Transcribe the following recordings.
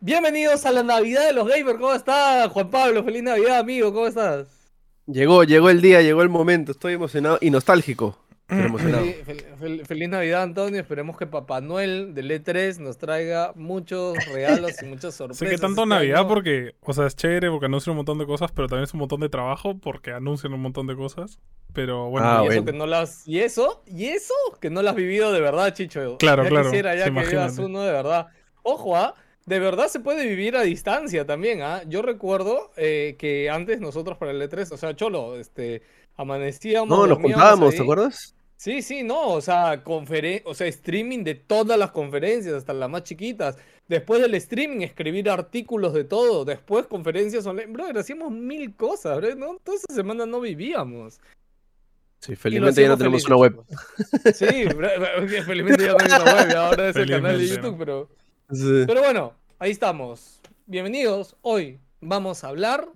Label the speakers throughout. Speaker 1: Bienvenidos a la Navidad de los Gamers. ¿Cómo estás, Juan Pablo? Feliz Navidad, amigo. ¿Cómo estás?
Speaker 2: Llegó, llegó el día, llegó el momento. Estoy emocionado y nostálgico.
Speaker 1: Mm,
Speaker 2: Pero emocionado.
Speaker 1: Fel- fel- fel- feliz Navidad, Antonio. Esperemos que Papá Noel del E3 nos traiga muchos regalos y muchas sorpresas.
Speaker 3: Sé que tanto
Speaker 1: este
Speaker 3: Navidad
Speaker 1: año.
Speaker 3: porque, o sea, es chévere porque anuncian un montón de cosas, pero también es un montón de trabajo porque anuncian un montón de cosas. Pero bueno,
Speaker 2: Ah,
Speaker 1: y eso
Speaker 2: bueno.
Speaker 1: que no las y eso y eso que no las has vivido de verdad chicho
Speaker 3: Claro,
Speaker 1: Ya
Speaker 3: claro, ¿eh?
Speaker 1: quisiera ya
Speaker 3: sí,
Speaker 1: que vivas
Speaker 3: imagínate.
Speaker 1: uno de verdad ojo ah de verdad se puede vivir a distancia también ah yo recuerdo eh, que antes nosotros para el E3 o sea cholo este amanecíamos
Speaker 2: No, nos
Speaker 1: dormíamos
Speaker 2: contábamos, ¿te
Speaker 1: ahí.
Speaker 2: acuerdas?
Speaker 1: Sí, sí, no, o sea, conferen o sea, streaming de todas las conferencias, hasta las más chiquitas. Después del streaming, escribir artículos de todo. Después conferencias online. Brother, hacíamos mil cosas, bro, ¿no? Toda esa semana no vivíamos. Y
Speaker 2: Sí,
Speaker 1: lo
Speaker 2: felizmente ya no
Speaker 1: hacíamos
Speaker 2: tenemos
Speaker 1: felices,
Speaker 2: una web.
Speaker 1: chicos. Sí, bro, bro, felizmente ya no hay una web, y ahora es el canal de
Speaker 3: Felizmente,
Speaker 1: YouTube, pero...
Speaker 2: Sí.
Speaker 1: Pero bueno, ahí estamos. Bienvenidos. Hoy vamos a hablar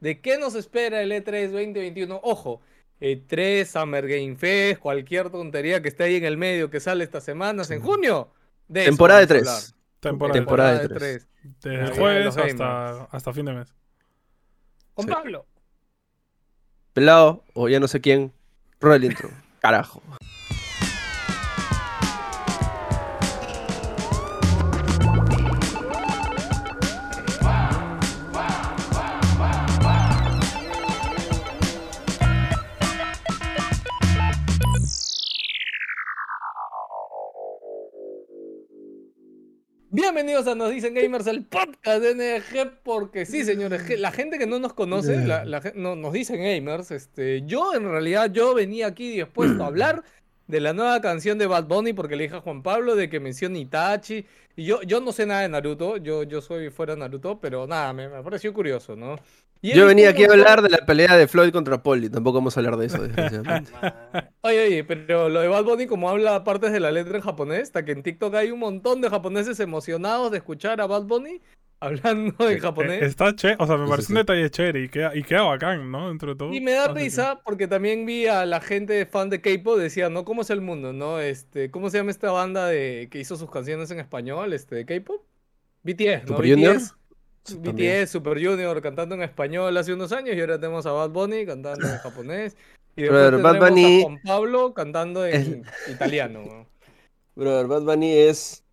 Speaker 1: de qué nos espera el E E3 2021. Ojo, E3, Summer Game Fest, cualquier tontería que esté ahí en el medio que sale estas semanas en junio. de eso
Speaker 2: Temporada de
Speaker 1: vamos a hablar.
Speaker 2: 3.
Speaker 3: temporada,
Speaker 2: Temporada.
Speaker 1: de
Speaker 2: de tres.
Speaker 1: 3.
Speaker 3: desde
Speaker 1: Sí, los
Speaker 3: jueves
Speaker 1: gamers.
Speaker 3: hasta, hasta fin de mes.
Speaker 1: Con
Speaker 2: Sí.
Speaker 1: Pablo.
Speaker 2: Pelado, o ya no sé quién. Rola el intro. Carajo.
Speaker 1: Bienvenidos a Nos Dicen Gamers, el podcast de NG, porque sí, señores, que la gente que no nos conoce, la, la gen- no, nos dicen gamers, este, yo en realidad, yo venía aquí dispuesto a hablar de la nueva canción de Bad Bunny, porque le dije a Juan Pablo de que mencione Itachi, y yo, yo no sé nada de Naruto, yo, yo soy fuera de Naruto, pero nada, me, me pareció curioso, ¿no? Y he visto
Speaker 2: Yo venía
Speaker 1: un
Speaker 2: aquí a
Speaker 1: montón-
Speaker 2: hablar de la pelea de Floyd contra Poli. Tampoco vamos a hablar de eso, desgraciadamente.
Speaker 1: Oye, oye, pero lo de Bad Bunny, como habla partes de la letra en japonés, hasta que en TikTok hay un montón de japoneses emocionados de escuchar a Bad Bunny hablando en japonés.
Speaker 3: Eh, está chévere, o sea, me
Speaker 2: Sí,
Speaker 3: parece
Speaker 2: sí,
Speaker 3: un
Speaker 2: sí.
Speaker 3: detalle chévere y queda, y queda bacán, ¿no? Dentro de todo.
Speaker 1: Y me da
Speaker 3: Así que-
Speaker 1: risa porque también vi a la gente fan de K-pop decía, ¿no? ¿Cómo es el mundo? ¿No? Este, ¿cómo se llama esta banda de que hizo sus canciones en español, este, de K-pop? BTS, ¿no?
Speaker 2: ¿Super Junior?
Speaker 1: BTS,
Speaker 2: Sí,
Speaker 1: BTS,
Speaker 2: también.
Speaker 1: Super Junior cantando en español hace unos años y ahora tenemos a Bad Bunny cantando en japonés y después
Speaker 2: Brother, Bad
Speaker 1: tendremos
Speaker 2: Bunny
Speaker 1: a Juan Pablo cantando en italiano. ¿no?
Speaker 2: Brother, Bad Bunny es.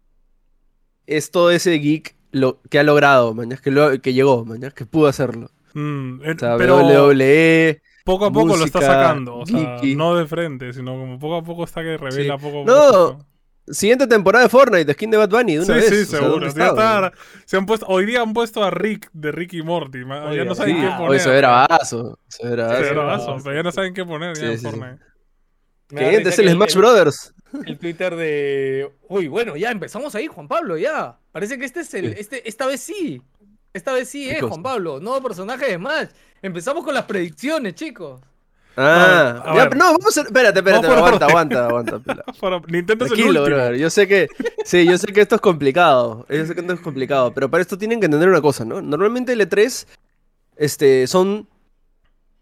Speaker 2: Es todo ese geek lo que ha logrado, mañana, que, lo- que llegó, mañana, que pudo hacerlo.
Speaker 3: Mm, eh,
Speaker 2: O sea, E,
Speaker 3: pero
Speaker 2: WWE.
Speaker 3: poco a poco lo está
Speaker 2: música,
Speaker 3: sacando. O sea,
Speaker 2: geeky.
Speaker 3: no de frente, sino como poco a poco está que revela poco a
Speaker 2: No,
Speaker 3: poco.
Speaker 2: Siguiente temporada de Fortnite, skin de Bad Bunny, de una
Speaker 3: sí,
Speaker 2: vez.
Speaker 3: sí,
Speaker 2: o sea,
Speaker 3: seguro.
Speaker 2: ¿dónde
Speaker 3: Sí, ya
Speaker 2: estaba?
Speaker 3: está. se han puesto, hoy día han puesto a Rick de Ricky Morty. ma-
Speaker 1: Oye,
Speaker 3: ya no
Speaker 1: sí.
Speaker 3: saben qué
Speaker 1: Ah,
Speaker 3: poner.
Speaker 2: Oye, se ve bravazo. Se ve
Speaker 3: Se ve
Speaker 2: bravazo.
Speaker 1: bravazo.
Speaker 3: bravazo, pero ya no saben qué poner ya
Speaker 2: Sí, sí,
Speaker 3: en
Speaker 2: sí.
Speaker 3: Fortnite.
Speaker 1: Me da
Speaker 2: Siguiente
Speaker 1: risa
Speaker 2: es el
Speaker 1: que
Speaker 2: Smash Brothers.
Speaker 1: el Twitter de. Uy, bueno, ya empezamos ahí, Juan Pablo, ya. Parece que este es el.
Speaker 2: Sí.
Speaker 1: Este, esta vez sí. Esta vez sí,
Speaker 2: ¿Qué
Speaker 1: eh,
Speaker 2: cosa?
Speaker 1: Juan Pablo. Nuevo personaje de Smash. Empezamos con las predicciones, chicos.
Speaker 2: Ah,
Speaker 3: A ver, a
Speaker 2: ya,
Speaker 3: ver.
Speaker 2: pero no, vamos a. Espérate, espérate,
Speaker 3: por
Speaker 2: aguanta,
Speaker 3: orden.
Speaker 2: aguanta, aguanta, pela.
Speaker 3: Para- Nintendo es el
Speaker 2: Tranquilo,
Speaker 3: último.
Speaker 2: brother. Yo sé que. Sí, yo sé que esto es complicado. Yo sé que esto es complicado. Pero para esto tienen que entender una cosa, ¿no? Normalmente el E3 este, son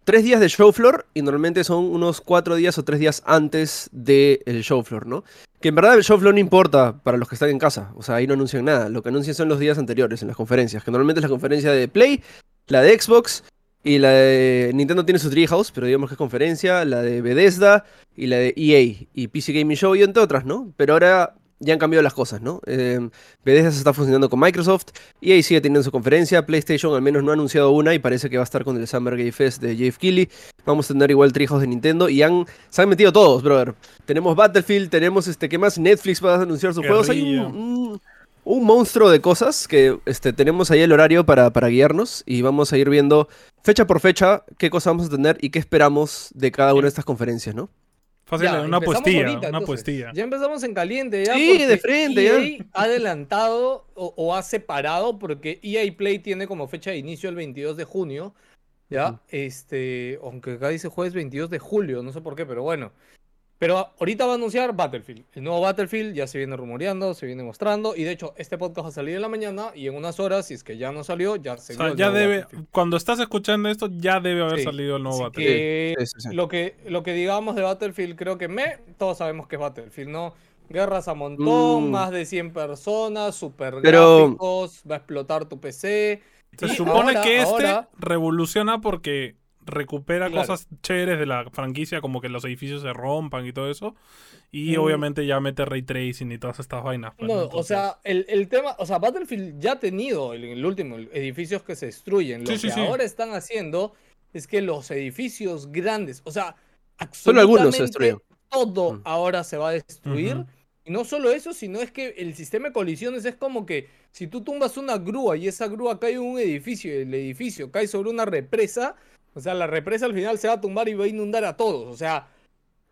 Speaker 2: tres días de show floor y normalmente son unos cuatro días o tres días antes del show floor, ¿no? Que en verdad el show floor no importa para los que están en casa. O sea, ahí no anuncian nada. Lo que anuncian son los días anteriores en las conferencias. Que normalmente es la conferencia de Play, la de Xbox. Y la de Nintendo tiene su Treehouse, pero digamos que es conferencia. La de Bethesda y la de EA y PC Gaming Show y entre otras, ¿no? Pero ahora ya han cambiado las cosas, ¿no? Eh, Bethesda se está funcionando con Microsoft, EA sigue teniendo su conferencia, PlayStation al menos no ha anunciado una y parece que va a estar con el Summer Game Fest de Jeff Keighley. Vamos a tener igual trijos de Nintendo y han, se han metido todos, brother. Tenemos Battlefield, tenemos este, ¿qué más? Netflix va a anunciar sus juegos. Hay un,
Speaker 3: Guerrilla.
Speaker 2: un- un monstruo de cosas que este, tenemos ahí el horario para, para guiarnos y vamos a ir viendo fecha por fecha qué cosas vamos a tener y qué esperamos de cada una de estas conferencias, ¿no?
Speaker 3: Fácil,
Speaker 1: Ya,
Speaker 3: una
Speaker 1: empezamos
Speaker 3: puestilla.
Speaker 1: ahorita,
Speaker 3: una
Speaker 1: entonces.
Speaker 3: puestilla.
Speaker 1: Ya empezamos en caliente, ya.
Speaker 2: Sí,
Speaker 1: porque
Speaker 2: de frente, ya.
Speaker 1: EA ha adelantado o, o ha separado, porque EA Play tiene como fecha de inicio el 22 de junio. Ya,
Speaker 2: Ujú.
Speaker 1: este. Aunque acá dice jueves 22 de julio, no sé por qué, pero bueno. Pero a- ahorita va a anunciar Battlefield. El nuevo Battlefield ya se viene rumoreando, se viene mostrando. Y de hecho, este podcast va a salir en la mañana y en unas horas, si es que ya no salió, ya se
Speaker 3: O
Speaker 1: vio
Speaker 3: sea,
Speaker 1: el
Speaker 3: ya
Speaker 1: nuevo
Speaker 3: debe,
Speaker 1: Battlefield.
Speaker 3: cuando estás escuchando esto, ya debe haber
Speaker 1: Sí.
Speaker 3: salido el nuevo
Speaker 1: Así
Speaker 3: Battlefield.
Speaker 1: que
Speaker 2: Sí, sí, sí.
Speaker 1: lo que, lo que digamos de Battlefield, creo que me, todos sabemos que es Battlefield, ¿no? Guerras a montón,
Speaker 2: Mm.
Speaker 1: más de 100 personas, super
Speaker 2: Pero-
Speaker 1: gráficos, va a explotar tu PC.
Speaker 3: Se
Speaker 1: Y
Speaker 3: supone
Speaker 1: ahora-
Speaker 3: que este
Speaker 1: ahora-
Speaker 3: revoluciona porque recupera
Speaker 1: Claro.
Speaker 3: cosas chéveres de la franquicia, como que los edificios se rompan y todo eso. Y
Speaker 1: Mm.
Speaker 3: obviamente ya mete ray tracing y todas estas vainas. pues,
Speaker 1: No, o
Speaker 3: Entonces-
Speaker 1: sea, el, el tema, o sea, Battlefield ya ha tenido el, el último el- edificios que se destruyen. Lo
Speaker 3: Sí,
Speaker 1: que
Speaker 3: sí, sí.
Speaker 1: ahora están haciendo es que los edificios grandes, o sea,
Speaker 2: Solo algunos se
Speaker 1: absolutamente
Speaker 2: destruyen.
Speaker 1: Todo
Speaker 2: Mm.
Speaker 1: ahora se va a destruir.
Speaker 3: Ujú.
Speaker 1: Y no solo eso, sino es que el sistema de colisiones es como que si tú tumbas una grúa y esa grúa cae en un edificio y el edificio cae sobre una represa, o sea, la represa al final se va a tumbar y va a inundar a todos. O sea,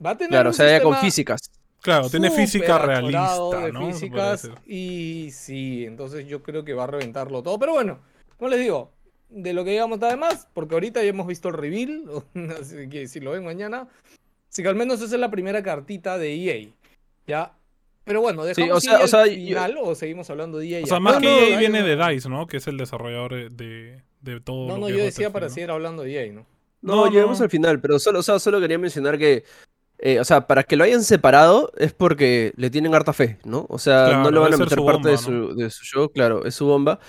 Speaker 1: va a tener
Speaker 2: Claro, o
Speaker 1: un
Speaker 2: sea, ya con
Speaker 1: sistema-
Speaker 2: físicas.
Speaker 3: Claro, tiene
Speaker 1: súper
Speaker 3: física
Speaker 1: achorado
Speaker 3: realista,
Speaker 1: de
Speaker 3: ¿no? Se podría
Speaker 1: físicas,
Speaker 3: decir.
Speaker 1: y sí, entonces yo creo que va a reventarlo todo. Pero bueno, como les digo, de lo que digamos está de más, porque ahorita ya hemos visto el reveal, así que si lo ven mañana, así que al menos esa es la primera cartita de EA. Ya. Pero bueno, dejamos
Speaker 2: o sea-
Speaker 1: EA
Speaker 2: o
Speaker 1: al
Speaker 2: sea, yo-
Speaker 1: final o seguimos hablando de E EA.
Speaker 3: O
Speaker 1: ya?
Speaker 3: sea, más
Speaker 2: No,
Speaker 3: que
Speaker 2: no,
Speaker 3: EA
Speaker 2: hay
Speaker 3: viene de DICE, ¿no? Que es el desarrollador eh, de, de todo.
Speaker 1: No,
Speaker 3: lo
Speaker 1: no,
Speaker 3: que
Speaker 1: yo
Speaker 3: es
Speaker 1: decía
Speaker 3: Battlefield,
Speaker 1: para
Speaker 3: ¿no?
Speaker 1: seguir hablando de EA, ¿no?
Speaker 2: No,
Speaker 3: No,
Speaker 2: llegamos
Speaker 3: no.
Speaker 2: al final, pero solo, o sea, solo quería mencionar que, eh, o sea, para que lo hayan separado es porque le tienen harta fe, ¿no? O sea,
Speaker 3: Claro,
Speaker 2: no le van
Speaker 3: debe
Speaker 2: a meter
Speaker 3: ser su
Speaker 2: parte de,
Speaker 3: bomba, ¿no?
Speaker 2: su, de su show, claro, es su bomba.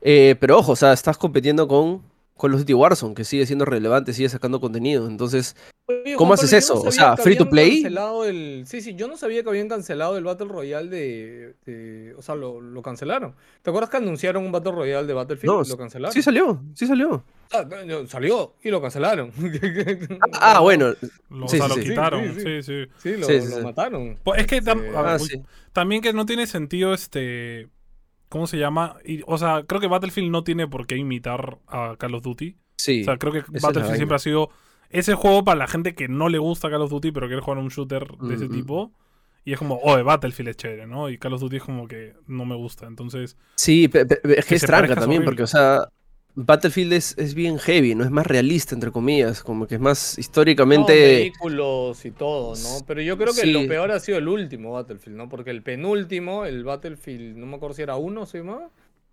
Speaker 2: Eh, pero ojo, o sea, estás compitiendo con Call of Duty Warzone, que sigue siendo relevante, sigue sacando contenido. Entonces,
Speaker 1: Oye,
Speaker 2: ¿Cómo haces
Speaker 1: yo no
Speaker 2: eso? O
Speaker 1: sabía
Speaker 2: sea,
Speaker 1: que
Speaker 2: ¿free to
Speaker 1: habían
Speaker 2: play?
Speaker 1: cancelado el- Sí, sí, yo no sabía que habían cancelado el Battle Royale de. de- O sea, lo, lo cancelaron. ¿Te acuerdas que anunciaron un Battle Royale de Battlefield?
Speaker 2: No,
Speaker 1: lo cancelaron.
Speaker 2: sí salió, sí salió.
Speaker 1: Ah, no, salió y lo cancelaron.
Speaker 2: Ah, bueno,
Speaker 3: Lo- o
Speaker 2: Sí,
Speaker 3: sea,
Speaker 2: sí,
Speaker 3: lo
Speaker 2: sí.
Speaker 3: quitaron,
Speaker 1: Sí, sí,
Speaker 3: sí, sí.
Speaker 1: Sí, lo,
Speaker 2: Sí, sí,
Speaker 1: lo
Speaker 2: sí.
Speaker 1: mataron.
Speaker 3: Pues es que tam-
Speaker 1: Este,
Speaker 3: a ver,
Speaker 2: ah,
Speaker 3: uy,
Speaker 2: sí.
Speaker 3: también que no tiene sentido este... ¿Cómo se llama? Y, o sea, creo que Battlefield no tiene por qué imitar a Call of Duty.
Speaker 2: Sí,
Speaker 3: O sea, creo que
Speaker 2: es la
Speaker 3: Battlefield siempre
Speaker 2: vaina.
Speaker 3: ha sido ese juego para la gente que no le gusta Call of Duty, pero quiere jugar un shooter de ese
Speaker 2: Mm, mm.
Speaker 3: tipo. Y es como, oh, Battlefield es chévere, ¿no? Y Call of Duty es como que no me gusta. Entonces,
Speaker 2: sí, pe- pe- es
Speaker 3: que
Speaker 2: que es
Speaker 3: se
Speaker 2: tranca
Speaker 3: parezca es
Speaker 2: también,
Speaker 3: horrible.
Speaker 2: porque, o sea, Battlefield es, es bien heavy, ¿no? Es más realista, entre comillas, como que es más
Speaker 1: no,
Speaker 2: históricamente...
Speaker 1: vehículos y todo, ¿no? Pero yo creo que
Speaker 2: Sí.
Speaker 1: lo peor ha sido el último Battlefield, ¿no? Porque el penúltimo, el Battlefield, no me acuerdo si era uno, ¿se llamaba?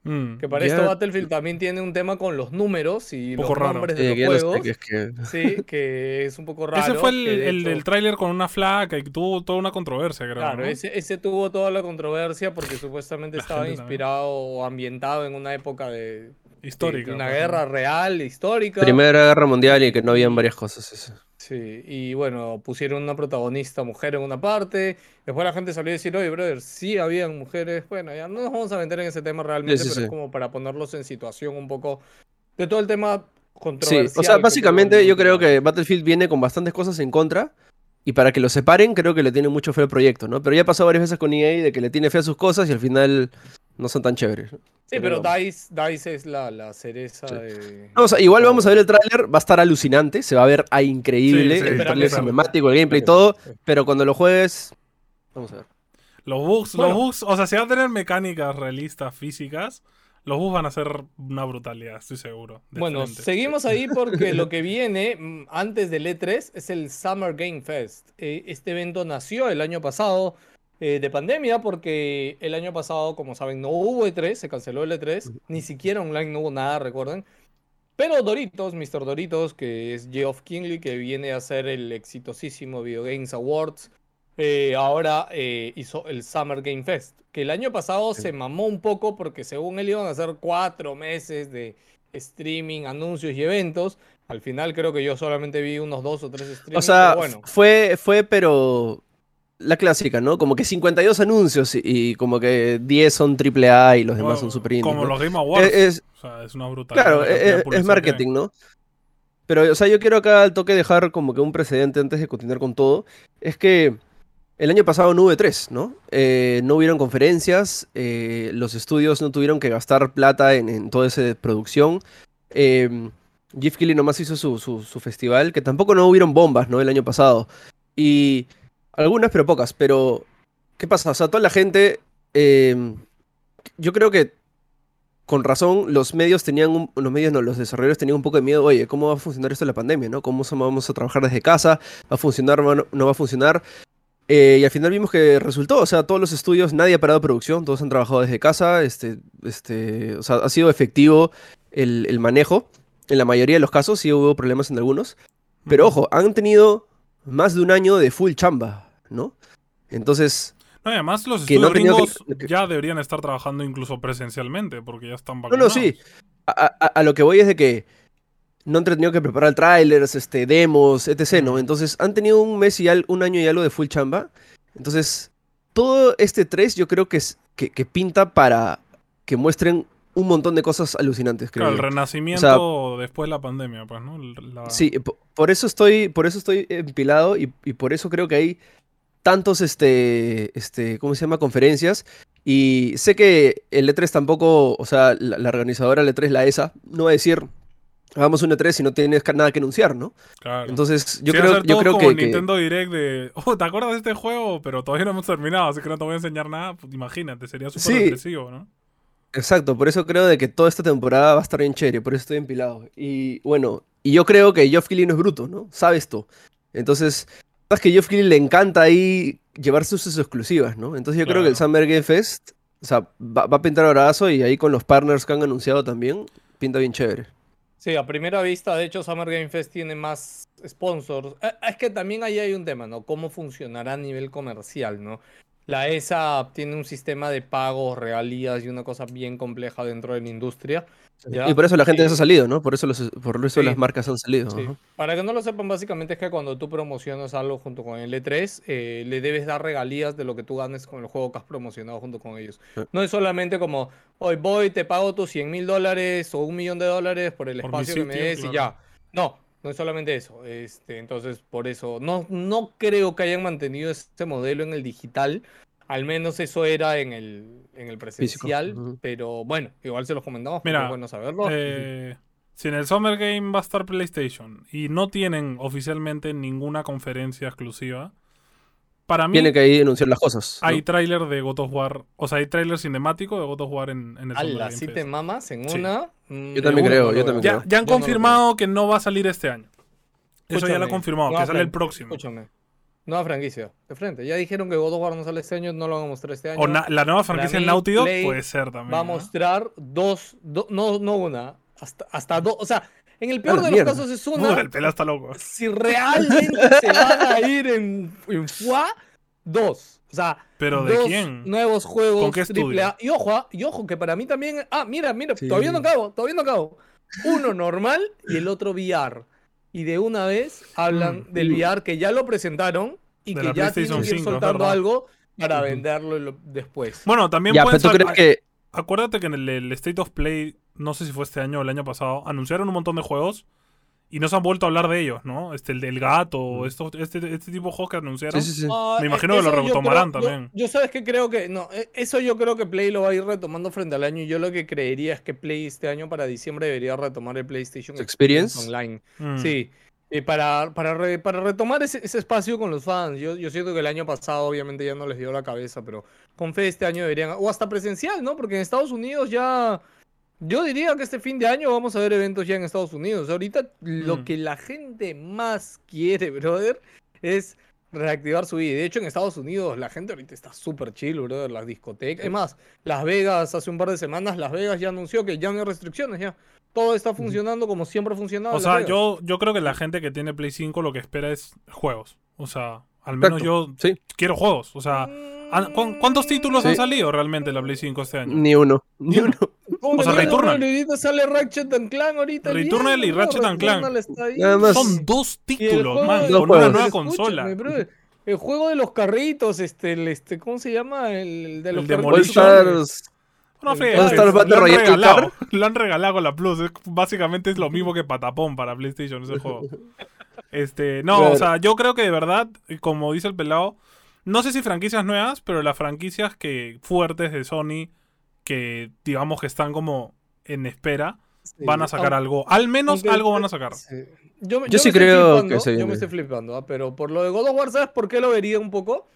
Speaker 3: mm,
Speaker 1: Que para
Speaker 2: Ya-
Speaker 1: esto Battlefield también tiene un tema con los números y
Speaker 3: Poco
Speaker 1: los
Speaker 3: raro.
Speaker 1: nombres de
Speaker 2: eh,
Speaker 1: los
Speaker 2: que ya no sé,
Speaker 1: juegos.
Speaker 2: que es que-
Speaker 1: Sí, que es un poco raro.
Speaker 3: ese fue el,
Speaker 1: que de
Speaker 3: el
Speaker 1: hecho-
Speaker 3: del tráiler con una flaca y tuvo toda una controversia, creo.
Speaker 1: Claro,
Speaker 3: ¿no?
Speaker 1: ese, ese tuvo toda la controversia porque supuestamente
Speaker 3: La
Speaker 1: estaba
Speaker 3: gente también.
Speaker 1: inspirado o ambientado en una época de, de-
Speaker 3: Histórica.
Speaker 1: de una
Speaker 3: pues, ¿no?
Speaker 1: guerra real, histórica.
Speaker 2: Primera Guerra Mundial y que no habían varias cosas. eso.
Speaker 1: Sí, y bueno, pusieron una protagonista mujer en una parte. Después la gente salió a decir, oye, brother, sí habían mujeres. Bueno, ya no nos vamos a meter en ese tema realmente,
Speaker 2: sí,
Speaker 1: pero es
Speaker 2: sí.
Speaker 1: como para ponerlos en situación un poco de todo el tema
Speaker 2: Sí,
Speaker 1: controversial.
Speaker 2: o sea,
Speaker 1: que tuvo
Speaker 2: básicamente
Speaker 1: el
Speaker 2: yo creo
Speaker 1: último.
Speaker 2: que Battlefield viene con bastantes cosas en contra y para que lo separen creo que le tiene mucho fe al proyecto, ¿no? Pero ya pasó varias veces con EA de que le tiene fe a sus cosas y al final no son tan chéveres. ¿no?
Speaker 1: Sí, pero
Speaker 2: Pero-
Speaker 1: Dice, Dice es la, la cereza
Speaker 2: Sí.
Speaker 1: de...
Speaker 2: No, o sea, igual vamos a ver el tráiler, va a estar alucinante, se va a ver ah, increíble,
Speaker 3: Sí, sí,
Speaker 2: el
Speaker 1: espera
Speaker 2: tráiler
Speaker 1: que salga.
Speaker 2: cinemático, el gameplay y todo, pero cuando lo juegues... Vamos a ver.
Speaker 3: Los bugs,
Speaker 1: Bueno.
Speaker 3: los bugs, o sea, si van a tener mecánicas realistas, físicas, los bugs van a ser una brutalidad, estoy seguro. de
Speaker 1: Bueno,
Speaker 3: frente.
Speaker 1: seguimos ahí porque lo que viene mm, antes del E3 es el Summer Game Fest. Eh, Este evento nació el año pasado eh, de pandemia porque el año pasado, como saben, no hubo E3, se canceló el E3, ni siquiera online no hubo nada, recuerden. Pero Doritos, Mr. Doritos, que es Geoff Kingley, que viene a hacer el exitosísimo Video Games Awards, eh, ahora eh, hizo el Summer Game Fest, que el año pasado se mamó un poco porque según él iban a hacer cuatro meses de streaming, anuncios y eventos. Al final creo que yo solamente vi unos dos o tres streamings,
Speaker 2: O sea,
Speaker 1: pero bueno.
Speaker 2: fue, fue, pero la clásica, ¿no? Como que 52 anuncios y, y como que 10 son AAA y los demás son
Speaker 3: Bueno,
Speaker 2: super indie,
Speaker 3: Como
Speaker 2: ¿no?
Speaker 3: los Game Awards.
Speaker 2: Eh, es-
Speaker 3: o sea, es una brutalidad.
Speaker 2: Claro, eh, e-,
Speaker 3: la cantidad de
Speaker 2: es, es
Speaker 3: publicidad que hay.
Speaker 2: marketing, ¿no? Pero, o sea, yo quiero acá al toque dejar como que un precedente antes de continuar con todo. Es que el año pasado no hubo E3, ¿no? Eh, no hubieron conferencias, eh, los estudios no tuvieron que gastar plata en, en toda esa producción. Eh, Jeff Keighley nomás hizo su, su- su festival, que tampoco no hubieron bombas, ¿no? El año pasado. Y algunas, pero pocas. Pero, ¿qué pasa? O sea, toda la gente, eh, yo creo que con razón los medios tenían, un- los medios no, los desarrolladores tenían un poco de miedo, oye, ¿cómo va a funcionar esto de la pandemia, no? ¿Cómo se- vamos a trabajar desde casa? ¿Va a funcionar? va- ¿No va a funcionar? Eh, y al final vimos que resultó, o sea, todos los estudios, nadie ha parado producción, todos han trabajado desde casa, este, este, o sea, ha sido efectivo el, el manejo, en la mayoría de los casos, sí hubo problemas en algunos, pero ojo, han tenido más de un año de full chamba, ¿no? Entonces,
Speaker 3: No, y además los
Speaker 2: Que no
Speaker 3: estudios
Speaker 2: tenía que-
Speaker 3: gringos ya deberían estar trabajando incluso presencialmente, porque ya están
Speaker 2: No,
Speaker 3: vacunados.
Speaker 2: no, sí. A, a- a lo que voy es de que no han tenido que preparar trailers, este, demos, etc. ¿no? Entonces han tenido un mes y al, un año y algo de full chamba. Entonces, todo este 3 yo creo que, es, que, que pinta para que muestren un montón de cosas alucinantes, creo.
Speaker 3: Claro, el
Speaker 2: yo.
Speaker 3: renacimiento después de la pandemia, pues, ¿no? La-
Speaker 2: Sí, po- por eso estoy, por eso estoy empilado y, y por eso creo que hay tantos, este, este, ¿cómo se llama? Conferencias. Y sé que el E3 tampoco, o sea, la, la organizadora del E3, la ESA, no va a decir, hagamos un E3 si no tienes ca- nada que anunciar, ¿no?
Speaker 3: claro.
Speaker 2: Entonces, yo
Speaker 3: Sí, va a
Speaker 2: creo,
Speaker 3: ser
Speaker 2: yo
Speaker 3: todo
Speaker 2: creo
Speaker 3: como
Speaker 2: que... que-
Speaker 3: Nintendo Direct de, oh, ¿te acuerdas de este juego? Pero todavía no hemos terminado, así que no te voy a enseñar nada. Pues, imagínate, sería súper
Speaker 2: Sí.
Speaker 3: depresivo, ¿no?
Speaker 2: Exacto, por eso creo de que toda esta temporada va a estar bien chévere, por eso estoy empilado. Y bueno, y yo creo que Geoff Keighley no es bruto, ¿no? Sabe esto. Entonces, sabes que a Geoff Keighley le encanta ahí llevarse sus exclusivas, ¿no? Entonces yo creo que el
Speaker 3: Claro.
Speaker 2: Summer Game Fest, o sea, va, va a pintar brazo y ahí con los partners que han anunciado también, pinta bien chévere.
Speaker 1: Sí, a primera vista, de hecho, Summer Game Fest tiene más sponsors. Eh, Es que también ahí hay un tema, ¿no? Cómo funcionará a nivel comercial, ¿no? La ESA tiene un sistema de pagos, regalías y una cosa bien compleja dentro de la industria. ¿ya? Eh,
Speaker 2: Y por eso la gente
Speaker 1: Sí.
Speaker 2: ha salido, ¿no? Por eso, los- por eso
Speaker 1: Sí.
Speaker 2: las marcas han salido.
Speaker 1: Sí.
Speaker 2: ajá.
Speaker 1: Para que no lo sepan, básicamente es que cuando tú promocionas algo junto con el E3, eh, le debes dar regalías de lo que tú ganes con el juego que has promocionado junto con ellos.
Speaker 2: Eh.
Speaker 1: No es solamente como, hoy voy, te pago tus 100 mil dólares o un millón de dólares por el
Speaker 3: Por mi
Speaker 1: espacio que me
Speaker 3: sitio,
Speaker 1: des y
Speaker 3: claro.
Speaker 1: ya. No, no es solamente eso. Este, entonces, por eso, no, no creo que hayan mantenido ese modelo en el digital. Al menos eso era en el, en el presencial,
Speaker 2: ujú.
Speaker 1: pero bueno, igual se los comentamos, porque
Speaker 3: Mira,
Speaker 1: es bueno saberlo.
Speaker 3: Eh, si en el Summer Game va a estar PlayStation y no tienen oficialmente ninguna conferencia exclusiva, para mí
Speaker 2: Tiene que ahí anunciar las cosas. ¿no?
Speaker 3: hay tráiler de God of War, o sea, hay tráiler cinemático de God of War en, en el Summer
Speaker 1: Ala,
Speaker 3: Game
Speaker 1: si
Speaker 3: Fest.
Speaker 1: te mamas en
Speaker 3: Sí.
Speaker 1: una. mm,
Speaker 2: Yo
Speaker 1: de
Speaker 2: también
Speaker 1: una,
Speaker 2: creo,
Speaker 1: no lo
Speaker 2: yo
Speaker 1: veo.
Speaker 2: también
Speaker 3: Ya,
Speaker 2: creo.
Speaker 3: ya han
Speaker 1: Yo no lo
Speaker 3: confirmado que no va a salir este año. Eso ya lo
Speaker 1: Escúchame,
Speaker 3: ha confirmado,
Speaker 1: no,
Speaker 3: que sale el
Speaker 1: Frank,
Speaker 3: próximo.
Speaker 1: Escúchame. Nueva franquicia, de frente. Ya dijeron que God of War no sale este año, no lo van a mostrar este año.
Speaker 3: O na- la nueva franquicia
Speaker 1: mí,
Speaker 3: en Naughty Dog
Speaker 1: Play
Speaker 3: puede ser también.
Speaker 1: Va a
Speaker 3: ¿no?
Speaker 1: mostrar dos, do- no, no una, hasta, hasta dos. O sea, en el peor
Speaker 2: Claro,
Speaker 1: de
Speaker 2: mierda.
Speaker 1: los casos es
Speaker 3: Puta,
Speaker 1: una.
Speaker 3: el pelo está loco.
Speaker 1: Si realmente se van a ir en, en FUA, dos. O sea,
Speaker 3: ¿Pero de
Speaker 1: dos
Speaker 3: quién?
Speaker 1: nuevos juegos
Speaker 3: ¿Con qué
Speaker 1: triple A. Y ojo, ah, y ojo, que para mí también. Ah, mira, mira,
Speaker 2: Sí.
Speaker 1: todavía no acabo, todavía no acabo. Uno normal y el otro VR. Y de una vez hablan
Speaker 3: Mm.
Speaker 1: del
Speaker 2: Mm.
Speaker 1: VR que ya lo presentaron y
Speaker 3: De
Speaker 1: que
Speaker 3: la
Speaker 1: ya tienen
Speaker 3: PlayStation
Speaker 1: que ir
Speaker 3: 5, es
Speaker 1: soltando
Speaker 3: verdad.
Speaker 1: algo para
Speaker 2: Ujú.
Speaker 1: venderlo lo- después.
Speaker 3: Bueno, también
Speaker 2: Ya, pero
Speaker 3: pueden
Speaker 2: tú crees
Speaker 3: sac-
Speaker 2: que...
Speaker 3: Acuérdate que en el, el State of Play, no sé si fue este año o el año pasado, anunciaron un montón de juegos y no se han vuelto a hablar de ellos, ¿no? Este, el del gato,
Speaker 2: Mm.
Speaker 3: estos, este, este tipo de juegos que anunciaron.
Speaker 2: Sí, sí, sí.
Speaker 1: Ah,
Speaker 3: Me
Speaker 1: eh,
Speaker 3: imagino que lo
Speaker 1: eso yo
Speaker 3: retomarán
Speaker 1: creo- yo-
Speaker 3: también.
Speaker 1: Yo, sabes que creo que no, eh, eso yo creo que Play lo va a ir retomando frente al año y yo lo que creería es que Play este año para diciembre debería retomar el PlayStation
Speaker 2: Experience.
Speaker 1: Online.
Speaker 3: Mm.
Speaker 1: Sí, eh, para, para, re- para retomar ese, ese espacio con los fans. Yo, yo siento que el año pasado obviamente ya no les dio la cabeza, pero con fe este año deberían, o hasta presencial, ¿no? Porque en Estados Unidos ya, yo diría que este fin de año vamos a ver eventos ya en Estados Unidos. Ahorita
Speaker 3: Mm.
Speaker 1: lo que la gente más quiere, brother, es reactivar su vida. De hecho, en Estados Unidos la gente ahorita está súper chill, brother, las discotecas. Es más, Las Vegas, hace un par de semanas, Las Vegas ya anunció que ya no hay restricciones, ya. Todo está funcionando como siempre ha funcionado.
Speaker 3: O
Speaker 1: en Las
Speaker 3: sea,
Speaker 1: Vegas.
Speaker 3: yo, yo creo que la gente que tiene Play 5 lo que espera es juegos. O sea, al menos yo
Speaker 2: sí.
Speaker 3: quiero juegos. O sea, han- Ah, ¿cu-
Speaker 1: Mm.
Speaker 3: ¿cuántos títulos
Speaker 2: Sí.
Speaker 3: han salido realmente de la Play 5 este año?
Speaker 2: Ni uno, ni uno.
Speaker 1: Como
Speaker 3: O sea,
Speaker 1: que no,
Speaker 3: Returnal.
Speaker 1: bueno, Ahorita sale Ratchet and Clank ahorita. bien,
Speaker 3: Returnal y
Speaker 1: ¿no?
Speaker 3: Ratchet and Clank.
Speaker 1: Returnal está ahí.
Speaker 2: Nada más.
Speaker 3: Son dos
Speaker 1: Y el
Speaker 3: títulos,
Speaker 1: juego
Speaker 3: man,
Speaker 1: de-
Speaker 2: Dos
Speaker 3: con una
Speaker 2: juegos.
Speaker 3: nueva
Speaker 1: Escúchame,
Speaker 3: consola.
Speaker 1: brother, el juego de los carritos, este, el, este, ¿cómo se llama? El, el de los
Speaker 3: El
Speaker 2: All
Speaker 3: Demolition.
Speaker 1: carritos.
Speaker 2: Stars,
Speaker 3: No,
Speaker 1: El
Speaker 3: fe,
Speaker 1: All
Speaker 3: es-
Speaker 1: Star
Speaker 2: Battle
Speaker 3: lo, eh, han
Speaker 2: Royale
Speaker 3: regalado,
Speaker 2: Qatar.
Speaker 3: lo han regalado con la Plus. es- básicamente es lo mismo que Patapón para PlayStation ese juego. Este, no,
Speaker 2: Claro.
Speaker 3: o sea, yo creo que de verdad, como dice el pelado, no sé si franquicias nuevas, pero las franquicias que fuertes de Sony que digamos que están como en espera, van a sacar algo. Al menos
Speaker 1: aunque-
Speaker 3: algo van a sacar.
Speaker 1: Sí. Yo, me-
Speaker 2: Yo
Speaker 1: yo
Speaker 2: sí
Speaker 1: me estoy
Speaker 2: creo
Speaker 1: flipando,
Speaker 2: que se
Speaker 1: Yo
Speaker 2: viene.
Speaker 1: me estoy flipando, ah, pero por lo de God of War, ¿sabes por qué lo vería un poco?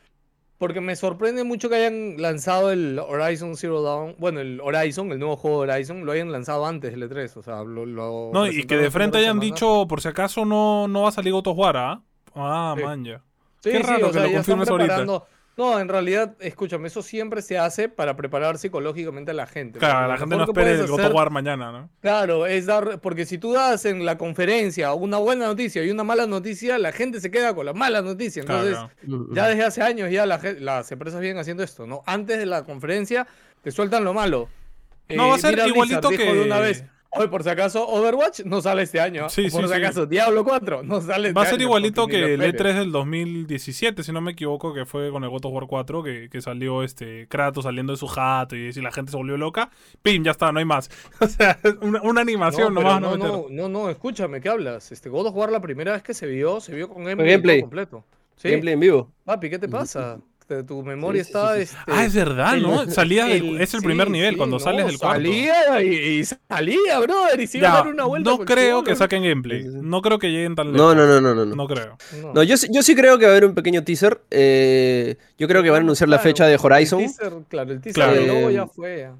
Speaker 1: Porque me sorprende mucho que hayan lanzado el Horizon Zero Dawn, bueno, el Horizon, el nuevo juego de Horizon, lo hayan lanzado antes del E3, o sea, lo... lo
Speaker 3: No, y
Speaker 1: presentaron
Speaker 3: que de
Speaker 1: hace
Speaker 3: frente
Speaker 1: tres
Speaker 3: hayan
Speaker 1: semanas.
Speaker 3: dicho, por si acaso no, no va a salir God of War, ¿ah? Ah,
Speaker 1: Sí.
Speaker 3: man, ya.
Speaker 1: Sí,
Speaker 3: Qué
Speaker 1: sí,
Speaker 3: raro
Speaker 1: o
Speaker 3: que
Speaker 1: sea,
Speaker 3: lo
Speaker 1: ya están
Speaker 3: confirmes ahorita.
Speaker 1: preparando- No, en realidad, escúchame, eso siempre se hace para preparar psicológicamente a la gente.
Speaker 3: Claro,
Speaker 1: Porque
Speaker 3: la
Speaker 1: lo
Speaker 3: gente no
Speaker 1: mejor que
Speaker 3: espere el
Speaker 1: puedes
Speaker 3: God of
Speaker 1: hacer-
Speaker 3: War mañana, ¿no?
Speaker 1: Claro, es dar, porque si tú das en la conferencia una buena noticia y una mala noticia, la gente se queda con la mala noticia.
Speaker 3: Claro,
Speaker 1: Entonces,
Speaker 3: claro.
Speaker 2: Mm,
Speaker 1: ya desde hace años ya la gen- las empresas vienen haciendo esto, ¿no? Antes de la conferencia te sueltan lo malo. Eh,
Speaker 3: No, va a ser
Speaker 1: mira,
Speaker 3: igualito
Speaker 1: Blizzard dijo de
Speaker 3: que-
Speaker 1: una vez. Hoy, por si acaso, Overwatch no sale este año. ¿ah?
Speaker 3: Sí,
Speaker 1: por
Speaker 3: sí,
Speaker 1: si
Speaker 3: sí.
Speaker 1: acaso, Diablo 4 no sale este
Speaker 3: Va a ser
Speaker 1: año,
Speaker 3: igualito
Speaker 1: porque ni
Speaker 3: que el
Speaker 1: lo
Speaker 3: E
Speaker 1: esperes.
Speaker 3: E3 del 2017, si no me equivoco, que fue con el God of War 4, que, que salió este Kratos saliendo de su jato y, y la gente se volvió loca. ¡Pim! Ya está, no hay más. O sea, una, una animación
Speaker 1: No,
Speaker 3: nomás
Speaker 1: pero
Speaker 3: no,
Speaker 1: no, este,
Speaker 3: meter.
Speaker 1: no, no, no, escúchame, ¿qué hablas? Este God of War la primera vez que se vio, se vio con gameplay, todo
Speaker 2: gameplay.
Speaker 1: completo. Sí.
Speaker 2: Gameplay en vivo.
Speaker 1: Papi, ¿qué te pasa? Te- Tu memoria
Speaker 2: sí,
Speaker 1: está.
Speaker 2: sí,
Speaker 1: Este,
Speaker 3: Ah, es verdad, ¿no? Salía del- es el
Speaker 1: sí,
Speaker 3: primer nivel,
Speaker 1: sí,
Speaker 3: cuando
Speaker 1: no,
Speaker 3: sales del cuarto.
Speaker 1: Salía y, y salía, brother, y se iba
Speaker 3: Ya,
Speaker 1: a dar una vuelta.
Speaker 3: no
Speaker 1: con
Speaker 3: creo que
Speaker 1: Chibolo.
Speaker 3: saquen gameplay.
Speaker 2: Sí, sí, sí.
Speaker 3: No creo que lleguen tan
Speaker 2: No,
Speaker 3: lejos.
Speaker 2: no, no, no, no.
Speaker 3: No,
Speaker 2: no.
Speaker 3: creo.
Speaker 1: No.
Speaker 2: No, yo, sí- yo sí creo que va a haber un pequeño teaser. eh, yo creo que van a anunciar la
Speaker 1: Claro,
Speaker 2: fecha de Horizon.
Speaker 1: El teaser, claro, el teaser
Speaker 3: Claro.
Speaker 1: del logo
Speaker 2: Eh,
Speaker 1: ya fue. ya.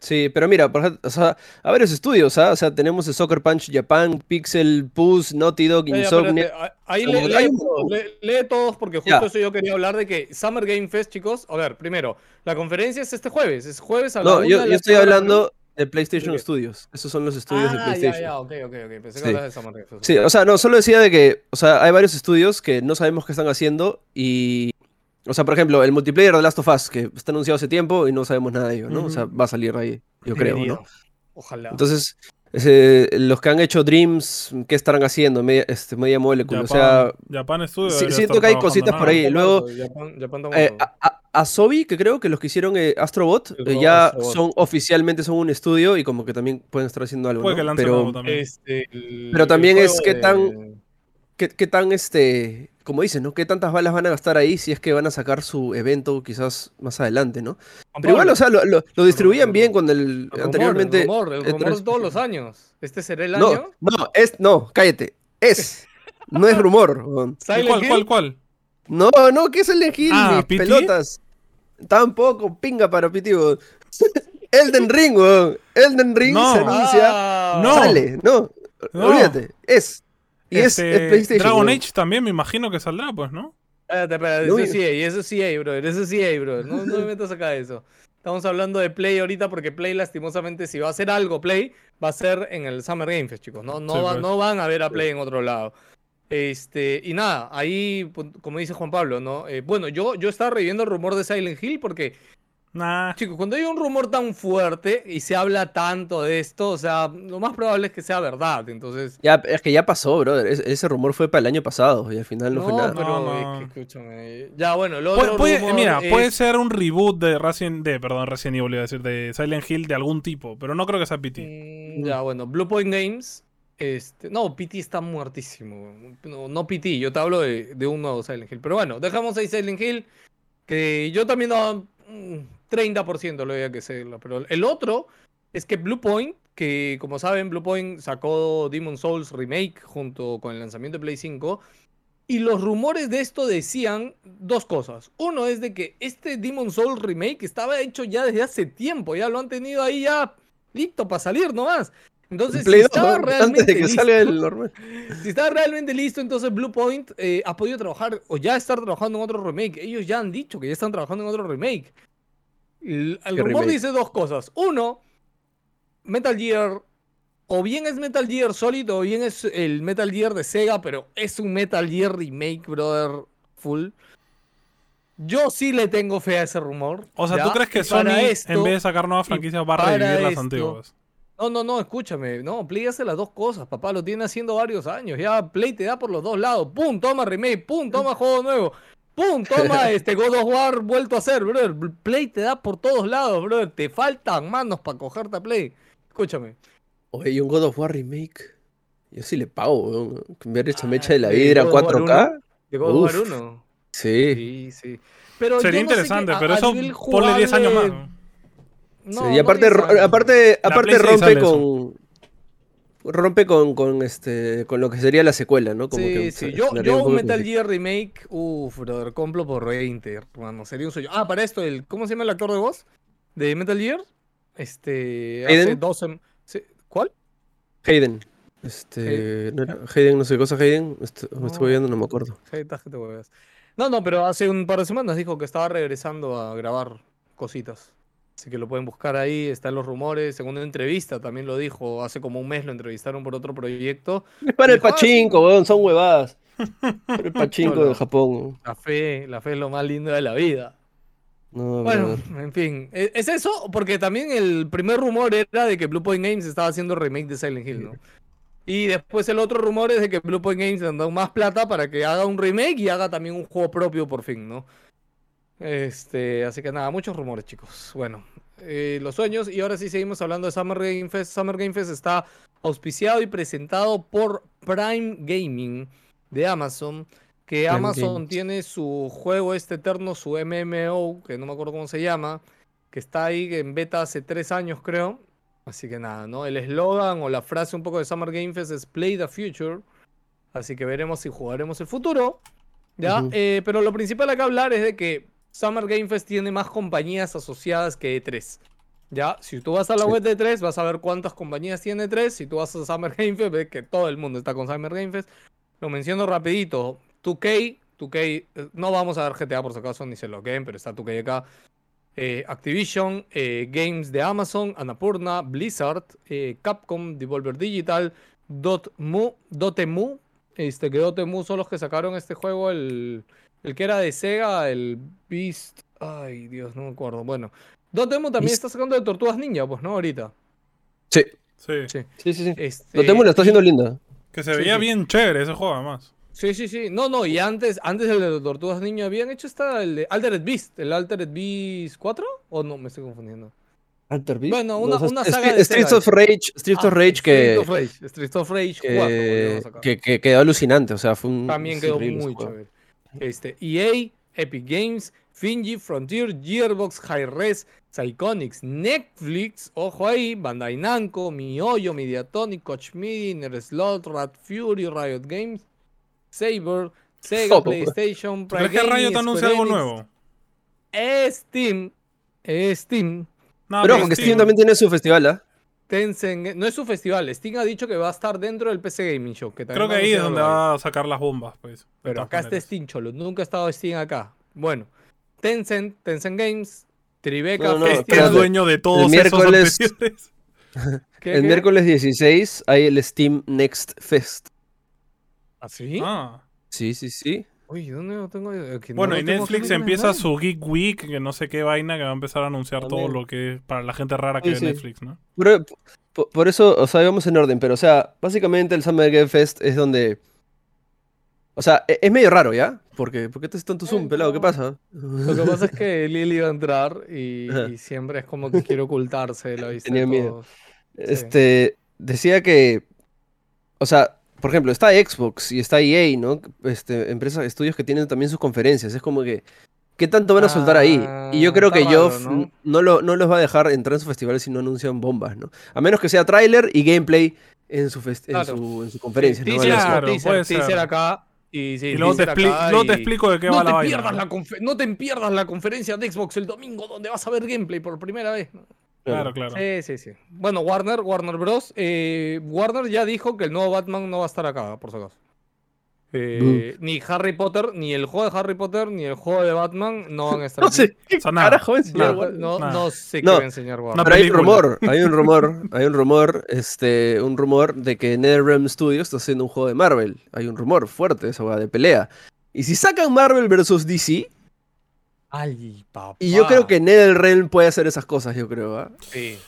Speaker 2: Sí, pero mira, por ejemplo, o sea, a varios estudios, ¿ah? O sea, tenemos el Soccer Punch Japan, Pixel, Puss, Naughty Dog,
Speaker 1: Eh, Ya, ya,
Speaker 2: Insomnia.
Speaker 1: espérate, a- ahí
Speaker 2: Como
Speaker 1: le-
Speaker 2: que
Speaker 1: lee,
Speaker 2: hay un-
Speaker 1: todos, le- lee todos, porque
Speaker 2: Ya.
Speaker 1: justo eso yo quería hablar de que Summer Game Fest, chicos. A ver, primero, la conferencia es este jueves. Es jueves a la
Speaker 2: No,
Speaker 1: una
Speaker 2: yo,
Speaker 1: de
Speaker 2: yo
Speaker 1: la
Speaker 2: estoy
Speaker 1: tarde.
Speaker 2: hablando de PlayStation
Speaker 1: Ok.
Speaker 2: Studios. Esos son los estudios de
Speaker 1: Ah,
Speaker 2: PlayStation.
Speaker 1: Ya, ya, ok, ok, ok. Pensé que
Speaker 2: Sí.
Speaker 1: hablabas de Summer Game Fest.
Speaker 2: Sí, o sea, no, solo decía de que, o sea, hay varios estudios que no sabemos qué están haciendo y, o sea, por ejemplo, el multiplayer de Last of Us, que está anunciado hace tiempo y no sabemos nada de ello, ¿no? O sea,
Speaker 3: Ujú.
Speaker 2: va a salir ahí, yo creo,
Speaker 1: Debería.
Speaker 2: ¿no?
Speaker 1: Ojalá.
Speaker 2: Entonces, ese- los que han hecho Dreams, ¿qué estarán haciendo? Media, este, media Molecule,
Speaker 3: Japan,
Speaker 2: o sea,
Speaker 3: Japan Studio.
Speaker 2: ah, sí-
Speaker 3: debería
Speaker 2: siento
Speaker 3: estar
Speaker 2: que hay
Speaker 3: trabajando
Speaker 2: cositas
Speaker 3: en
Speaker 1: Ah,
Speaker 2: por
Speaker 3: algo.
Speaker 2: ahí. luego-
Speaker 1: pues, Japón- Japón está
Speaker 2: eh,
Speaker 1: muerto.
Speaker 2: a- a- Asobi, que creo que los que hicieron eh, Astrobot,
Speaker 1: El
Speaker 2: eh,
Speaker 1: nuevo
Speaker 2: ya
Speaker 1: Astrobot.
Speaker 2: son oficialmente son un estudio y como que también pueden estar haciendo algo,
Speaker 3: Puede que
Speaker 2: ¿no?
Speaker 3: lancen
Speaker 2: Pero
Speaker 3: algo también.
Speaker 1: Este, el-
Speaker 2: pero también
Speaker 1: el
Speaker 2: es
Speaker 1: juego
Speaker 2: qué
Speaker 1: de-
Speaker 2: tan- ¿Qué, qué tan, este, como dicen, ¿no? ¿Qué tantas balas van a gastar ahí si es que van a sacar su evento quizás más adelante, ¿no?
Speaker 1: Juan
Speaker 2: Pero igual,
Speaker 1: Pablo,
Speaker 2: o sea, lo, lo- lo distribuían bien cuando el
Speaker 1: el rumor,
Speaker 2: anteriormente...
Speaker 1: El rumor, el
Speaker 2: eh,
Speaker 1: rumor
Speaker 2: tres-
Speaker 1: todos los años. ¿Este será el
Speaker 2: No,
Speaker 1: año?
Speaker 2: no, es, no, cállate. Es. No es rumor. weón.
Speaker 1: Silent
Speaker 3: ¿Cuál,
Speaker 1: Hill?
Speaker 3: cuál, cuál?
Speaker 2: No, no, ¿qué es el Hill?
Speaker 3: Ah,
Speaker 2: mis
Speaker 3: ¿PT?
Speaker 2: pelotas. Tampoco, pinga para Piti, weón. Elden Ring, weón. Elden Ring
Speaker 3: No.
Speaker 2: se anuncia.
Speaker 1: Ah,
Speaker 3: No.
Speaker 2: Sale, no,
Speaker 3: No.
Speaker 2: Olvídate. Es. Y es- es,
Speaker 3: Este,
Speaker 2: PlayStation.
Speaker 3: Dragon
Speaker 2: weón.
Speaker 3: Age también me imagino que saldrá, pues, ¿no?
Speaker 1: Espérate, espérate,
Speaker 2: Lo
Speaker 1: Ah, eso
Speaker 2: único-
Speaker 1: sí hay, eso sí hay, brother, eso sí hay, brother. No, no me metas acá de eso. Estamos hablando de Play ahorita porque Play, lastimosamente, si va a hacer algo Play, va a ser en el Summer Game Fest, chicos. No, no,
Speaker 3: Sí,
Speaker 1: va-
Speaker 3: pues.
Speaker 1: no van a ver a Play en otro lado. Este, y nada, ahí, pu- como dice Juan Pablo, ¿no? Eh, bueno, yo, yo estaba reviviendo el rumor de Silent Hill porque,
Speaker 3: Nah.
Speaker 1: chicos, cuando hay un rumor tan fuerte y se habla tanto de esto, o sea, lo más probable es que sea verdad. Entonces,
Speaker 2: Ya, es que ya pasó, brother. Es- ese rumor fue para el año pasado y al final no,
Speaker 1: no,
Speaker 2: fue nada.
Speaker 1: pero
Speaker 3: No,
Speaker 1: es
Speaker 3: no.
Speaker 1: que, escúchame. Ya, bueno, lo
Speaker 3: Puede-
Speaker 1: otro
Speaker 3: puede-
Speaker 1: rumor
Speaker 3: mira,
Speaker 1: es-
Speaker 3: puede ser un reboot de Resident, de, perdón, Resident Evil, iba a decir, de Silent Hill de algún tipo, pero no creo que sea PT.
Speaker 1: Mm, Ya, bueno, Blue Point Games. Este, no, PT está muertísimo. No, no PT, yo te hablo de, de un nuevo Silent Hill. Pero bueno, dejamos ahí Silent Hill. Que yo también daba mm, 30% lo había que serlo. Pero el otro es que Blue Point, que como saben, Blue Point sacó Demon Souls Remake junto con el lanzamiento de Play 5. Y los rumores de esto decían dos cosas. Uno es de que este Demon Souls Remake estaba hecho ya desde hace tiempo. Ya lo han tenido ahí ya listo para salir nomás. Entonces, si
Speaker 2: Play dos,
Speaker 1: estaba
Speaker 2: ¿no? antes
Speaker 1: realmente
Speaker 2: de que
Speaker 1: listo-
Speaker 2: salga el normal.
Speaker 1: si está realmente listo, entonces Blue Point eh, ha podido trabajar o ya estar trabajando en otro remake. Ellos ya han dicho que ya están trabajando en otro remake. El, el
Speaker 2: ¿Qué
Speaker 1: rumor
Speaker 2: remake?
Speaker 1: dice dos cosas. Uno, Metal Gear, o bien es Metal Gear Solid o bien es el Metal Gear de Sega, pero es un Metal Gear remake, brother, full. Yo sí le tengo fe a ese rumor.
Speaker 3: O sea,
Speaker 1: ¿ya?
Speaker 3: ¿tú crees que
Speaker 1: Y para
Speaker 3: Sony, en
Speaker 1: esto-
Speaker 3: vez de sacar nuevas franquicias, va a
Speaker 1: para
Speaker 3: revivir las
Speaker 1: esto-
Speaker 3: antiguas?
Speaker 1: no, no, no, escúchame. No, Play hace las dos cosas, papá. Lo tiene haciendo varios años. Ya Play te da por los dos lados. Pum, toma remake. Pum, toma juego nuevo. Pum, toma este God of War vuelto a hacer, brother. Play te da por todos lados, brother. Te faltan manos para cogerte a Play. Escúchame.
Speaker 2: Oye, ¿y un God of War remake. Yo sí le pago, weón. Cambiar esta
Speaker 1: Ah,
Speaker 2: mecha de la
Speaker 1: sí,
Speaker 2: vidra a
Speaker 1: God of War
Speaker 2: 4K.
Speaker 1: De God of War
Speaker 2: Uf.
Speaker 1: 1.
Speaker 2: Sí.
Speaker 1: Sí, sí. Pero
Speaker 3: Sería
Speaker 1: yo no sé qué-
Speaker 3: interesante,
Speaker 1: a-
Speaker 3: pero
Speaker 1: a
Speaker 3: eso
Speaker 1: nivel
Speaker 3: ponle 10 años más.
Speaker 1: jugable-
Speaker 3: ¿no?
Speaker 1: No,
Speaker 2: Sí, y
Speaker 1: no
Speaker 2: aparte,
Speaker 1: 10
Speaker 2: ro-
Speaker 1: años.
Speaker 2: aparte,
Speaker 3: La
Speaker 2: aparte
Speaker 3: Play sí sale
Speaker 2: rompe
Speaker 3: eso.
Speaker 2: con. Rompe con, con este. con lo que sería la secuela, ¿no? Como
Speaker 1: sí, sí.
Speaker 2: que se-
Speaker 1: Yo,
Speaker 2: sonaría
Speaker 1: yo
Speaker 2: un
Speaker 1: un
Speaker 2: poco
Speaker 1: Metal
Speaker 2: como-
Speaker 1: Gear Remake, uff, brother, compro por 20, hermano, sería un sueño. Ah, para esto, el, ¿cómo se llama el actor de voz de Metal Gear? Este, hace
Speaker 2: Hayden.
Speaker 1: 12... sí, ¿Cuál?
Speaker 2: Hayden. Este. no era- Hayden, no sé qué cosa, Hayden. Est- me estoy
Speaker 1: No.
Speaker 2: viendo, no me acuerdo.
Speaker 1: Hayden, estás que te huevas. No, no, pero hace un par de semanas dijo que estaba regresando a grabar cositas. Así que lo pueden buscar ahí, están los rumores. Según una entrevista también lo dijo, hace como un mes lo entrevistaron por otro proyecto.
Speaker 2: Es para el
Speaker 1: Dijo, "Ah,
Speaker 2: pachinko, weón, son huevadas. Para el pachinko
Speaker 1: Hola.
Speaker 2: de Japón.
Speaker 1: La fe, la fe es lo más lindo de la vida.
Speaker 2: No,
Speaker 1: Bueno,
Speaker 2: brother.
Speaker 1: en fin, e- es eso, porque también el primer rumor era de que Blue Point Games estaba haciendo remake de Silent Hill, ¿no? Y después el otro rumor es de que Blue Point Games le han dado más plata para que haga un remake y haga también un juego propio por fin, ¿no? Este, así que nada, muchos rumores, chicos. Bueno, eh, los sueños, y ahora sí seguimos hablando de Summer Game Fest. Summer Game Fest está auspiciado y presentado por Prime Gaming de Amazon. Que
Speaker 2: Prime
Speaker 1: Amazon
Speaker 2: Games.
Speaker 1: tiene su juego este eterno, su MMO, que no me acuerdo cómo se llama, que está ahí en beta hace tres años, creo. Así que nada, ¿no? El eslogan o la frase un poco de Summer Game Fest es Play the Future. Así que veremos si jugaremos el futuro. ¿ya?
Speaker 2: Ujú.
Speaker 1: Eh, pero lo principal acá hablar es de que Summer Game Fest tiene más compañías asociadas que E3. ¿Ya? Si tú vas a la
Speaker 2: Sí.
Speaker 1: web de E3, vas a ver cuántas compañías tiene E3. Si tú vas a Summer Game Fest, ves que todo el mundo está con Summer Game Fest. Lo menciono rapidito. 2K, 2K, eh, no vamos a ver GTA por si acaso, ni se lo queden, pero está 2K acá. Eh, Activision, eh, Games de Amazon, Anapurna, Blizzard, eh, Capcom, Devolver Digital, Dotemu, Dotemu, este, que Dotemu son los que sacaron este juego, el, el que era de Sega, el Beast, ay Dios, no me acuerdo, bueno. Dotemu también
Speaker 2: Beast.
Speaker 1: está sacando de Tortugas Ninja, pues, ¿no? Ahorita.
Speaker 2: Sí,
Speaker 3: Sí.
Speaker 1: Sí.
Speaker 2: sí, sí. sí.
Speaker 1: Este,
Speaker 2: Lo tengo, lo está haciendo linda.
Speaker 3: Que se
Speaker 1: Sí,
Speaker 3: veía
Speaker 1: sí.
Speaker 3: bien chévere ese juego, además.
Speaker 1: Sí, sí, sí. No, no, y antes, antes el de Tortugas Niño habían hecho esta, el de Altered Beast, el Altered Beast 4, o no, me estoy confundiendo.
Speaker 2: Alter Beast.
Speaker 1: Bueno, una-
Speaker 2: No, o sea,
Speaker 1: una
Speaker 2: Street-
Speaker 1: saga de
Speaker 2: Streets
Speaker 1: Sega.
Speaker 2: of Rage, Streets
Speaker 1: Ah,
Speaker 2: of Rage que,
Speaker 1: Street of Rage, Street of Rage 4.
Speaker 2: que,
Speaker 1: volvemos acá.
Speaker 2: que- que quedó alucinante. O sea, fue un.
Speaker 1: También
Speaker 2: Mm, es
Speaker 1: quedó
Speaker 2: increíble ese
Speaker 1: muy
Speaker 2: juego.
Speaker 1: chévere. Este, EA, Epic Games, Finji, Frontier, Gearbox, Hi-Res, Psychonics, Netflix, ojo ahí, Bandai Namco, MiHoYo, Mediatonic, Koch Media, Inner Slot, Rat Fury, Riot Games, Saber, Sega,
Speaker 2: Todo.
Speaker 1: PlayStation,
Speaker 3: ¿Tú ¿Crees que
Speaker 1: Gaming,
Speaker 3: Riot anuncia
Speaker 1: Square
Speaker 3: algo
Speaker 1: Enix,
Speaker 3: nuevo?
Speaker 1: Steam, Steam, Ah,
Speaker 3: No,
Speaker 2: Pero aunque Steam también tiene su festival, ¿ah?
Speaker 1: Tencent, no es su festival, Steam ha dicho que va a estar dentro del PC Gaming Show. Que también
Speaker 3: Creo que
Speaker 1: va a
Speaker 3: ahí es
Speaker 1: anunciar
Speaker 3: donde
Speaker 1: algo.
Speaker 3: va a sacar las bombas, pues. de
Speaker 1: Pero
Speaker 3: todas
Speaker 1: acá está este-
Speaker 3: maneras.
Speaker 1: Steam, Cholo. Nunca ha estado Steam acá. Bueno, Tencent, Tencent Games, Tribeca,
Speaker 2: No, no,
Speaker 3: Es que
Speaker 1: Festival,
Speaker 2: espérate.
Speaker 3: es dueño de todos esos
Speaker 2: miércoles-
Speaker 3: anteriores.
Speaker 1: ¿qué,
Speaker 2: El
Speaker 1: qué?
Speaker 2: miércoles 16 hay el Steam Next Fest.
Speaker 1: ¿Ah, sí?
Speaker 3: Ah.
Speaker 2: Sí, sí, sí.
Speaker 1: Uy, ¿dónde lo tengo? Eh, que no
Speaker 3: Bueno,
Speaker 1: lo
Speaker 3: y
Speaker 1: tengo
Speaker 3: Netflix
Speaker 1: aquí en
Speaker 3: empieza
Speaker 1: el-
Speaker 3: su Geek Week, que no sé qué vaina, que va a empezar a anunciar todo
Speaker 2: También.
Speaker 3: lo que es para la gente rara
Speaker 2: Sí,
Speaker 3: que ve
Speaker 2: sí.
Speaker 3: Netflix, ¿no?
Speaker 2: Por, por- por eso, o sea, íbamos en orden, pero, o sea, básicamente el Summer Game Fest es donde. O sea, e- es, medio raro, ¿ya? Porque, ¿Por qué estás tanto
Speaker 1: Eh,
Speaker 2: Zoom, pelado? ¿Qué
Speaker 1: no.
Speaker 2: pasa?
Speaker 1: Lo que pasa es que Lily va a entrar y,
Speaker 2: Ajá.
Speaker 1: y siempre es como que quiere ocultarse de la vista. de
Speaker 2: Tenía miedo.
Speaker 1: todos.
Speaker 2: Este, decía que, o sea, por ejemplo, está Xbox y está EA, ¿no? Este, empresas, estudios que tienen también sus conferencias. Es como que, ¿qué tanto van a soltar ahí? Y
Speaker 1: Ah,
Speaker 2: yo creo
Speaker 1: está
Speaker 2: que yo
Speaker 1: raro, ¿no?
Speaker 2: ¿no? lo- no los va a dejar entrar en sus festivales si no anuncian bombas, ¿no? A menos que sea tráiler y gameplay en su, fest- en
Speaker 1: Claro.
Speaker 2: su, en su conferencia, ¿no?
Speaker 1: Teaser,
Speaker 2: Algo así.
Speaker 3: Claro,
Speaker 1: teaser,
Speaker 3: puede ser.
Speaker 1: teaser acá. Y, sí,
Speaker 3: Y luego te,
Speaker 1: teaser
Speaker 3: expli-
Speaker 1: acá
Speaker 3: luego te
Speaker 1: y-
Speaker 3: explico de qué va
Speaker 1: No
Speaker 3: la
Speaker 1: te,
Speaker 3: vaina.
Speaker 1: pierdas la confe- no te pierdas la conferencia de Xbox el domingo donde vas a ver gameplay por primera vez. ¿no?
Speaker 3: Claro, claro.
Speaker 1: Sí, sí, sí. Bueno, Warner, Warner Bros. eh, Warner ya dijo que el nuevo Batman no va a estar acá, por si acaso. Eh, Ni Harry Potter, ni el juego de Harry Potter, ni el juego de Batman no van a estar
Speaker 2: No
Speaker 1: aquí.
Speaker 2: sé, ¿qué
Speaker 3: O sea, nada.
Speaker 2: carajo es?
Speaker 1: No,
Speaker 3: Nada.
Speaker 1: no,
Speaker 3: Nada.
Speaker 1: no sé qué
Speaker 2: No.
Speaker 1: va a enseñar Warner.
Speaker 2: Pero hay un
Speaker 3: película.
Speaker 2: rumor, hay un rumor, hay un rumor, este, un rumor de que NetherRealm Studios está haciendo un juego de Marvel. Hay un rumor fuerte esa hueá de pelea. Y si sacan Marvel versus DC,
Speaker 1: Ay, papá.
Speaker 2: y yo creo que NetherRealm puede hacer esas cosas, yo creo, ¿ah?
Speaker 1: Sí.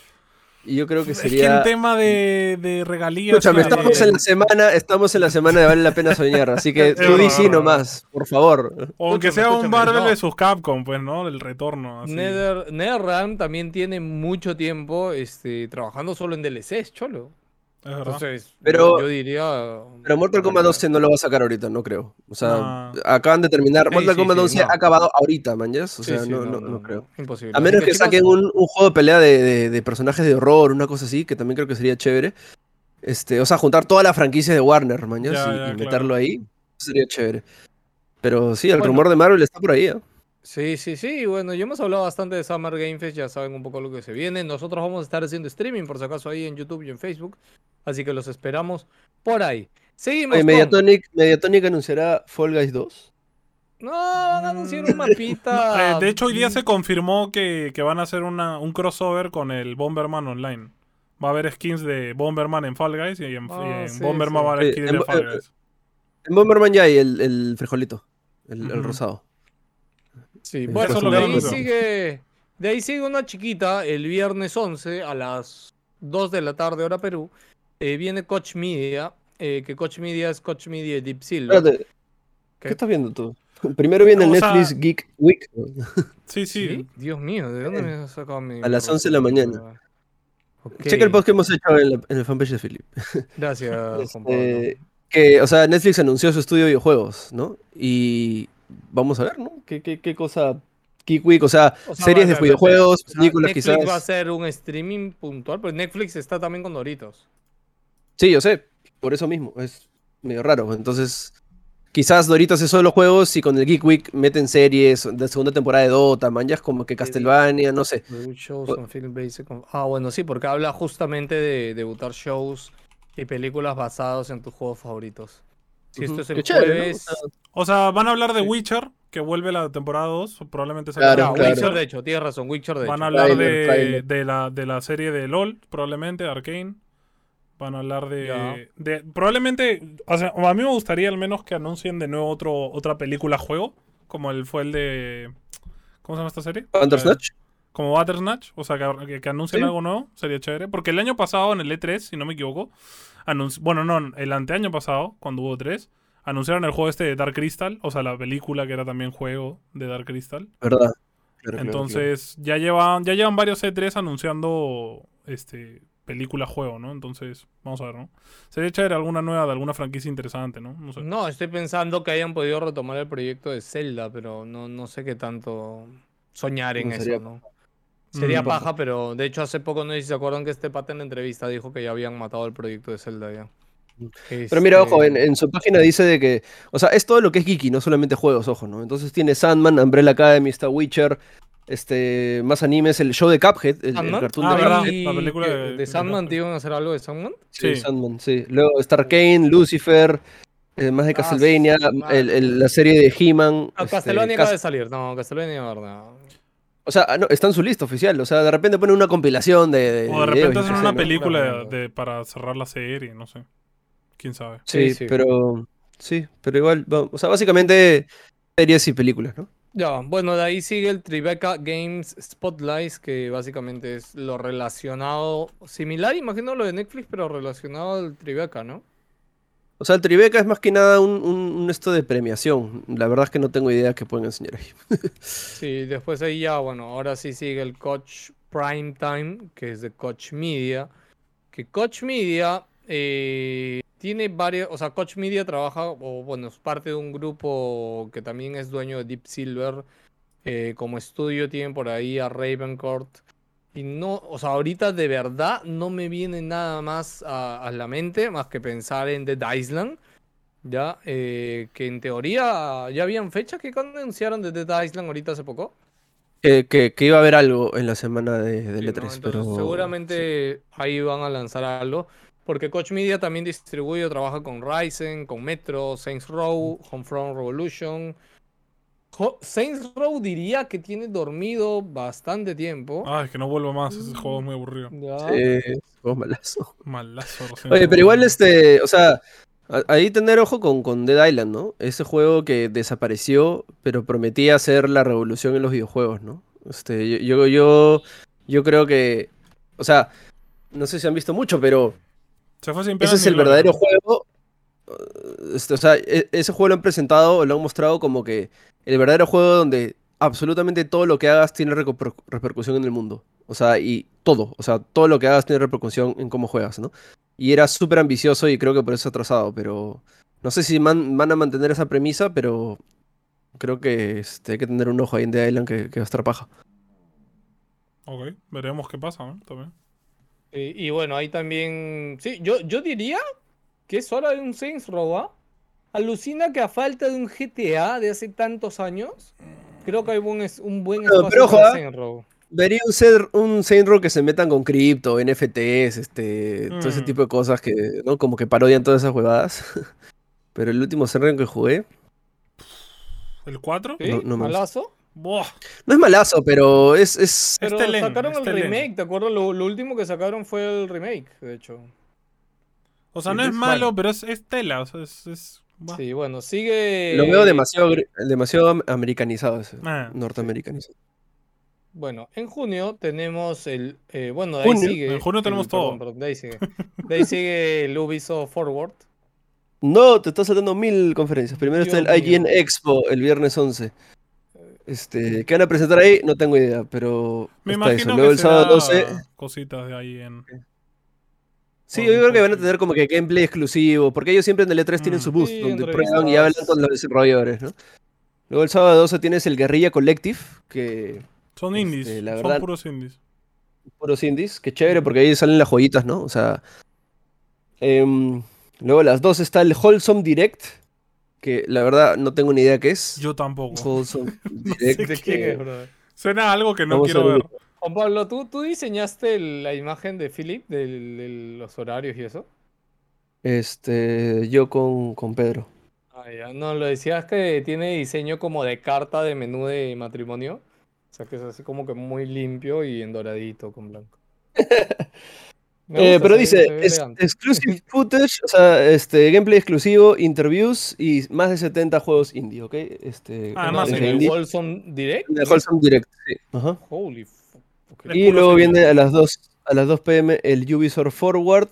Speaker 2: Y yo creo que
Speaker 3: Es que
Speaker 2: sería
Speaker 3: en tema de, de regalías.
Speaker 2: Escúchame,
Speaker 3: y de-
Speaker 2: estamos en la semana, estamos en la semana de vale la pena soñar, así que
Speaker 3: Es
Speaker 2: tú
Speaker 3: verdad,
Speaker 2: DC
Speaker 3: verdad.
Speaker 2: nomás, por favor.
Speaker 3: O aunque
Speaker 1: Escúchame,
Speaker 3: sea un
Speaker 1: escúchame,
Speaker 3: Marvel
Speaker 1: no.
Speaker 3: de sus Capcom, pues, ¿no? El retorno. Así.
Speaker 1: Nether, NetherRealm también tiene mucho tiempo este, trabajando solo en DLCs, cholo.
Speaker 3: Es verdad.
Speaker 1: Entonces,
Speaker 2: Pero-
Speaker 1: yo diría.
Speaker 2: Pero Mortal Kombat 12 no lo va a sacar ahorita, no creo. O sea,
Speaker 3: No.
Speaker 2: acaban de terminar.
Speaker 1: Sí,
Speaker 2: Mortal
Speaker 1: sí,
Speaker 2: Kombat
Speaker 1: sí,
Speaker 2: 11
Speaker 1: no.
Speaker 2: ha acabado ahorita, man, ¿yes? O
Speaker 1: Sí,
Speaker 2: sea,
Speaker 1: sí,
Speaker 2: no, no, no creo.
Speaker 1: Imposible.
Speaker 2: A
Speaker 1: Así
Speaker 2: menos que
Speaker 1: chicos,
Speaker 2: saquen un, un juego de pelea de, de- de personajes de horror, una cosa así, que también creo que sería chévere. Este, o sea, juntar toda la franquicia de Warner, mañas, y,
Speaker 3: Ya, ya,
Speaker 2: y
Speaker 3: claro.
Speaker 2: meterlo ahí, sería chévere. Pero sí, el
Speaker 1: Bueno.
Speaker 2: rumor de Marvel está por ahí, ¿eh?
Speaker 1: Sí, sí, sí. Bueno, ya hemos hablado bastante de Summer Game Fest, ya saben un poco lo que se viene. Nosotros vamos a estar haciendo streaming, por si acaso, ahí en YouTube y en Facebook. Así que los esperamos por ahí. Seguimos.
Speaker 2: Oye,
Speaker 1: con-
Speaker 2: Mediatonic, Mediatonic anunciará Fall Guys 2.
Speaker 1: No, van a anunciar un mapita.
Speaker 3: Eh, de hecho, hoy
Speaker 1: mm.
Speaker 3: día se confirmó que, que van a hacer una, un crossover con el Bomberman Online. Va a haber skins de Bomberman en Fall Guys y en, y
Speaker 1: Ah,
Speaker 3: en
Speaker 1: sí,
Speaker 3: Bomberman
Speaker 1: sí.
Speaker 3: va a haber
Speaker 2: Eh,
Speaker 3: skins
Speaker 2: en
Speaker 3: de
Speaker 2: Bo-
Speaker 3: Fall
Speaker 2: eh,
Speaker 3: Guys.
Speaker 2: En Bomberman ya hay el, el frijolito, el, el
Speaker 3: Ujú.
Speaker 2: rosado.
Speaker 1: Sí,
Speaker 2: Eso
Speaker 1: bueno,
Speaker 2: es lo
Speaker 1: de
Speaker 2: que
Speaker 1: ahí,
Speaker 2: vamos a hacer.
Speaker 1: sigue, de ahí sigue una chiquita el viernes 11 a las 2 de la tarde, hora Perú. eh, viene Coach Media, eh, que Coach Media es Coach Media y Deep Silver.
Speaker 2: Espérate, ¿qué
Speaker 1: ¿Qué?
Speaker 2: estás viendo tú? Primero viene el
Speaker 3: O sea-
Speaker 2: Netflix Geek Week
Speaker 3: Sí, sí.
Speaker 1: ¿Sí? Dios mío, ¿de dónde me has sacado mi.?
Speaker 2: Eh, a las 11 de la mañana.
Speaker 1: Ok,
Speaker 2: Checa el post que hemos hecho en, la- en el fanpage de Philip.
Speaker 1: Gracias, Juan Pablo.
Speaker 2: Este, que, o sea, Netflix anunció su estudio de videojuegos, ¿no? Y vamos a ver, ¿no? ¿Qué, qué, qué cosa? Geek Week, o sea,
Speaker 1: O sea,
Speaker 2: series
Speaker 1: va-
Speaker 2: de
Speaker 1: va-
Speaker 2: videojuegos,
Speaker 1: o sea,
Speaker 2: películas
Speaker 1: Netflix
Speaker 2: quizás.
Speaker 1: va a ser un streaming puntual, pero Netflix está también con Doritos.
Speaker 2: Sí, yo sé, por eso mismo, es medio raro. Entonces, quizás Doritos es solo los juegos y con el Geek Week meten series de segunda temporada de Dota, manjas como que Castlevania, no sé.
Speaker 1: Debut shows
Speaker 2: O-
Speaker 1: on film based on- Ah, bueno, sí, porque habla justamente de debutar shows y películas basados en tus juegos favoritos. Si esto es
Speaker 2: Qué
Speaker 1: el
Speaker 2: chévere, ¿no?
Speaker 1: jueves.
Speaker 2: O sea,
Speaker 3: O sea, van a hablar de Witcher, que vuelve la temporada 2. Probablemente salga
Speaker 2: Claro,
Speaker 1: Ah,
Speaker 3: la
Speaker 2: claro.
Speaker 1: Witcher, de hecho, tienes razón, Witcher, de
Speaker 3: Van
Speaker 1: hecho.
Speaker 3: a hablar
Speaker 2: Trailer,
Speaker 3: de,
Speaker 2: trailer.
Speaker 3: de la, de la serie de LOL, probablemente, de Arkane. Van a hablar
Speaker 1: Ya.
Speaker 3: de, de- Probablemente. O sea, a mí me gustaría al menos que anuncien de nuevo otro, otra película juego. Como el fue el de. ¿Cómo se llama esta serie?
Speaker 2: Bandersnatch.
Speaker 3: Como Bandersnatch. O sea, que, que- que anuncien
Speaker 2: Sí.
Speaker 3: algo nuevo. Sería chévere. Porque el año pasado, en el E3, si no me equivoco. anunci- Bueno, no, el anteaño pasado, cuando hubo 3. Anunciaron el juego este de Dark Crystal. O sea, la película que era también juego de Dark Crystal.
Speaker 2: ¿Verdad? Claro, claro,
Speaker 3: Entonces, ya llevan, ya llevan varios E3 anunciando este película juego, ¿no? Entonces, vamos a ver, ¿no? Sería chévere alguna nueva de alguna franquicia interesante, ¿no? No sé.
Speaker 1: No, estoy pensando que hayan podido retomar el proyecto de Zelda, pero no, no sé qué tanto soñar en
Speaker 2: No,
Speaker 1: eso,
Speaker 2: sería-
Speaker 1: ¿no? Sería
Speaker 3: Mm.
Speaker 1: paja, pero de hecho hace poco no sé si se acuerdan que este pata en la entrevista dijo que ya habían matado el proyecto de Zelda ya.
Speaker 2: Pero mira, ojo, en,
Speaker 1: Este,
Speaker 2: en su página dice de que, o sea, es todo lo que es geeky, no solamente juegos, ojo, ¿no? Entonces tiene Sandman, Umbrella Academy, está Witcher, este, más animes, el show de Cuphead, el, el
Speaker 1: ¿Sandman?
Speaker 2: cartoon
Speaker 3: Ah,
Speaker 2: de
Speaker 3: ¿verdad?
Speaker 1: Este, Y
Speaker 3: La película
Speaker 1: que-
Speaker 3: de-
Speaker 1: de Sandman, ¿te iban a hacer algo de Sandman?
Speaker 2: Sí,
Speaker 3: Sí.
Speaker 2: Sandman, sí. Luego está Arcane, Lucifer, eh, más de
Speaker 1: Ah,
Speaker 2: Castlevania,
Speaker 1: su madre.
Speaker 2: el- el- la serie de He-Man.
Speaker 1: Ah,
Speaker 2: este,
Speaker 1: Castlevania
Speaker 2: Cas-
Speaker 1: acaba de salir. No, Castlevania, verdad.
Speaker 2: O sea, ah, no, está en su lista oficial. O sea, de repente pone una compilación de. de
Speaker 3: O de
Speaker 2: videos,
Speaker 3: repente
Speaker 2: yo
Speaker 3: hacen
Speaker 2: qué
Speaker 3: una
Speaker 2: sé, ¿no?
Speaker 3: película
Speaker 1: Claro.
Speaker 3: de, para cerrar la serie, no sé. ¿Quién sabe?
Speaker 2: Sí,
Speaker 1: Sí, sí.
Speaker 2: pero. Sí, pero igual. va- O sea, básicamente series y películas, ¿no?
Speaker 1: Ya, bueno, de ahí sigue el Tribeca Games Spotlights, que básicamente es lo relacionado, similar, imagino lo de Netflix, pero relacionado al Tribeca, ¿no?
Speaker 2: O sea, el Tribeca es más que nada un, un- un esto de premiación. La verdad es que no tengo idea que pueden enseñar ahí.
Speaker 1: Sí, después ahí ya, bueno, ahora sí sigue el Coach Prime Time, que es de Coach Media. Que Coach Media eh, tiene varios, o sea, Coach Media trabaja, o bueno, es parte de un grupo que también es dueño de Deep Silver. eh, como estudio tienen por ahí a Ravencourt. Y no, o sea, ahorita de verdad no me viene nada más a, a la mente más que pensar en Dead Island. Ya, eh, que en teoría ya habían fechas que anunciaron de Dead Island ahorita hace poco.
Speaker 2: Eh, que, que iba a haber algo en la semana de, del
Speaker 1: Sí, ¿no?
Speaker 2: E3,
Speaker 1: Entonces,
Speaker 2: pero.
Speaker 1: Seguramente ahí van a lanzar algo. Porque Coach Media también distribuye o trabaja con Ryzen, con Metro, Saints Row,
Speaker 2: Mm.
Speaker 1: Homefront Revolution. Jo- Saints Row diría que tiene dormido bastante tiempo.
Speaker 3: Ah, es que no vuelvo más. Ese juego es muy aburrido.
Speaker 1: Ya.
Speaker 2: Sí, juegos malazos.
Speaker 3: Malazo. recién
Speaker 2: Mm. Oye,
Speaker 3: salido.
Speaker 2: pero igual este, o sea, a- ahí tener ojo con, con Dead Island, ¿no? Ese juego que desapareció, pero prometía ser la revolución en los videojuegos, ¿no? Este, yo, yo, yo, yo creo que, o sea, no sé si han visto mucho, pero
Speaker 3: Se fue sin pena
Speaker 2: ese es
Speaker 3: ni
Speaker 2: el
Speaker 3: gloria.
Speaker 2: verdadero juego. eh, este, o sea, e- ese juego lo han presentado, o lo han mostrado como que el verdadero juego donde absolutamente todo lo que hagas tiene repercu- repercusión en el mundo. O sea, y todo, o sea, todo lo que hagas tiene repercusión en cómo juegas, ¿no? Y era súper ambicioso y creo que por eso atrasado, pero no sé si man- van a mantener esa premisa, pero creo que este, hay que tener un ojo ahí en The Island que, que va a estar paja.
Speaker 3: Ok, veremos qué pasa, ¿no? También.
Speaker 1: Eh, Y, bueno, ahí también. Sí, yo, yo diría que es hora de un Saints Row. ¿ah? Alucina que a falta de un GTA de hace tantos años, creo que hay un, es- un buen
Speaker 2: Pero-
Speaker 1: espacio
Speaker 2: pero ojo,
Speaker 1: para
Speaker 2: ¿ah?
Speaker 1: Saints Row.
Speaker 2: Vería un, ser, un Saint Row que se metan con cripto, NFTs, este, todo ese
Speaker 3: Mm.
Speaker 2: tipo de cosas que, ¿no? Como que parodian todas esas huevadas. Pero el último Saint Row que jugué,
Speaker 3: ¿El 4?
Speaker 1: ¿Sí?
Speaker 2: No, no me
Speaker 1: ¿Malazo?
Speaker 3: Buah,
Speaker 2: No es malazo, pero es. es...
Speaker 1: Pero
Speaker 3: Este Len,
Speaker 1: sacaron el
Speaker 3: este Len.
Speaker 1: remake, ¿te acuerdas? Lo, lo último que sacaron fue el remake, de hecho.
Speaker 3: O sea,
Speaker 2: Sí,
Speaker 3: no es
Speaker 2: es
Speaker 3: malo,
Speaker 2: malo.
Speaker 3: pero es, es tela. O sea, es. es- buah.
Speaker 1: Sí, bueno, sigue.
Speaker 2: Lo veo demasiado, gr- demasiado am- americanizado ese.
Speaker 3: Eh. Ah,
Speaker 2: Norteamericanizado.
Speaker 1: Bueno, en junio tenemos el. eh, bueno, de ahí
Speaker 2: Junio.
Speaker 1: sigue.
Speaker 3: En junio tenemos
Speaker 1: el- perdón,
Speaker 3: todo.
Speaker 1: perdón, de ahí sigue. De ahí sigue el Ubisoft Forward.
Speaker 2: No, te estás saltando mil conferencias. Primero está el
Speaker 1: Dios mío.
Speaker 2: IGN Expo el viernes 11. Este, ¿Qué van a presentar ahí? No tengo idea, pero.
Speaker 3: Me
Speaker 2: está
Speaker 3: imagino
Speaker 2: eso.
Speaker 3: que
Speaker 2: Luego el sábado
Speaker 3: será
Speaker 2: 12.
Speaker 3: cositas de ahí en.
Speaker 2: Sí,
Speaker 3: Por
Speaker 2: yo creo que van a
Speaker 3: supuesto.
Speaker 2: tener como que gameplay exclusivo, porque ellos siempre en el E3 tienen
Speaker 3: Mm.
Speaker 2: su booth,
Speaker 1: Sí,
Speaker 2: donde
Speaker 1: entrevistas.
Speaker 2: prueban y hablan con los desarrolladores, ¿no? Luego el sábado 12 tienes el Guerrilla Collective, que
Speaker 3: Son
Speaker 2: Este,
Speaker 3: indies.
Speaker 2: la
Speaker 3: son
Speaker 2: verdad-
Speaker 3: puros indies.
Speaker 2: puros indies, que chévere, porque ahí salen las joyitas, ¿no? O sea... em, luego a las 2 está el Wholesome Direct, que la verdad no tengo ni idea qué es.
Speaker 3: Yo tampoco.
Speaker 2: Wholesome Direct. eh,
Speaker 1: ¿De
Speaker 3: ¿De
Speaker 1: quién
Speaker 2: que-
Speaker 1: es, brother?
Speaker 3: Suena a algo que no
Speaker 2: Vamos a
Speaker 3: quiero
Speaker 2: ver.
Speaker 3: ver.
Speaker 1: Juan Pablo, ¿tú, tú diseñaste el- la imagen de Philip, del- de los horarios y eso?
Speaker 2: Este, yo con, con Pedro.
Speaker 1: Ah, ya, no, lo decías que tiene diseño como de carta de menú de matrimonio. O sea, que es así como que muy limpio y en doradito con blanco. Me
Speaker 2: Eh,
Speaker 1: gusta,
Speaker 2: pero
Speaker 1: se ve-
Speaker 2: dice,
Speaker 1: se ve
Speaker 2: "Ex-
Speaker 1: elegante".
Speaker 2: exclusive footage, o sea, este, gameplay exclusivo, interviews y más de 70 juegos indie, ¿ok? Este,
Speaker 3: Ah,
Speaker 1: No,
Speaker 2: gameplays
Speaker 3: además,
Speaker 1: en
Speaker 3: en
Speaker 1: el
Speaker 2: indie,
Speaker 1: Wilson Direct.
Speaker 2: en el Wholesome Direct, sí. Ajá.
Speaker 1: Holy fuck. ok.
Speaker 3: Es
Speaker 2: Y
Speaker 3: puro
Speaker 2: luego
Speaker 3: cine.
Speaker 2: viene a las 2, a las 2 pm el Ubisoft Forward,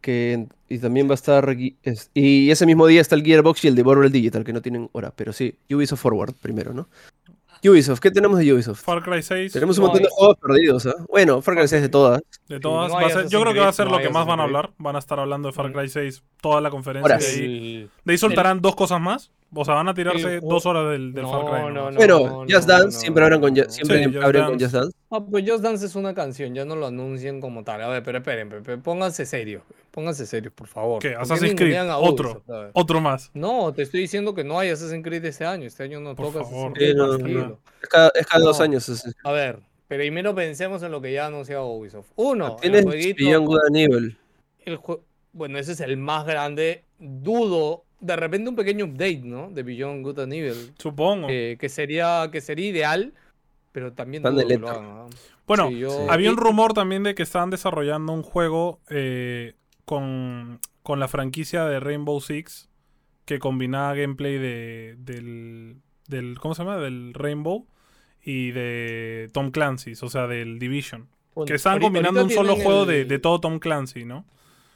Speaker 2: que y también va a estar, gui- es- y ese mismo día está el Gearbox y el Devolver Digital, que no tienen hora, pero sí, Ubisoft Forward primero, ¿no? Ubisoft, ¿qué tenemos de Ubisoft?
Speaker 3: Far Cry 6,
Speaker 2: Tenemos un
Speaker 1: No,
Speaker 2: montón de
Speaker 1: es-
Speaker 2: juegos perdidos, ¿ah? Bueno, Far Cry 6 de todas.
Speaker 3: de todas.
Speaker 1: no hay
Speaker 3: va a ser- yo
Speaker 1: Assassin's
Speaker 3: creo que va a
Speaker 1: Creed,
Speaker 3: ser
Speaker 1: no
Speaker 3: lo
Speaker 1: hay
Speaker 3: que más van a
Speaker 1: Assassin's Creed.
Speaker 3: hablar. Van a estar hablando de Far Cry 6 toda la conferencia.
Speaker 2: Horas.
Speaker 3: y De ahí,
Speaker 1: El-
Speaker 3: de ahí soltarán dos cosas más. O sea, van a tirarse
Speaker 1: el ju-
Speaker 3: dos horas del, del
Speaker 1: Eh, oh, No,
Speaker 3: Far Cry.
Speaker 1: no, no.
Speaker 2: Pero
Speaker 1: no,
Speaker 2: Just
Speaker 1: no,
Speaker 2: Dance
Speaker 1: no,
Speaker 2: siempre abren con, Ju-
Speaker 1: no.
Speaker 2: siempre
Speaker 3: Sí, Just
Speaker 2: abren con
Speaker 3: Dance.
Speaker 2: Just Dance.
Speaker 1: Ah, pues Just Dance es una canción, ya no lo anuncian como tal. A ver, pero esperen, pe- pe- pónganse serios, pónganse serios, por favor.
Speaker 3: ¿Qué?
Speaker 1: ¿Por
Speaker 3: Assassin's
Speaker 1: ningunean
Speaker 3: Creed,
Speaker 1: a
Speaker 3: otro.
Speaker 1: Ubisoft? A ver.
Speaker 3: Otro más.
Speaker 1: No, te estoy diciendo que no hay Assassin's Creed este año. Este año no
Speaker 3: Por
Speaker 1: toca
Speaker 3: favor.
Speaker 1: Assassin's Creed.
Speaker 2: Sí, no,
Speaker 1: tranquilo.
Speaker 3: no.
Speaker 2: Es cada, es cada dos
Speaker 1: No.
Speaker 2: años. es-
Speaker 1: A ver, pero primero pensemos en lo que ya ha anunciado Ubisoft. Uno,
Speaker 2: Tienes
Speaker 1: el jueguito.
Speaker 2: Beyond Good and Evil.
Speaker 1: el jue- Bueno, ese es el más grande. Dudo. De repente un pequeño update, ¿no? De Beyond Good and Evil.
Speaker 3: Supongo.
Speaker 1: eh, que, sería, que sería ideal, pero también
Speaker 2: Tan
Speaker 1: dudo que lo
Speaker 2: deleta.
Speaker 1: hagan, ¿no?
Speaker 3: bueno,
Speaker 1: Sí, yo-
Speaker 2: sí.
Speaker 3: había un
Speaker 1: y-
Speaker 3: rumor también de que estaban desarrollando un juego eh, con, con la franquicia de Rainbow Six que combinaba gameplay de, del, del. ¿Cómo se llama? Del Rainbow y de Tom Clancy's, o sea, del Division.
Speaker 1: Bueno,
Speaker 3: Que estaban
Speaker 1: ahorita-
Speaker 3: combinando un
Speaker 1: ahorita
Speaker 3: solo
Speaker 1: tienen
Speaker 3: juego de,
Speaker 1: el-
Speaker 3: de todo Tom Clancy, ¿no?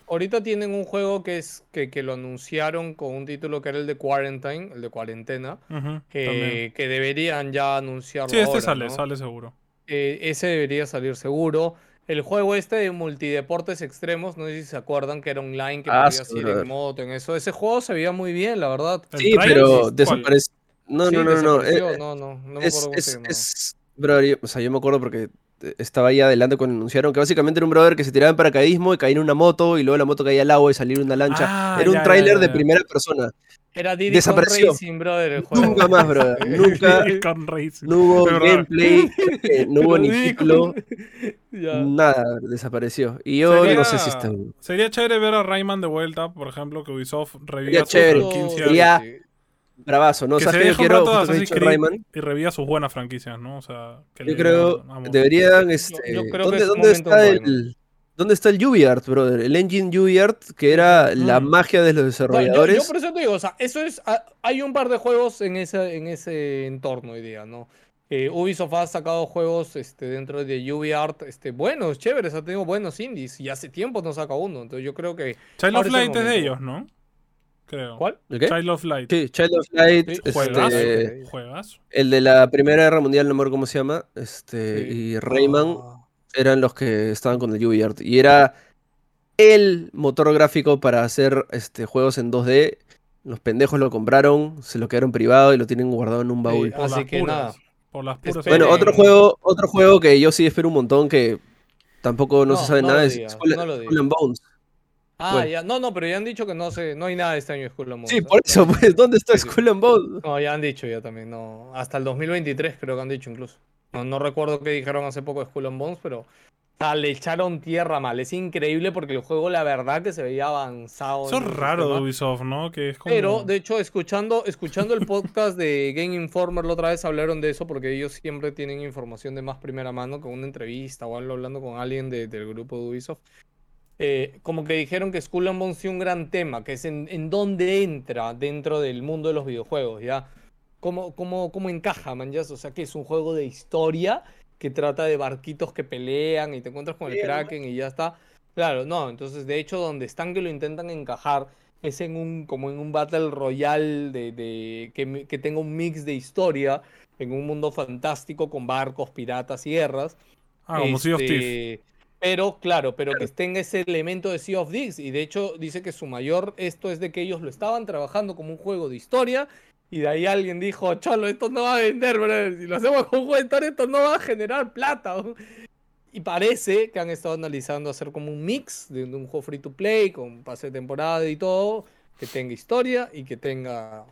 Speaker 1: Ahorita tienen un juego que es que, que lo anunciaron con un título que era el de Quarantine, el de cuarentena,
Speaker 3: Ujú, también.
Speaker 1: que, que deberían ya anunciarlo.
Speaker 3: Sí, este
Speaker 1: ahora,
Speaker 3: sale,
Speaker 1: ¿no?
Speaker 3: sale seguro.
Speaker 1: Eh, ese debería salir seguro. El juego este de multideportes extremos, no sé si se acuerdan que era online, que
Speaker 2: Ah,
Speaker 1: podías
Speaker 2: sí,
Speaker 1: ir
Speaker 2: brother.
Speaker 1: en moto, en eso. Ese juego se veía muy bien, la verdad.
Speaker 3: ¿El
Speaker 2: Sí,
Speaker 3: Trials?
Speaker 2: pero
Speaker 3: ¿Cuál?
Speaker 2: desaparece. No,
Speaker 1: Sí,
Speaker 2: no, no, no.
Speaker 1: desapareció,
Speaker 2: eh,
Speaker 1: no, no, no me
Speaker 2: Es,
Speaker 1: acuerdo cómo se
Speaker 2: es,
Speaker 1: llamaba.
Speaker 2: es- brother, yo- o sea, yo me acuerdo porque eh, estaba ahí adelante cuando anunciaron que básicamente era un brother que se tiraba en paracaidismo y caía en una moto y luego la moto caía al agua y salía en una lancha.
Speaker 3: Ah,
Speaker 2: era un
Speaker 3: ya, ya,
Speaker 2: tráiler
Speaker 3: ya,
Speaker 2: de
Speaker 3: ya.
Speaker 2: primera persona.
Speaker 1: Era Diddy Kong
Speaker 2: desapareció.
Speaker 1: Racing, brother, el juego.
Speaker 2: Nunca más, brother. Nunca.
Speaker 3: Con Racing.
Speaker 2: No hubo
Speaker 3: Pero,
Speaker 2: gameplay, eh, no hubo
Speaker 1: Pero
Speaker 2: ni
Speaker 1: Diddy
Speaker 2: título,
Speaker 1: Kong- Ya.
Speaker 2: nada, desapareció. Y yo
Speaker 3: Sería-
Speaker 2: no sé si está.
Speaker 3: Sería chévere ver a Rayman de vuelta, por ejemplo, que Ubisoft
Speaker 2: Sería
Speaker 3: reviva sus
Speaker 2: chévere.
Speaker 3: franquicias
Speaker 2: Sería- Bravazo, ¿no?
Speaker 3: Que
Speaker 2: ¿Sabes
Speaker 3: se
Speaker 2: qué? Yo
Speaker 3: deje un
Speaker 2: quiero,
Speaker 3: rato de
Speaker 2: justo que he
Speaker 3: Assassin's
Speaker 2: dicho
Speaker 3: Creed.
Speaker 2: Rayman,
Speaker 3: y reviva sus buenas franquicias, ¿no? O sea, que
Speaker 2: yo
Speaker 3: le-
Speaker 2: creo
Speaker 3: vamos.
Speaker 2: deberían, este,
Speaker 1: yo creo que
Speaker 2: ¿dónde,
Speaker 1: es
Speaker 2: dónde
Speaker 1: momento
Speaker 2: está
Speaker 1: de
Speaker 2: el, dónde está el UbiArt, brother? El engine UbiArt, que era la
Speaker 3: Mm.
Speaker 2: magia de los
Speaker 1: O sea, yo-
Speaker 2: desarrolladores.
Speaker 1: Yo, por eso te digo, o sea, eso es. ah, Hay un par de juegos en ese, en ese entorno hoy día, ¿no? Eh, Ubisoft ha sacado juegos este, dentro de UbiArt este, buenos, chéveres, ha tenido buenos indies y hace tiempo no saca uno. Entonces yo creo que.
Speaker 3: Child of
Speaker 1: Ahora es el
Speaker 3: Light es de
Speaker 1: momento.
Speaker 3: ellos, ¿no? Creo.
Speaker 1: ¿Cuál?
Speaker 2: ¿El qué?
Speaker 3: Child of Light.
Speaker 2: Sí, Child of Light,
Speaker 1: Sí,
Speaker 2: este,
Speaker 3: Juegazo.
Speaker 1: Este-
Speaker 3: Juegazo.
Speaker 2: el de la Primera Guerra Mundial, no me acuerdo cómo se llama, este,
Speaker 1: Sí.
Speaker 2: y Rayman
Speaker 1: Ah,
Speaker 2: eran los que estaban con el UbiArt. Y era el motor gráfico para hacer este, juegos en 2D. Los pendejos lo compraron, se lo quedaron privado y lo tienen guardado en un baúl.
Speaker 1: Eh, Así que nada.
Speaker 3: Por las puras.
Speaker 1: Esperen.
Speaker 2: Bueno, otro juego, otro juego que yo sí espero un montón que tampoco no, se
Speaker 1: No,
Speaker 2: sabe
Speaker 1: no
Speaker 2: nada
Speaker 1: lo
Speaker 2: es
Speaker 1: digas,
Speaker 2: Skull,
Speaker 1: no lo digas.
Speaker 2: Skull and Bones.
Speaker 1: ah,
Speaker 2: ¿cuál?
Speaker 1: ya. No, no, pero ya han dicho que no se, no hay nada este año de Skull and Bones,
Speaker 2: Sí,
Speaker 1: ¿ah?
Speaker 2: por eso, pues, ¿dónde está
Speaker 1: Sí, sí.
Speaker 2: Skull and Bones?
Speaker 1: No, ya han dicho ya también, no. Hasta el 2023 creo que han dicho incluso. No, no recuerdo qué dijeron hace poco de Skull and Bones, pero sea, le echaron tierra mal. Es increíble porque el juego, la verdad, que se veía avanzado.
Speaker 3: Eso
Speaker 1: en
Speaker 3: es
Speaker 1: el
Speaker 3: raro de
Speaker 1: sistema.
Speaker 3: Ubisoft, ¿no? Que es como...
Speaker 1: Este, Pero, de hecho, escuchando, escuchando el podcast de Game Informer la otra vez hablaron de eso porque ellos siempre tienen información de más primera mano con una entrevista o algo hablando con alguien de- del grupo de Ubisoft. Eh, como que dijeron que Skull and Bones tiene un gran tema, que es en, en dónde entra dentro del mundo de los videojuegos, ¿ya? ¿Cómo, cómo, cómo encaja, man? ya? O sea, que es un juego de historia que trata de barquitos que pelean y te encuentras con el
Speaker 2: Bien, ¿no?
Speaker 1: Kraken y ya está. Claro, no, entonces de hecho donde están que lo intentan encajar es en un, como en un Battle Royale de, de- que, mi- que tenga un mix de historia en un mundo fantástico con barcos, piratas y guerras.
Speaker 3: Ah, como Sea of
Speaker 1: Este,
Speaker 3: Thieves.
Speaker 1: Pero, claro, pero que tenga ese elemento de Sea of Thieves. Y de hecho, dice que su mayor esto es de que ellos lo estaban trabajando como un juego de historia. Y de ahí alguien dijo, cholo, esto no va a vender, brother. Si lo hacemos con un juego de historia, esto no va a generar plata. Y parece que han estado analizando hacer como un mix de un juego free to play con pase de temporada y todo, que tenga historia y que tenga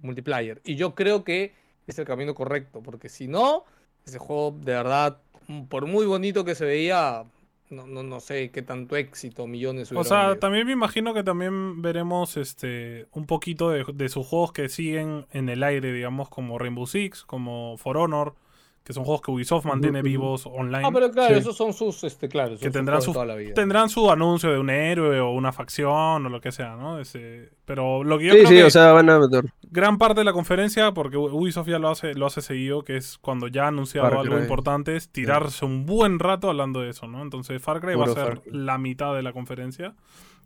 Speaker 1: multiplayer. Y yo creo que es el camino correcto, porque si no, ese juego de verdad, m- por muy bonito que se veía, no, no, no sé qué tanto éxito, millones
Speaker 3: O
Speaker 1: hubieran
Speaker 3: sea,
Speaker 1: vendido.
Speaker 3: también me imagino que también veremos este un poquito de, de sus juegos que siguen en el aire, digamos, como Rainbow Six, como For Honor, que son juegos que Ubisoft mantiene
Speaker 2: ujú.
Speaker 3: vivos online.
Speaker 1: Ah, pero claro,
Speaker 2: sí.
Speaker 1: esos son sus, este, claro, son
Speaker 3: que
Speaker 1: sus
Speaker 3: tendrán
Speaker 1: juegos de
Speaker 3: su,
Speaker 1: toda la vida.
Speaker 3: tendrán su anuncio de un héroe o una facción o lo que sea, ¿no? Ese- pero lo que yo
Speaker 2: Sí,
Speaker 3: creo
Speaker 2: sí,
Speaker 3: que
Speaker 2: o sea, van a meter.
Speaker 3: gran parte de la conferencia, porque U- Ubisoft ya lo hace, lo hace seguido, que es cuando ya ha anunciado
Speaker 2: Far
Speaker 3: algo
Speaker 2: Cry.
Speaker 3: importante, es tirarse un buen rato hablando de eso, ¿no? Entonces Far Cry va
Speaker 2: Puro
Speaker 3: a ser
Speaker 2: Far Cry.
Speaker 3: la mitad de la conferencia.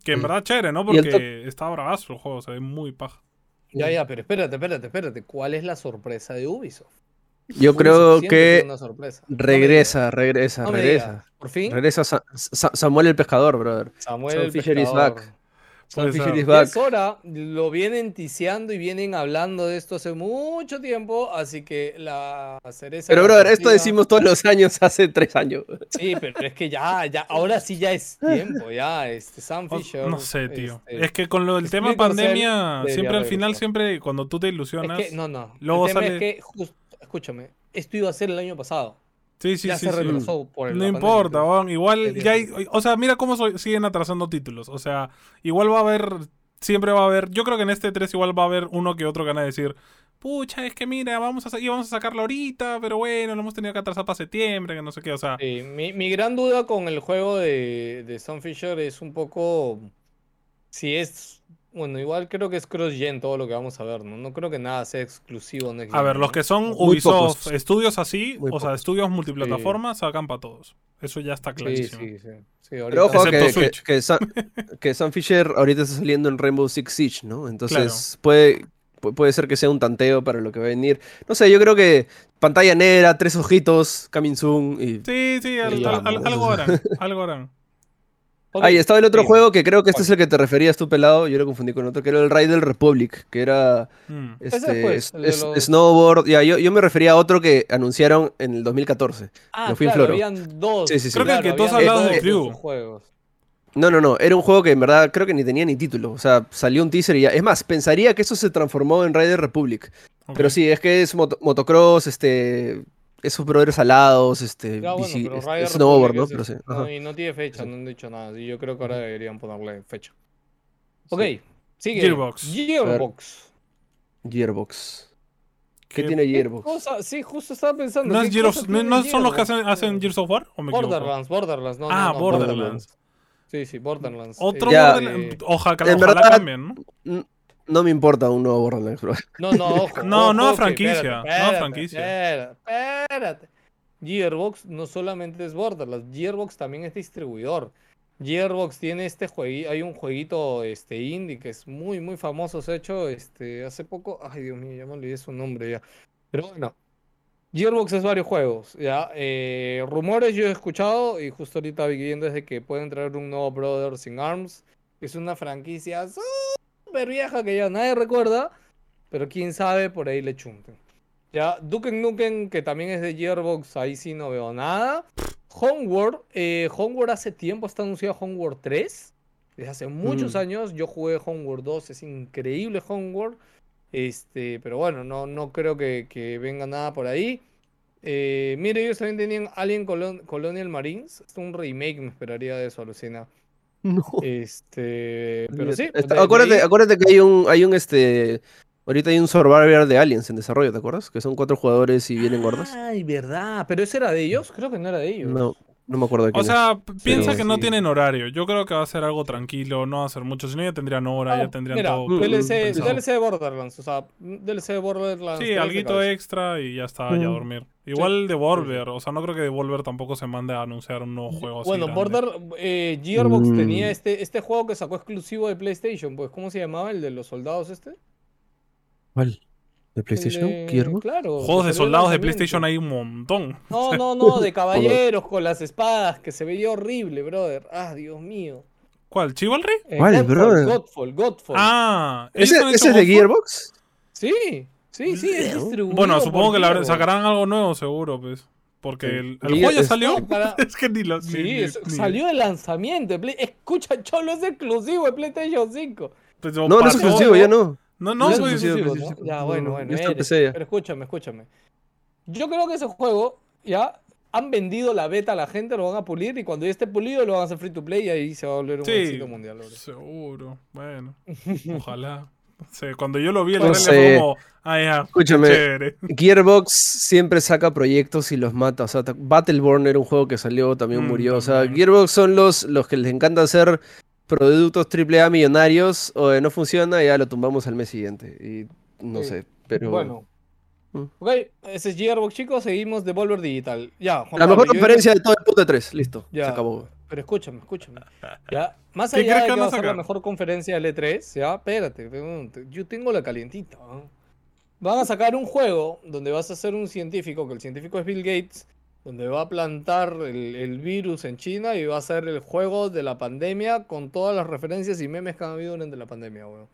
Speaker 3: Que en
Speaker 2: Mm.
Speaker 3: verdad chévere, ¿no?
Speaker 2: Y el
Speaker 3: Porque está bravazo el juego, se ve muy paja.
Speaker 1: Ya, ya, pero espérate, espérate, espérate. ¿Cuál es la sorpresa de Ubisoft?
Speaker 2: Yo
Speaker 1: Ubisoft
Speaker 2: creo
Speaker 1: siempre tiene
Speaker 2: que
Speaker 1: una sorpresa. No me
Speaker 2: regresa, regresa,
Speaker 1: digas, no me digas.
Speaker 2: regresa.
Speaker 1: Por fin,
Speaker 2: Regresa Sa- Sa- Samuel el pescador, brother.
Speaker 1: Samuel
Speaker 2: Sam
Speaker 1: el
Speaker 2: Fisher is
Speaker 1: pescador.
Speaker 2: back.
Speaker 3: Puede
Speaker 2: Sam Fisher
Speaker 3: ser.
Speaker 2: is
Speaker 1: Ya Es
Speaker 2: back.
Speaker 1: hora, lo vienen ticiando y vienen hablando de esto hace mucho tiempo, así que la cereza.
Speaker 2: Pero,
Speaker 1: de la
Speaker 2: brother, esto
Speaker 1: tortilla-
Speaker 2: decimos todos los años hace tres años.
Speaker 1: Sí, pero es que ya, ya, ahora sí ya es tiempo, ya, este, Sam
Speaker 3: O-
Speaker 1: Fisher.
Speaker 3: Oh, no sé, tío.
Speaker 1: este,
Speaker 3: es que con lo del tema
Speaker 1: Splinter Cell
Speaker 3: pandemia,
Speaker 1: debería
Speaker 3: siempre al final,
Speaker 1: regresar.
Speaker 3: siempre cuando tú te
Speaker 1: es
Speaker 3: ilusionas.
Speaker 1: que, no, no.
Speaker 3: luego
Speaker 1: el tema
Speaker 3: sale-
Speaker 1: es que, just- escúchame, esto iba a ser el año pasado.
Speaker 3: sí, sí,
Speaker 1: ya
Speaker 3: sí.
Speaker 1: se
Speaker 3: sí.
Speaker 1: retrasó por el
Speaker 3: No importa, weón, igual
Speaker 1: Sí,
Speaker 3: ya
Speaker 1: sí.
Speaker 3: hay- o sea, mira cómo so- siguen atrasando títulos, o sea, igual va a haber, siempre va a haber, yo creo que en este 3 igual va a haber uno que otro que van a decir, pucha, es que mira, vamos a, sa- íbamos a sacarlo ahorita, pero bueno, lo hemos tenido que atrasar para septiembre, que no sé qué, o sea,
Speaker 1: Sí, mi, mi gran duda con el juego de, de Sam Fisher es un poco si es, bueno, igual creo que es cross-gen todo lo que vamos a ver, ¿no? No creo que nada sea exclusivo Next
Speaker 3: a
Speaker 1: Gen,
Speaker 3: ver, los
Speaker 1: ¿no?
Speaker 3: que son
Speaker 2: Muy
Speaker 3: Ubisoft,
Speaker 2: pocos.
Speaker 3: estudios así,
Speaker 2: Muy
Speaker 3: o sea,
Speaker 2: pocos.
Speaker 3: estudios multiplataformas, sacan para todos, eso ya está
Speaker 1: Sí,
Speaker 3: clarísimo.
Speaker 1: sí, sí. Sí,
Speaker 2: Pero
Speaker 1: ahorita-
Speaker 2: ojo
Speaker 3: Excepto
Speaker 2: que, que,
Speaker 3: Switch.
Speaker 2: que Sam, que Sam Fisher ahorita está saliendo en Rainbow Six Siege, ¿no? Entonces puede, pu- puede ser que sea un tanteo para lo que va a venir. No sé, yo creo que pantalla negra, tres ojitos, coming soon y...
Speaker 3: Sí, sí, al-
Speaker 2: Sí,
Speaker 3: al- al-
Speaker 2: vamos.
Speaker 3: algo harán, algo harán.
Speaker 1: Ok,
Speaker 2: Ahí estaba el otro
Speaker 1: sí.
Speaker 2: juego que creo que este
Speaker 1: ¿Cuál?
Speaker 2: es el que te referías tú, pelado. Yo lo confundí con otro, que era el Raid del Republic, que era
Speaker 3: Mm.
Speaker 1: Ese
Speaker 2: este,
Speaker 1: después,
Speaker 2: es-
Speaker 1: el de
Speaker 2: es-
Speaker 1: los-
Speaker 2: Snowboard. Ya, yo, yo me refería a otro que anunciaron en el 2014.
Speaker 1: Ah,
Speaker 2: lo fui en
Speaker 1: claro,
Speaker 2: floro.
Speaker 1: habían dos.
Speaker 2: Sí, sí, sí.
Speaker 1: claro,
Speaker 3: Creo que el que tú has
Speaker 1: habían
Speaker 2: hablado
Speaker 1: dos
Speaker 2: de
Speaker 3: Crew.
Speaker 1: esos juegos.
Speaker 2: No, no, no. Era un juego que en verdad creo que ni tenía ni título. O sea, salió un teaser y ya. Es más, pensaría que eso se transformó en Raider Republic.
Speaker 3: Ok.
Speaker 2: Pero sí, es que es moto- motocross, este. Esos brothers alados, este.
Speaker 1: Ya, bueno,
Speaker 2: bici-
Speaker 1: pero
Speaker 2: este,
Speaker 1: Rider
Speaker 2: snowboard,
Speaker 1: Republic
Speaker 2: ¿no?
Speaker 1: es
Speaker 2: Pero sí.
Speaker 1: ese.
Speaker 2: ajá.
Speaker 1: No, y no tiene fecha,
Speaker 2: Sí.
Speaker 1: no han dicho nada. Y yo creo que ahora deberían ponerle fecha.
Speaker 2: Sí.
Speaker 1: Ok, sigue.
Speaker 3: Gearbox.
Speaker 1: Gearbox.
Speaker 2: Gearbox. ¿Qué,
Speaker 3: ¿Qué-
Speaker 2: tiene
Speaker 1: ¿Qué
Speaker 2: Gearbox?
Speaker 1: cosa? Sí, justo estaba pensando.
Speaker 3: ¿No,
Speaker 1: ¿qué
Speaker 3: es Gears of-
Speaker 1: cosa
Speaker 3: no-
Speaker 1: tiene
Speaker 3: no son los que
Speaker 1: Gearbox?
Speaker 3: hacen, hacen Gears of War? ¿O me equivoco?
Speaker 1: Borderlands, Borderlands, no. no,
Speaker 3: Ah,
Speaker 1: no,
Speaker 3: Borderlands.
Speaker 1: Sí, sí, eh, Borderlands.
Speaker 3: Otro eh,
Speaker 2: Ya.
Speaker 3: Borderlands. Oja- ojalá
Speaker 2: En verdad-
Speaker 3: cambien, ¿no?
Speaker 2: No me importa un nuevo Borderlands, bro.
Speaker 1: No, no, ojo.
Speaker 3: No, no
Speaker 1: ojo,
Speaker 3: a
Speaker 1: que
Speaker 3: franquicia,
Speaker 1: espérate,
Speaker 3: no a
Speaker 1: espérate,
Speaker 3: franquicia.
Speaker 1: Espérate, espérate. Gearbox no solamente es Borderlands, Gearbox también es distribuidor. Gearbox tiene este jueguito, hay un jueguito este indie que es muy muy famoso, se ha hecho este hace poco, ay Dios mío, ya me olvidé su nombre ya. Pero bueno, Gearbox es varios juegos, ya. Eh, rumores yo he escuchado y justo ahorita viendo desde que pueden traer un nuevo Brothers in Arms, que es una franquicia súper vieja que ya nadie recuerda, pero quién sabe, por ahí le chunten. Ya, Duke Nukem, que también es de Gearbox, ahí sí no veo nada. Homeworld, eh, Homeworld hace tiempo está anunciado Homeworld 3. Desde hace muchos
Speaker 2: Mm.
Speaker 1: años yo jugué Homeworld 2, es increíble Homeworld. Este, pero bueno, no, no creo que, que venga nada por ahí. Eh, mire, ellos también tenían Alien Colon- Colonial Marines. Es un remake, me esperaría de eso, alucina.
Speaker 2: No.
Speaker 1: Este, Eh, pero sí. de-
Speaker 2: Está-
Speaker 1: de
Speaker 2: acuérdate,
Speaker 1: ahí-
Speaker 2: acuérdate que hay un, hay un este. Ahorita hay un Survivor de Aliens en desarrollo, ¿te acuerdas? Que son cuatro jugadores y vienen gordos.
Speaker 1: Ay, verdad. Pero ese era de ellos. Creo que no era de ellos.
Speaker 2: No, no me acuerdo de
Speaker 3: O
Speaker 2: quién es.
Speaker 3: sea, p- piensa
Speaker 1: Sí,
Speaker 3: que no
Speaker 1: sí.
Speaker 3: tienen horario. Yo creo que va a ser algo tranquilo, no va a ser mucho. Si no, ya tendrían hora,
Speaker 1: Ah,
Speaker 3: ya tendrían
Speaker 1: mira,
Speaker 3: todo.
Speaker 2: Mm,
Speaker 1: DLC,
Speaker 3: pensado.
Speaker 1: DLC de Borderlands. O sea, DLC de Borderlands.
Speaker 3: Sí,
Speaker 1: tres de
Speaker 3: alguito
Speaker 1: cabeza.
Speaker 3: extra y ya está,
Speaker 2: Mm.
Speaker 3: ya a dormir. Igual Devolver, o sea, no creo que Devolver tampoco se mande a anunciar un nuevo juego así.
Speaker 1: Bueno,
Speaker 3: grande.
Speaker 1: Border, eh, Gearbox
Speaker 2: Mm.
Speaker 1: tenía este, este juego que sacó exclusivo de PlayStation. Pues, ¿cómo se llamaba? El de los soldados este. El
Speaker 2: ¿Cuál? ¿De PlayStation?
Speaker 1: de-
Speaker 2: ¿Gearbox?
Speaker 1: Claro.
Speaker 3: Juegos
Speaker 1: que
Speaker 3: de
Speaker 1: salió
Speaker 3: soldados de
Speaker 1: lanzamiento.
Speaker 3: PlayStation hay un montón.
Speaker 1: No, no, no, de caballeros con las espadas, que se veía horrible, brother. Ah, Dios mío.
Speaker 3: ¿Cuál? ¿Chivalry?
Speaker 1: Eh,
Speaker 2: ¿Cuál,
Speaker 1: Godfall,
Speaker 2: brother?
Speaker 1: Godfall, Godfall.
Speaker 3: Ah, ¿ellos
Speaker 2: ¿Ese,
Speaker 3: han hecho
Speaker 2: ese es de
Speaker 3: Godfall?
Speaker 2: Gearbox?
Speaker 1: Sí, sí, sí, es
Speaker 2: Bueno,
Speaker 1: distribuido
Speaker 3: Bueno, supongo
Speaker 1: por
Speaker 3: que la-
Speaker 1: Gearbox.
Speaker 3: sacarán algo nuevo seguro, pues. Porque
Speaker 2: Sí.
Speaker 3: el, el
Speaker 2: Y
Speaker 3: juego ya
Speaker 2: es-
Speaker 3: salió.
Speaker 1: Para-
Speaker 3: Es que ni lo. ni-
Speaker 1: Sí,
Speaker 3: ni-
Speaker 1: es-
Speaker 3: ni-
Speaker 1: salió de lanzamiento. de Play- Escucha, Cholo, es exclusivo de PlayStation 5.
Speaker 3: pues,
Speaker 2: No, no es
Speaker 3: pasó.
Speaker 2: exclusivo, ya no.
Speaker 3: No, no,
Speaker 1: es
Speaker 3: pues,
Speaker 2: exclusivo.
Speaker 1: exclusivo,
Speaker 2: pues,
Speaker 1: ¿no?
Speaker 2: sí,
Speaker 1: Ya,
Speaker 2: no,
Speaker 1: bueno,
Speaker 2: no,
Speaker 1: bueno.
Speaker 2: ya está
Speaker 1: eres-
Speaker 2: en PC ya.
Speaker 1: Pero escúchame, escúchame. Yo creo que ese juego, ya, han vendido la beta a la gente, lo van a pulir y cuando ya esté pulido lo van a hacer free to play y ahí se va a volver un
Speaker 3: Sí.
Speaker 1: éxito mundial. bro.
Speaker 3: Seguro, bueno. Ojalá. O sea, cuando yo lo vi, el
Speaker 2: No
Speaker 3: trailer
Speaker 2: sé.
Speaker 3: fue como. Ah, ya.
Speaker 2: Escúchame.
Speaker 3: Chévere.
Speaker 2: Gearbox siempre saca proyectos y los mata. O sea, ta- Battleborn era un juego que salió, también
Speaker 3: Mm,
Speaker 2: murió. O sea,
Speaker 3: también.
Speaker 2: Gearbox son los, los que les encanta hacer productos AAA millonarios. O de no funciona, ya lo tumbamos al mes siguiente. Y no
Speaker 1: Sí.
Speaker 2: sé, pero.
Speaker 1: Bueno.
Speaker 2: Mm.
Speaker 1: Ok, ese es Gearbox, chicos. Seguimos de Volver Digital. Ya, Juan
Speaker 2: La
Speaker 1: Pablo,
Speaker 2: mejor
Speaker 1: yo-
Speaker 2: conferencia de todo el puto 3. Listo.
Speaker 1: Ya.
Speaker 2: Se acabó.
Speaker 1: Pero escúchame, escúchame. Ya, más
Speaker 3: ¿Qué
Speaker 1: allá
Speaker 3: crees
Speaker 1: de
Speaker 3: que
Speaker 1: que
Speaker 3: van a
Speaker 1: va a ser la
Speaker 3: sacar?
Speaker 1: mejor conferencia del E3, ya, espérate, weón, te- yo tengo la calientita. ¿no? Van a sacar un juego donde vas a ser un científico, que el científico es Bill Gates, donde va a plantar el, el virus en China y va a ser el juego de la pandemia con todas las referencias y memes que han habido durante la pandemia, weón.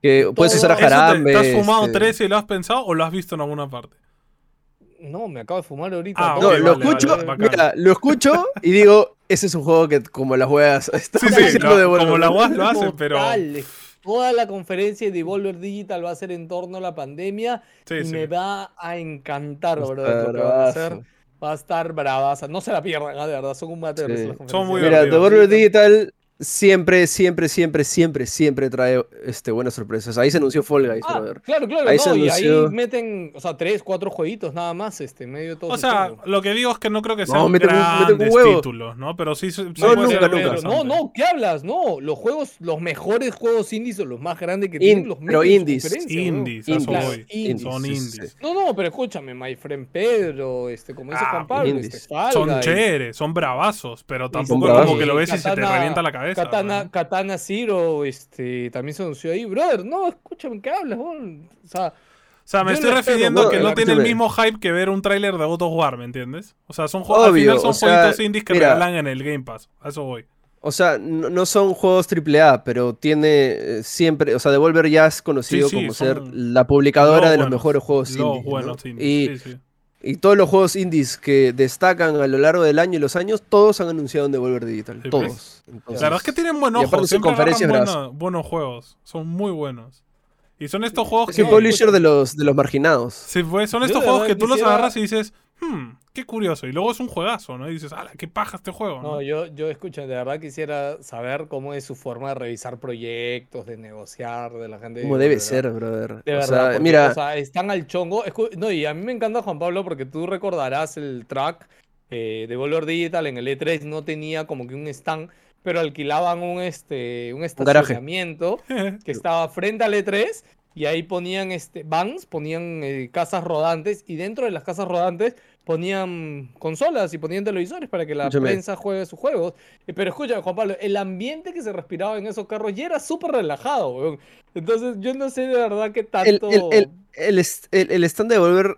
Speaker 2: Que puedes
Speaker 1: Todo-
Speaker 2: usar a
Speaker 1: Eso te-
Speaker 3: ¿Eso te-
Speaker 2: Jarambe.
Speaker 3: ¿Te has fumado
Speaker 2: este-
Speaker 3: tres y lo has pensado o lo has visto en alguna parte?
Speaker 1: No, me acabo de fumar ahorita.
Speaker 3: Ah,
Speaker 2: No,
Speaker 1: todo.
Speaker 3: ok,
Speaker 2: lo
Speaker 3: vale,
Speaker 2: escucho,
Speaker 3: vale, bacán.
Speaker 2: mira, lo escucho y digo, ese es un juego que como las juegas está
Speaker 3: Sí, sí,
Speaker 2: haciendo
Speaker 3: lo-
Speaker 2: de bueno.
Speaker 3: como la UAS lo hacen, pero.
Speaker 1: Total, Toda la conferencia de Devolver Digital va a ser en torno a la pandemia
Speaker 3: Sí,
Speaker 1: y
Speaker 3: sí.
Speaker 1: me va a encantar,
Speaker 2: Está
Speaker 1: bro, lo que van a hacer.
Speaker 2: bravazo.
Speaker 1: Va a estar bravaza. No se la pierdan, ah, de verdad, son un mate de
Speaker 2: Sí.
Speaker 1: risa Ah, las
Speaker 3: Son
Speaker 1: conferencias.
Speaker 3: muy
Speaker 2: Mira,
Speaker 3: divertido.
Speaker 2: Devolver Digital siempre, siempre, siempre, siempre, siempre trae este, buenas sorpresas. Ahí se anunció Fall Guys,
Speaker 1: Ah,
Speaker 2: brother.
Speaker 1: claro, claro,
Speaker 2: Ahí
Speaker 1: no,
Speaker 2: se
Speaker 1: y
Speaker 2: anunció-
Speaker 1: ahí meten, o sea, tres, cuatro jueguitos nada más, este, en medio de todo.
Speaker 3: O
Speaker 1: su
Speaker 3: sea,
Speaker 1: juego.
Speaker 3: lo que digo es que no creo que
Speaker 2: No,
Speaker 3: sean
Speaker 2: mete un- mete un
Speaker 3: grandes
Speaker 2: huevo.
Speaker 3: títulos, ¿no? Pero sí, sí
Speaker 2: No,
Speaker 3: puede
Speaker 2: nunca,
Speaker 3: ser algo
Speaker 1: Pero
Speaker 2: nunca.
Speaker 1: no,
Speaker 3: interesante.
Speaker 1: no, ¿qué hablas? No, los juegos, los mejores juegos indies son los más grandes que
Speaker 2: In-
Speaker 1: tienen los
Speaker 2: pero
Speaker 1: meten en su
Speaker 2: indies,
Speaker 1: conferencia, bro.
Speaker 3: Indies, a eso
Speaker 2: Indies,
Speaker 3: voy.
Speaker 1: indies.
Speaker 3: Son
Speaker 2: sí, sí,
Speaker 3: indies.
Speaker 2: sí.
Speaker 1: No, no, pero escúchame, my friend Pedro, este, como dice
Speaker 3: Ah,
Speaker 1: Juan Pablo, este,
Speaker 2: indies.
Speaker 1: Fall
Speaker 3: Son
Speaker 1: Guys.
Speaker 3: chéveres, son bravazos, pero tampoco es
Speaker 2: bravazos.
Speaker 3: como que lo ves y se te
Speaker 1: Katana-
Speaker 3: revienta la cabeza.
Speaker 1: Katana,
Speaker 3: ¿no?
Speaker 1: Katana Zero, este, también se anunció ahí. Brother, no, escúchame, ¿qué hablas? vos? O sea,
Speaker 3: O sea, me
Speaker 1: Yo
Speaker 3: estoy
Speaker 1: no espero,
Speaker 3: refiriendo
Speaker 1: no,
Speaker 3: que
Speaker 1: eh,
Speaker 3: no tiene el
Speaker 2: escúchame.
Speaker 3: mismo hype que ver un tráiler de God of War, ¿me entiendes? O sea, son juegos, al
Speaker 2: Obvio,
Speaker 3: final son
Speaker 2: o sea,
Speaker 3: jueguitos indies que
Speaker 2: mira.
Speaker 3: regalan en el Game Pass. A eso voy.
Speaker 2: O sea, no, no son juegos AAA, pero tiene eh, siempre, o sea, Devolver ya es conocido
Speaker 3: sí,
Speaker 2: como
Speaker 3: son
Speaker 2: ser la publicadora
Speaker 3: Los
Speaker 2: de los
Speaker 3: buenos,
Speaker 2: mejores juegos
Speaker 3: Los
Speaker 2: indies. ¿no?
Speaker 3: buenos indies.
Speaker 2: Y,
Speaker 3: sí, sí.
Speaker 2: y todos los juegos indies que destacan a lo largo del año y los años, todos han anunciado en Devolver Digital.
Speaker 3: Sí, pues.
Speaker 2: todos. Entonces,
Speaker 3: La verdad es que tienen buen
Speaker 2: y
Speaker 3: ojo,
Speaker 2: aparte su
Speaker 3: siempre agarran
Speaker 2: conferencia es
Speaker 3: buena-
Speaker 2: bravazo.
Speaker 3: buenos juegos. Son muy buenos. Y son estos juegos
Speaker 2: es
Speaker 3: que.
Speaker 2: un publisher de los, de los marginados.
Speaker 3: Sí, pues, son
Speaker 1: Yo
Speaker 3: estos
Speaker 1: de
Speaker 3: juegos que
Speaker 1: verdad
Speaker 3: tú los
Speaker 1: quisiera-
Speaker 3: agarras y dices, hmm, qué curioso. Y luego es un juegazo, ¿no? Y dices, ala, qué paja este juego. ¿no?
Speaker 1: no, yo, yo escucho, de verdad quisiera saber cómo es su forma de revisar proyectos, de negociar, de la gente.
Speaker 2: Como
Speaker 1: de
Speaker 2: debe
Speaker 1: verdad.
Speaker 2: ser, brother.
Speaker 1: De
Speaker 2: o
Speaker 1: verdad,
Speaker 2: sea,
Speaker 1: porque,
Speaker 2: mira,
Speaker 1: o sea, están al chongo. Escu- No, y a mí me encanta Juan Pablo porque tú recordarás el track eh, de Volver Digital en el E3 no tenía como que un stand, pero alquilaban un este un
Speaker 2: garaje.
Speaker 1: estacionamiento que estaba frente al E3 y ahí ponían este vans, ponían eh, casas rodantes y dentro de las casas rodantes ponían consolas y ponían televisores para que la
Speaker 2: Escúchame.
Speaker 1: prensa juegue sus juegos. Eh, Pero escucha, Juan Pablo, el ambiente que se respiraba en esos carros ya era súper relajado, weón. Entonces yo no sé de verdad qué
Speaker 2: el,
Speaker 1: tanto...
Speaker 2: el- el- el est- el- el stand de Devolver,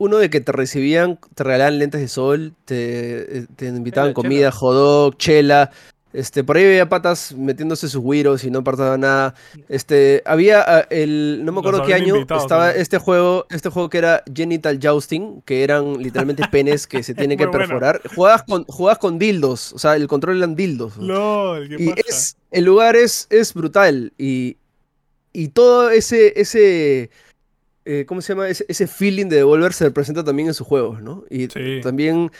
Speaker 2: uno de que te recibían, te regalaban lentes de sol, te, eh, te invitaban
Speaker 3: Chela,
Speaker 2: comida, hot dog, chela. Este, por ahí había patas metiéndose sus güiros y no partaba nada. Este, había ah, el, no me
Speaker 3: Los
Speaker 2: acuerdo qué
Speaker 3: habían
Speaker 2: año,
Speaker 3: invitado
Speaker 2: estaba
Speaker 3: también.
Speaker 2: este juego, este juego que era Genital Jousting, que eran literalmente penes que se tienen que
Speaker 3: Muy bueno.
Speaker 2: perforar. Jugabas con, jugabas con dildos, o sea, el control eran dildos. ¿no?
Speaker 3: LOL, qué
Speaker 2: Y
Speaker 3: paja.
Speaker 2: es, el lugar es, es brutal. Y, y todo ese, ese, eh, ¿cómo se llama? Ese, ese feeling de Devolver se presenta también en sus juegos, ¿no? Y
Speaker 3: Sí.
Speaker 2: también,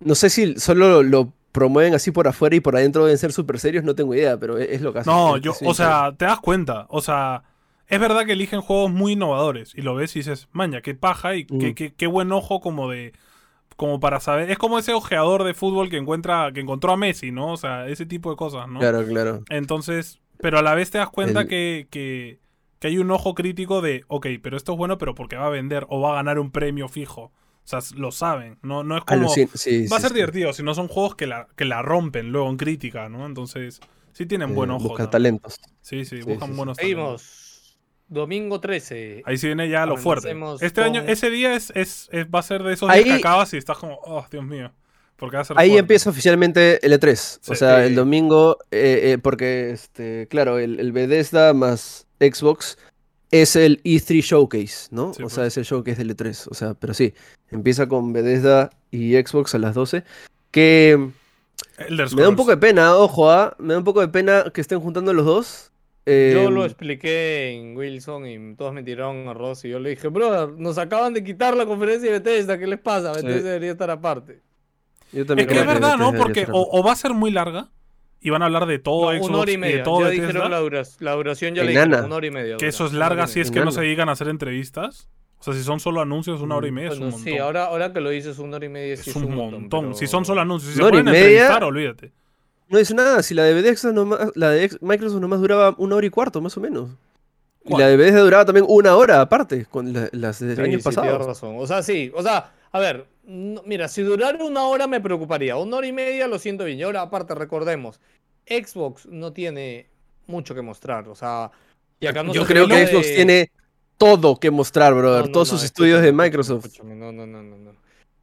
Speaker 2: no sé si solo lo promueven así por afuera y por adentro deben ser súper serios, no tengo idea, pero es, es lo que hacen.
Speaker 3: No,
Speaker 2: Es-
Speaker 3: yo,
Speaker 2: es
Speaker 3: o
Speaker 2: bien
Speaker 3: sea, te das cuenta. O sea, es verdad que eligen juegos muy innovadores. Y lo ves y dices, maña, qué paja y
Speaker 2: Mm.
Speaker 3: qué, qué- qué buen ojo como de. Como para saber. Es como ese ojeador de fútbol que encuentra. que encontró a Messi, ¿no? O sea, ese tipo de cosas, ¿no?
Speaker 2: Claro, claro.
Speaker 3: Entonces. Pero a la vez te das cuenta
Speaker 2: El-
Speaker 3: que, que, que hay un ojo crítico de, ok, pero esto es bueno, pero porque va a vender o va a ganar un premio fijo. O sea, lo saben. No, no es como.
Speaker 2: Alucin- sí,
Speaker 3: Va a
Speaker 2: sí,
Speaker 3: ser
Speaker 2: sí.
Speaker 3: divertido, si no son juegos que la, que la rompen luego en crítica, ¿no? Entonces, sí tienen
Speaker 2: Eh,
Speaker 3: buen ojo.
Speaker 2: busca
Speaker 3: ¿no?
Speaker 2: talentos.
Speaker 3: Sí, sí,
Speaker 2: Sí,
Speaker 3: buscan
Speaker 2: sí, sí.
Speaker 3: buenos talentos.
Speaker 1: Seguimos. Domingo 13.
Speaker 3: Ahí sí viene ya lo fuerte.
Speaker 1: Comencemos
Speaker 3: Este
Speaker 1: con-
Speaker 3: año, ese día es, es- es- va a ser de esos
Speaker 2: Ahí-
Speaker 3: días que acabas y estás como, oh, Dios mío. Porque va a ser
Speaker 2: Ahí
Speaker 3: fuerte.
Speaker 2: empieza oficialmente el E3.
Speaker 3: Sí.
Speaker 2: o sea,
Speaker 1: Sí.
Speaker 2: el domingo, eh, eh, porque, este, claro, el, el Bethesda más Xbox es el E3 Showcase, ¿no?
Speaker 3: Sí,
Speaker 2: o
Speaker 3: pues.
Speaker 2: sea, es el showcase del E3. O sea, pero sí, empieza con Bethesda y Xbox a las 12. Que
Speaker 3: Elder
Speaker 2: me da un
Speaker 3: Scrolls.
Speaker 2: poco de pena, ojo, ah, me da un poco de pena que estén juntando los dos.
Speaker 1: Yo
Speaker 2: Em,
Speaker 1: lo expliqué en Wilson y todos me tiraron a Ross y yo le dije, brother, nos acaban de quitar la conferencia de Bethesda, ¿qué les pasa?
Speaker 2: Sí.
Speaker 1: Bethesda debería estar aparte.
Speaker 2: yo
Speaker 3: Es
Speaker 2: también
Speaker 3: que
Speaker 2: creo
Speaker 3: es verdad, ¿no?
Speaker 2: Bethesda
Speaker 3: Porque
Speaker 2: debería
Speaker 3: o, o va a ser muy larga y van a hablar de todo
Speaker 1: No,
Speaker 3: Xbox
Speaker 1: una hora
Speaker 3: y
Speaker 1: y
Speaker 3: de
Speaker 1: media.
Speaker 3: todo
Speaker 1: Ya
Speaker 3: de Tesla,
Speaker 1: dijeron la duración, la duración ya le
Speaker 2: Enana.
Speaker 1: dijeron, una hora y media.
Speaker 3: Que
Speaker 1: dura,
Speaker 3: eso es
Speaker 1: una hora
Speaker 3: larga
Speaker 1: y
Speaker 3: si es
Speaker 1: media.
Speaker 3: que no
Speaker 2: Enano.
Speaker 3: se dedican a hacer entrevistas. O sea, si son solo anuncios, una hora y media es un
Speaker 1: Bueno,
Speaker 3: montón.
Speaker 1: sí, ahora, ahora que lo dices, una hora y media sí
Speaker 3: es un montón.
Speaker 1: pero-
Speaker 3: Si son solo anuncios, si se
Speaker 2: Una hora y
Speaker 3: pueden
Speaker 2: media.
Speaker 3: entrevistar, olvídate.
Speaker 2: No dice nada, si la de Bethesda nomás- la de ex- Microsoft nomás duraba una hora y cuarto, más o menos. Y
Speaker 3: ¿Cuál?
Speaker 2: la de Bethesda duraba también una hora aparte, con la- las del
Speaker 1: Sí, sí,
Speaker 2: año
Speaker 1: tienes
Speaker 2: pasado.
Speaker 1: razón. O sea, sí, o sea, a ver, no- mira, si durara una hora me preocuparía. Una hora y media lo siento bien. Y ahora, aparte, recordemos, Xbox no tiene mucho que mostrar. O sea, y acá no
Speaker 2: Yo
Speaker 1: se
Speaker 2: creo
Speaker 1: habla
Speaker 2: que
Speaker 1: de-
Speaker 2: Xbox tiene todo que mostrar,
Speaker 1: No,
Speaker 2: brother.
Speaker 1: no,
Speaker 2: Todos
Speaker 1: no,
Speaker 2: sus
Speaker 1: escúchame,
Speaker 2: estudios de
Speaker 1: escúchame,
Speaker 2: Microsoft.
Speaker 1: escúchame. No, no, no, no, no.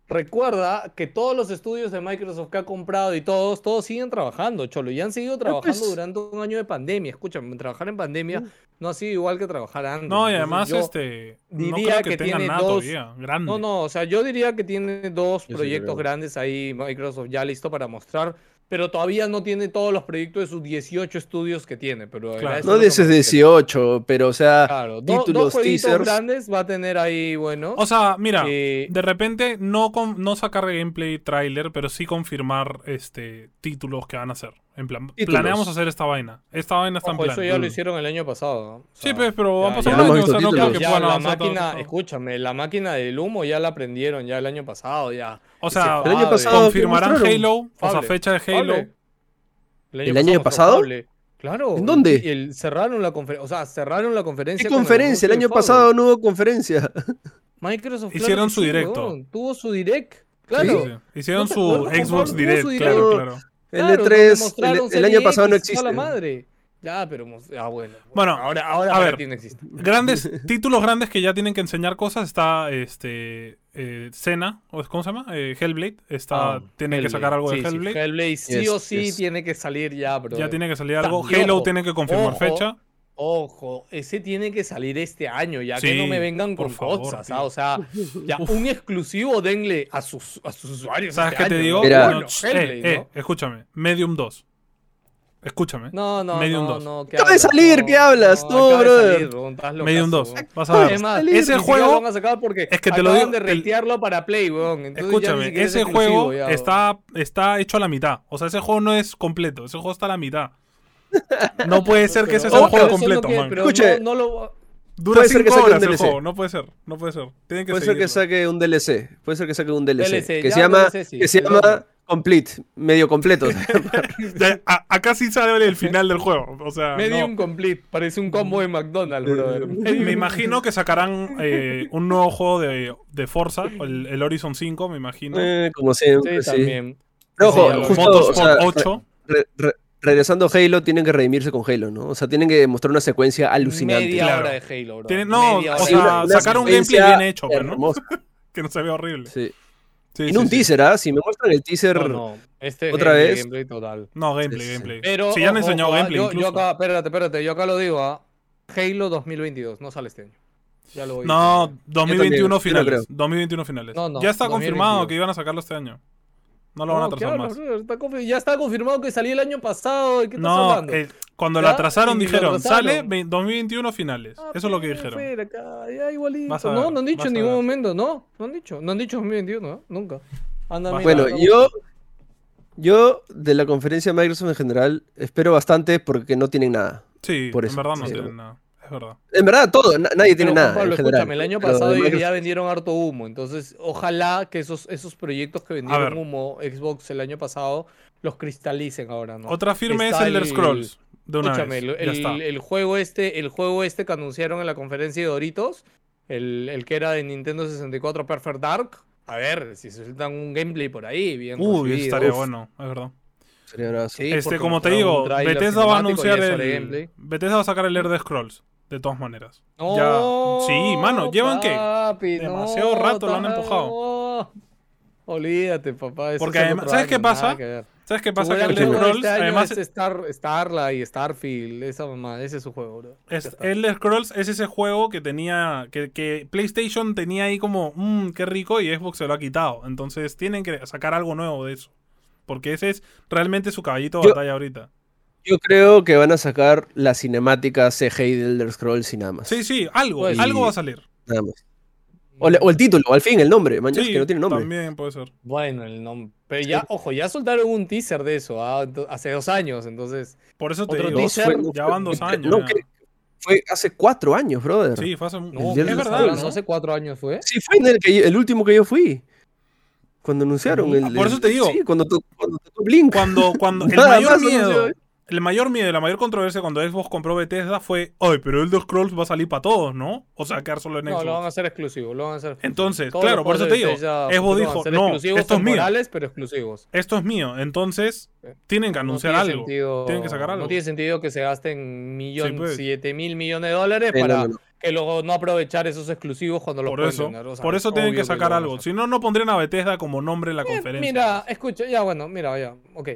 Speaker 1: Recuerda que todos los estudios de Microsoft que ha comprado y todos, todos siguen trabajando, Cholo, y han seguido trabajando
Speaker 2: pues.
Speaker 1: durante un año de pandemia. Escúchame, trabajar en pandemia
Speaker 2: Mm.
Speaker 1: no ha sido igual que trabajar antes.
Speaker 3: No, y
Speaker 1: Entonces,
Speaker 3: además,
Speaker 1: yo-
Speaker 3: este. No
Speaker 1: diría
Speaker 3: creo que,
Speaker 1: que
Speaker 3: tengan
Speaker 1: tiene
Speaker 3: nada
Speaker 1: dos-
Speaker 3: todavía. Grande.
Speaker 1: No, no, o sea, yo diría que tiene dos
Speaker 2: sí
Speaker 1: proyectos
Speaker 2: creo.
Speaker 1: grandes ahí, Microsoft ya listo para mostrar, pero todavía no tiene todos los proyectos de sus 18 estudios que tiene, pero era
Speaker 3: Claro.
Speaker 1: eso
Speaker 2: No
Speaker 1: lo que me
Speaker 2: dices
Speaker 1: refiero.
Speaker 2: 18, pero o sea,
Speaker 1: Claro, do- dos
Speaker 2: títulos,
Speaker 1: jueguitos
Speaker 2: teasers.
Speaker 1: grandes va a tener ahí, bueno.
Speaker 3: O sea, mira,
Speaker 1: eh,
Speaker 3: de repente no, con- no sacar gameplay trailer, pero sí confirmar este títulos que van a hacer. En plan,
Speaker 2: Títulos.
Speaker 3: planeamos hacer esta vaina. Esta vaina está
Speaker 1: ojo,
Speaker 3: en
Speaker 1: eso
Speaker 3: plan.
Speaker 1: ya
Speaker 2: Mm.
Speaker 1: lo hicieron el año pasado. ¿no? O
Speaker 3: Sí,
Speaker 1: sea,
Speaker 3: pues, pero
Speaker 1: ya-
Speaker 3: han
Speaker 1: ya
Speaker 3: pasado
Speaker 2: hemos
Speaker 3: años,
Speaker 2: visto
Speaker 3: o sea, no creo
Speaker 2: títulos.
Speaker 3: que
Speaker 1: ya
Speaker 3: puedan
Speaker 1: la
Speaker 3: avanzar tanto.
Speaker 1: máquina, escúchame, la máquina del humo ya la aprendieron ya el año pasado, ya.
Speaker 3: O sea,
Speaker 2: El año
Speaker 1: Fable.
Speaker 2: pasado, ¿qué
Speaker 3: confirmarán
Speaker 2: mostraron?
Speaker 3: Halo, o sea,
Speaker 1: Fable.
Speaker 3: fecha de Halo.
Speaker 1: Fable.
Speaker 2: ¿El año pasado?
Speaker 1: mostró Fable. Claro.
Speaker 2: ¿En dónde?
Speaker 1: Y el- cerraron la conferencia. O sea, cerraron la conferencia.
Speaker 2: ¿Qué
Speaker 1: con el
Speaker 2: conferencia? El
Speaker 1: anuncio
Speaker 2: año
Speaker 1: de Fable.
Speaker 2: pasado no hubo conferencia.
Speaker 1: Microsoft. claro
Speaker 3: Hicieron
Speaker 1: que
Speaker 3: su
Speaker 1: sí,
Speaker 3: directo.
Speaker 1: weón, Tuvo su direct.
Speaker 3: Sí,
Speaker 1: Claro.
Speaker 3: sí. Hicieron
Speaker 1: ¿No te
Speaker 3: su
Speaker 1: acuerdas, Juan
Speaker 3: Xbox
Speaker 1: Pablo?
Speaker 3: Direct,
Speaker 1: Puso
Speaker 3: claro,
Speaker 2: directo.
Speaker 3: claro.
Speaker 2: El
Speaker 1: Claro, donde
Speaker 2: E3, E el,
Speaker 1: mostraron
Speaker 2: el año
Speaker 1: Serie
Speaker 2: pasado no
Speaker 1: X, toda
Speaker 2: existe.
Speaker 1: la madre. Ya, pero. mos- Ah, bueno.
Speaker 3: Bueno,
Speaker 1: ahora, ahora
Speaker 3: a
Speaker 1: para
Speaker 3: ver.
Speaker 1: ti no existe.
Speaker 3: Grandes, títulos grandes que ya tienen que enseñar cosas. Está este eh, Senna, o es- ¿cómo se llama? Eh, Hellblade. Está,
Speaker 1: Ah,
Speaker 3: tienen que
Speaker 1: Hellblade.
Speaker 3: sacar algo de
Speaker 1: Sí, sí,
Speaker 3: Hellblade.
Speaker 1: Hellblade sí
Speaker 2: Yes,
Speaker 1: o sí
Speaker 2: yes.
Speaker 1: tiene que salir ya, bro.
Speaker 3: ya tiene que salir algo.
Speaker 1: También,
Speaker 3: Halo
Speaker 1: ojo,
Speaker 3: tiene que confirmar
Speaker 1: ojo.
Speaker 3: fecha.
Speaker 1: Ojo, ese tiene que salir este año, ya que
Speaker 3: Sí,
Speaker 1: no me vengan
Speaker 3: por
Speaker 1: con
Speaker 3: favor,
Speaker 1: cosas,
Speaker 3: tío.
Speaker 1: ¿ah? o sea, ya
Speaker 3: Uf.
Speaker 1: un exclusivo denle a sus, a sus usuarios.
Speaker 3: ¿Sabes
Speaker 1: este
Speaker 3: qué te
Speaker 1: año,
Speaker 3: digo?
Speaker 1: ¿no?
Speaker 2: Mira.
Speaker 1: Bueno,
Speaker 3: No, ch-
Speaker 1: Hellblade,
Speaker 3: eh, eh, escúchame. Medium 2. Escúchame.
Speaker 1: No, no, no,
Speaker 3: Medium
Speaker 1: no,
Speaker 3: dos.
Speaker 1: no, ¿qué
Speaker 2: Acaba de
Speaker 1: hablas?
Speaker 2: salir, ¿qué hablas? No,
Speaker 1: acaba de
Speaker 2: brother.
Speaker 1: salir, weón, estás locazo,
Speaker 3: Medium 2.
Speaker 1: weón.
Speaker 3: Vas a ver.
Speaker 1: Es más,
Speaker 2: Ese
Speaker 1: ni siquiera
Speaker 3: juego-
Speaker 1: lo van a sacar porque
Speaker 3: es que te lo
Speaker 1: acaban
Speaker 3: digo,
Speaker 1: de
Speaker 3: el-
Speaker 1: retearlo para Play, weón. Entonces ya ni
Speaker 3: Escúchame,
Speaker 1: siquiera es
Speaker 3: ese
Speaker 1: exclusivo,
Speaker 3: juego
Speaker 1: ya, weón.
Speaker 3: está, está hecho a la mitad. O sea, ese juego no es completo. Ese juego está a la mitad. No puede ser que ese sea
Speaker 1: Pero-
Speaker 3: un juego
Speaker 1: pero eso no
Speaker 3: completo,
Speaker 1: quiere-
Speaker 3: man.
Speaker 1: pero
Speaker 2: Escuche.
Speaker 1: no- no lo-
Speaker 3: Dura
Speaker 2: Puede ser que
Speaker 3: 5
Speaker 2: saque un
Speaker 3: horas el
Speaker 2: DLC.
Speaker 3: juego. No puede ser. No puede ser. Tienen que
Speaker 2: Puede ser que
Speaker 3: seguirlo.
Speaker 2: saque un DLC. Puede ser que saque un DLC.
Speaker 1: DLC,
Speaker 2: que
Speaker 1: ya,
Speaker 2: se llama,
Speaker 1: DLC, sí,
Speaker 2: que se
Speaker 1: el
Speaker 2: llama
Speaker 1: otro.
Speaker 2: Complete. Medio completo.
Speaker 3: Ya, a- acá sí sale el final del juego. O sea,
Speaker 1: Medium
Speaker 3: Ah, no. Eh,
Speaker 1: complete, parece un combo de
Speaker 2: Eh,
Speaker 1: McDonald's, brother.
Speaker 3: me imagino que sacarán eh, un nuevo juego de, de Forza, el, el Horizon 5, me imagino.
Speaker 2: Eh, como
Speaker 1: Sí,
Speaker 2: siempre, sí.
Speaker 1: también.
Speaker 2: Pero ojo,
Speaker 1: Sí,
Speaker 2: justo, o
Speaker 3: Motorsport
Speaker 2: sea,
Speaker 3: 8.
Speaker 2: re- re- regresando a Halo, tienen que redimirse con Halo, ¿no? O sea, tialen que demostrar una secuencia alucinante.
Speaker 1: Media
Speaker 3: Claro.
Speaker 1: hora de Halo, bro.
Speaker 3: Tiene- no,
Speaker 1: Media
Speaker 3: o
Speaker 1: hora
Speaker 2: Sí,
Speaker 1: de
Speaker 3: sea,
Speaker 1: Halo.
Speaker 3: sacar un gameplay
Speaker 2: secuencia
Speaker 3: bien hecho, pues, ¿no?
Speaker 2: hermosa,
Speaker 3: Que no se vea horrible.
Speaker 2: sí.
Speaker 3: Sí,
Speaker 2: Tiene
Speaker 3: sí,
Speaker 2: un
Speaker 3: sí.
Speaker 2: teaser, ¿ah? Si me muestran el teaser.
Speaker 1: No, no, este es
Speaker 2: otra
Speaker 1: gameplay,
Speaker 2: vez.
Speaker 1: gameplay total.
Speaker 3: No, gameplay,
Speaker 2: Sí, sí, sí.
Speaker 3: gameplay.
Speaker 1: Pero,
Speaker 3: si ya han
Speaker 1: ojo,
Speaker 3: enseñado
Speaker 1: ojo, ah,
Speaker 3: gameplay
Speaker 1: yo, yo
Speaker 3: incluso.
Speaker 1: acá, espérate, espérate, yo acá lo digo, ah. Halo 2022, no sale este año. Ya lo voy
Speaker 3: No,
Speaker 1: diciendo.
Speaker 3: 2021
Speaker 2: yo no creo.
Speaker 3: finales. 2021 finales.
Speaker 1: No, no,
Speaker 3: ya está
Speaker 1: 2022.
Speaker 3: confirmado que iban a sacarlo este año. No lo van a atrasar
Speaker 1: claro,
Speaker 3: más.
Speaker 1: bro, está confi- ya está confirmado que salía el año pasado. ¿de ¿Qué estás
Speaker 3: No,
Speaker 1: hablando?
Speaker 3: eh, cuando
Speaker 1: Ya,
Speaker 3: lo atrasaron
Speaker 1: y lo
Speaker 3: dijeron,
Speaker 1: atrasaron.
Speaker 3: sale ve- 2021 finales.
Speaker 1: Ah,
Speaker 3: Eso es lo que
Speaker 1: pero
Speaker 3: dijeron.
Speaker 1: fuera acá, ya igualito.
Speaker 3: Vas a
Speaker 1: no,
Speaker 3: ver,
Speaker 1: no han dicho
Speaker 3: vas
Speaker 1: en
Speaker 3: a
Speaker 1: ningún
Speaker 3: ver.
Speaker 1: momento, no. No han dicho, no han dicho 2021, ¿eh? nunca. Anda,
Speaker 3: Vas a
Speaker 1: mira,
Speaker 2: Bueno,
Speaker 1: acá-
Speaker 2: yo, yo de la conferencia de Microsoft en general espero bastante porque no tienen nada.
Speaker 3: Sí,
Speaker 2: Por
Speaker 3: en
Speaker 2: eso,
Speaker 3: verdad no
Speaker 2: sí.
Speaker 3: tienen nada. Es verdad.
Speaker 2: En verdad, todo, na- nadie tiene
Speaker 1: Pero,
Speaker 2: nada.
Speaker 1: Juan Pablo,
Speaker 2: en general,
Speaker 1: escúchame, el año
Speaker 2: pero de
Speaker 1: pasado ya- ya
Speaker 2: Microsoft-
Speaker 1: vendieron harto humo, entonces ojalá que esos, esos proyectos que vendieron
Speaker 3: ver.
Speaker 1: humo Xbox el año pasado los cristalicen ahora, ¿no?
Speaker 3: Otra firme es
Speaker 1: Está
Speaker 3: Elder
Speaker 1: el-
Speaker 3: Scrolls. De una
Speaker 1: Escúchame,
Speaker 3: vez.
Speaker 1: el,
Speaker 3: ya
Speaker 1: el-
Speaker 3: está.
Speaker 1: el juego este, el juego este que anunciaron en la conferencia de Doritos, el, el que era de Nintendo 64 Perfect Dark, a ver, si sueltan un gameplay por ahí, bien
Speaker 3: Uy,
Speaker 1: recibido.
Speaker 3: estaría
Speaker 1: Uf,
Speaker 3: bueno, es verdad.
Speaker 2: Sería bravazo.
Speaker 1: sí,
Speaker 3: este,
Speaker 1: porque
Speaker 3: como te
Speaker 1: mostraron un
Speaker 3: digo,
Speaker 1: tráiler
Speaker 3: Bethesda va a
Speaker 1: cinemático y
Speaker 3: anunciar
Speaker 1: eso era
Speaker 3: el.
Speaker 1: gameplay.
Speaker 3: Bethesda va a sacar el Elder Scrolls. De todas maneras.
Speaker 1: No,
Speaker 3: Ya. Sí, mano, ¿llevan qué?
Speaker 1: Oh, papi,
Speaker 3: Demasiado
Speaker 1: no,
Speaker 3: rato lo han
Speaker 1: está-
Speaker 3: empujado.
Speaker 1: no. Olvídate, papá. eso
Speaker 3: Porque
Speaker 1: es el
Speaker 3: además-
Speaker 1: otro
Speaker 3: ¿sabes
Speaker 1: año,
Speaker 3: qué pasa?
Speaker 1: nada que ver.
Speaker 3: ¿Sabes qué
Speaker 1: Su
Speaker 3: pasa? Que
Speaker 1: gran
Speaker 3: Elder
Speaker 1: juego de
Speaker 3: Scrolls,
Speaker 1: este año
Speaker 3: además,
Speaker 1: es Star, Starlight y Starfield, esa mamá, ese es su juego, bro.
Speaker 3: Es-
Speaker 1: Ya está.
Speaker 3: Elder Scrolls es ese juego que tenía. Que, que PlayStation tenía ahí como. Mmm, qué rico. Y Xbox se lo ha quitado. Entonces tienen que sacar algo nuevo de eso. Porque ese es realmente su caballito de
Speaker 2: Yo-
Speaker 3: batalla ahorita.
Speaker 2: Yo creo que van a sacar la cinemática CGI de Elder Scrolls y nada más.
Speaker 3: Sí, sí, algo.
Speaker 1: Pues-
Speaker 3: algo va a salir.
Speaker 2: Nada más. O, le- o el título, al fin, el nombre. Mañana
Speaker 3: Sí,
Speaker 2: que no tiene nombre.
Speaker 3: También puede ser.
Speaker 1: Bueno, el nombre. Pero ya, ojo, ya soltaron un teaser de eso ah, ento- hace dos años, entonces.
Speaker 3: Por eso te
Speaker 1: Otro
Speaker 3: digo.
Speaker 1: teaser.
Speaker 3: ya van dos años,
Speaker 2: No,
Speaker 3: ya.
Speaker 2: que fue hace cuatro años, brother. Sí,
Speaker 3: Sí, fue hace mu-
Speaker 1: No,
Speaker 2: El
Speaker 1: ¿qué
Speaker 2: día
Speaker 3: es
Speaker 2: del
Speaker 1: estás
Speaker 3: verdad.
Speaker 2: desarrollo,
Speaker 1: hablando?
Speaker 3: ¿no?
Speaker 1: Hace cuatro años fue.
Speaker 2: fue en el, que yo- el último que yo fui. Cuando anunciaron el.
Speaker 3: Ah, Por eso te digo.
Speaker 2: Sí, cuando tocó cuando tocó Blink.
Speaker 3: Cuando, cuando el
Speaker 2: Nada
Speaker 3: mayor
Speaker 2: más anunció,
Speaker 3: miedo,
Speaker 2: ¿eh?
Speaker 3: el mayor miedo, la mayor controversia cuando Xbox compró Bethesda fue, ay, pero Elder Scrolls va a salir para todos, ¿no? O sea, quedar solo en
Speaker 1: No,
Speaker 3: Xbox.
Speaker 1: lo van a hacer exclusivo, lo van a hacer exclusivo.
Speaker 3: Entonces,
Speaker 1: Todos los
Speaker 3: claro, por eso
Speaker 1: juegos
Speaker 3: te
Speaker 1: de
Speaker 3: digo,
Speaker 1: Bethesdia futuros
Speaker 3: Evo
Speaker 1: van a
Speaker 3: dijo,
Speaker 1: ser
Speaker 3: no,
Speaker 1: exclusivos,
Speaker 3: esto es mío.
Speaker 1: temporales, pero exclusivos.
Speaker 3: Esto es mío, entonces
Speaker 1: Sí.
Speaker 3: tienen que
Speaker 1: Eh, No
Speaker 3: anunciar
Speaker 1: tiene
Speaker 3: algo.
Speaker 1: sentido-
Speaker 3: Tienen que sacar algo.
Speaker 1: No tiene sentido que se gasten millón,
Speaker 3: Sí, pues.
Speaker 1: siete mil millones de dólares
Speaker 2: Sí, Eh, no,
Speaker 1: para
Speaker 2: no, no.
Speaker 1: que luego no aprovechar esos exclusivos cuando los
Speaker 3: por
Speaker 1: pueden
Speaker 3: eso,
Speaker 1: tener, o sea,
Speaker 3: por eso
Speaker 1: es
Speaker 3: tienen
Speaker 1: obvio
Speaker 3: que sacar
Speaker 1: lo van a
Speaker 3: algo.
Speaker 1: hacer.
Speaker 3: Si no, no pondrían a Bethesda como nombre en la
Speaker 1: Eh,
Speaker 3: conferencia.
Speaker 1: Mira, escucha, ya bueno, mira, ya, ok.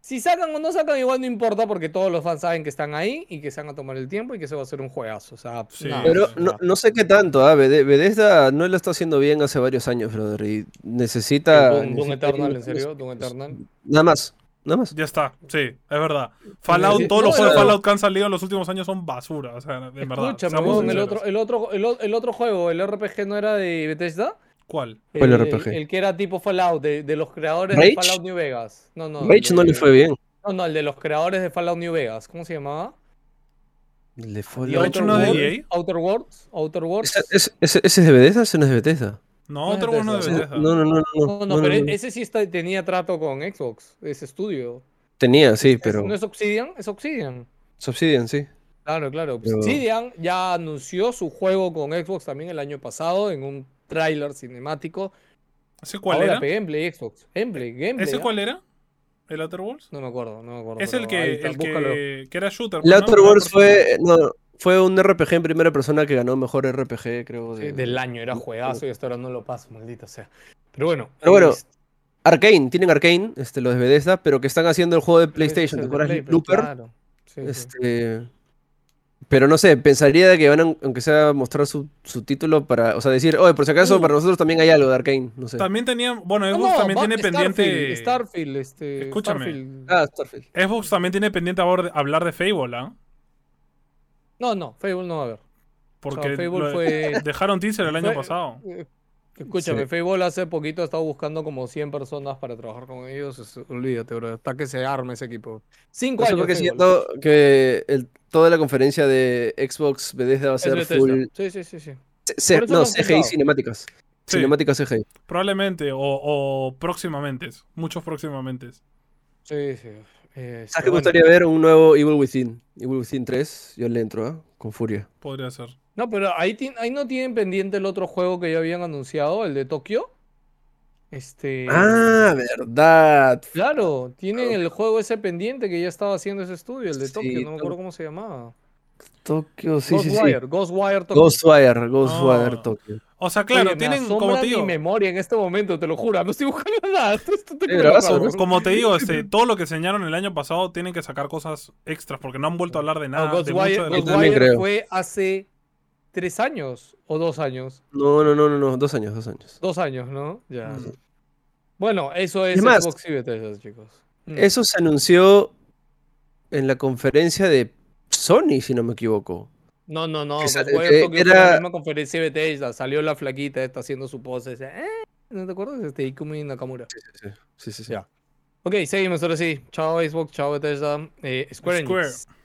Speaker 1: Si sacan o no sacan, igual no importa porque todos los fans saben que están ahí y que se van a tomar el tiempo y que eso va a ser un juegazo. O sea, pues,
Speaker 3: Sí.
Speaker 1: nada,
Speaker 2: Pero
Speaker 1: o sea,
Speaker 2: no, no sé qué tanto, ¿ah? Bede- Bethesda no lo está haciendo bien hace varios años, brother. Y necesita.
Speaker 1: Doom, Doom
Speaker 2: necesita-
Speaker 1: Eternal, en serio, Doom Eternal.
Speaker 2: Nada más. Nada más.
Speaker 3: Ya está, sí, es verdad. Fallout,
Speaker 1: Sí,
Speaker 3: todos
Speaker 1: no,
Speaker 3: los juegos de
Speaker 2: no.
Speaker 3: Fallout que han salido en los últimos años son basura. O sea, de verdad.
Speaker 1: Escúchame,
Speaker 3: seamos
Speaker 1: weón, el
Speaker 3: sinceros.
Speaker 1: otro, el, otro, el, o- el otro juego, el RPG no era de Bethesda.
Speaker 3: ¿Cuál?
Speaker 2: ¿Cuál
Speaker 1: el,
Speaker 2: RPG?
Speaker 1: Eh, El, el que era tipo Fallout, de, de los creadores de
Speaker 2: Rage?
Speaker 1: Fallout New Vegas. No, no. el
Speaker 2: Rage no
Speaker 1: de-
Speaker 2: le fue bien.
Speaker 1: No, no, el de los creadores de Fallout New Vegas. ¿Cómo se llamaba?
Speaker 2: Le fue
Speaker 1: The
Speaker 2: la-
Speaker 3: Rage no es de E
Speaker 1: Worlds-
Speaker 3: EA?
Speaker 1: Outer Worlds. Outer Worlds.
Speaker 2: ¿Ese, ese- ese- ese es de Bethesda? Ese no es de Bethesda.
Speaker 3: No,
Speaker 1: No es
Speaker 3: otro bueno de
Speaker 1: Bethesda.
Speaker 2: Ese-
Speaker 3: Bethesda.
Speaker 2: No, no, no, no.
Speaker 1: No, no,
Speaker 2: no, no,
Speaker 1: pero
Speaker 2: no.
Speaker 1: ese sí está- tenía trato con Xbox, ese estudio.
Speaker 2: Tenía, sí,
Speaker 1: Es-
Speaker 2: pero.
Speaker 1: ¿No es Obsidian? Es Obsidian.
Speaker 2: Subsidian, sí.
Speaker 1: Claro, claro.
Speaker 2: Pero-
Speaker 1: Obsidian ya anunció su juego con Xbox también el año pasado en un tráiler cinemático.
Speaker 3: ¿Ese cuál
Speaker 1: Ahora
Speaker 3: era?
Speaker 1: pe- gameplay Xbox. Gameplay, gameplay.
Speaker 3: ¿Ese
Speaker 1: ¿ah?
Speaker 3: cuál era? ¿El Outer Worlds?
Speaker 1: No me acuerdo, no me acuerdo.
Speaker 3: Es el
Speaker 1: pero
Speaker 3: que,
Speaker 1: ahí está,
Speaker 3: el
Speaker 1: búscalo.
Speaker 3: que, que era shooter. pues,
Speaker 2: El
Speaker 3: ¿no?
Speaker 2: Outer
Speaker 3: Una
Speaker 2: Worlds fue,
Speaker 3: persona.
Speaker 2: no, fue un RPG en primera persona que ganó mejor RPG, creo.
Speaker 1: Sí,
Speaker 2: de-
Speaker 1: Del año, era juegazo y hasta ahora no lo paso, maldita sea. Pero bueno. este,
Speaker 2: Pero bueno,
Speaker 1: es-
Speaker 2: Arkane, tienen Arkane, este, los de Bethesda, pero que están haciendo el juego de
Speaker 1: ese
Speaker 2: PlayStation.
Speaker 1: es el
Speaker 2: ¿Te
Speaker 1: de
Speaker 2: acuerdas?
Speaker 1: Play, pues,
Speaker 2: Looper.
Speaker 1: claro. Sí, sí.
Speaker 2: Este, pero no sé, pensaría que van a, aunque sea, mostrar su, su título para, o sea, decir, oye, por si acaso,
Speaker 1: Uh.
Speaker 2: para nosotros también hay algo de Arkane, no sé.
Speaker 3: También tenía. Bueno,
Speaker 1: No,
Speaker 3: Xbox
Speaker 1: no,
Speaker 3: también
Speaker 1: va-
Speaker 3: tiene
Speaker 1: Starfield,
Speaker 3: pendiente.
Speaker 1: Starfield, este.
Speaker 3: Escúchame.
Speaker 1: Starfield.
Speaker 2: Ah, Starfield.
Speaker 3: Xbox también tiene pendiente abor- hablar de Fable, ¿ah?
Speaker 1: No, no, Fable no va a haber.
Speaker 3: Porque
Speaker 1: No, Fable
Speaker 3: lo-
Speaker 1: fue-
Speaker 3: dejaron teaser el año
Speaker 1: fue-
Speaker 3: pasado.
Speaker 1: Eh, Escúchame,
Speaker 2: Sí.
Speaker 1: Fable hace poquito ha estado buscando como 100 personas para trabajar con ellos. es- olvídate, bro. Hasta que se arme ese equipo. Cinco
Speaker 2: No sé
Speaker 1: años.
Speaker 2: por qué
Speaker 1: Fable.
Speaker 2: siento que el- toda la conferencia de Xbox Bethesda va a
Speaker 1: Es
Speaker 2: ser
Speaker 1: Bethesda.
Speaker 2: full.
Speaker 1: Sí, sí, sí, sí.
Speaker 2: C- C-
Speaker 1: Por eso lo
Speaker 2: no,
Speaker 1: han
Speaker 2: CGI
Speaker 1: juntado.
Speaker 2: cinemáticas.
Speaker 3: Sí.
Speaker 2: Cinemáticas CGI.
Speaker 3: Probablemente, o, o próximamente. Muchos próximamente.
Speaker 1: Sí, sí. Eh,
Speaker 2: ¿Sabes
Speaker 1: este,
Speaker 2: que me
Speaker 1: bueno.
Speaker 2: Ah, gustaría ver un nuevo Evil Within? Evil Within 3, yo le entro, ¿ah? Con furia.
Speaker 3: Podría ser.
Speaker 1: No, pero ahí, ti- ahí no tienen pendiente el otro juego que ya habían anunciado, el de Tokio. Este.
Speaker 2: Ah, verdad.
Speaker 1: Claro, tienen el juego ese pendiente que ya estaba haciendo ese estudio, el de
Speaker 2: Sí,
Speaker 1: Tokio, no me
Speaker 2: no-
Speaker 1: acuerdo cómo se llamaba.
Speaker 2: Tokio, sí, sí, sí.
Speaker 1: Ghostwire, Ghostwire Tokyo.
Speaker 2: Ghostwire, Ghostwire
Speaker 3: Ah.
Speaker 2: Tokio.
Speaker 3: O sea, claro,
Speaker 1: Oye, me
Speaker 3: tienen,
Speaker 1: asombra
Speaker 3: como te digo,
Speaker 1: mi memoria en este momento, te lo juro, no estoy buscando nada. Esto, esto te
Speaker 2: Sí, bravazo,
Speaker 1: juro,
Speaker 2: ¿no?
Speaker 1: cabrón.
Speaker 3: como te digo, este, todo lo que enseñaron el año pasado tienen que sacar cosas extras porque no han vuelto a hablar de nada.
Speaker 1: No,
Speaker 3: de
Speaker 1: Ghostwire,
Speaker 3: mucho de lo-
Speaker 2: Yo también
Speaker 1: Ghostwire
Speaker 2: creo.
Speaker 1: fue hace tres años o dos años.
Speaker 2: No, no, no, no, no, dos años, dos años.
Speaker 1: Dos años, ¿no? Ya.
Speaker 3: Mm.
Speaker 1: Bueno, eso es,
Speaker 2: Es más,
Speaker 1: Xbox y Bethesda, chicos. Mm.
Speaker 2: Eso se anunció en la conferencia de Sony, si no me equivoco.
Speaker 1: No, no, no.
Speaker 2: que
Speaker 1: fue
Speaker 2: sale-
Speaker 1: Puerto
Speaker 2: eh,
Speaker 1: que hizo
Speaker 2: era-
Speaker 1: la misma conferencia de Bethesda. Salió la flaquita, está haciendo su pose. dice, "Eh", ¿No te acuerdas? Este Ikumi Nakamura.
Speaker 2: Sí, sí, sí.
Speaker 1: Ya. Ok, seguimos ahora sí. Chao Xbox, chao Bethesda. Eh, Square Enix.
Speaker 3: Square.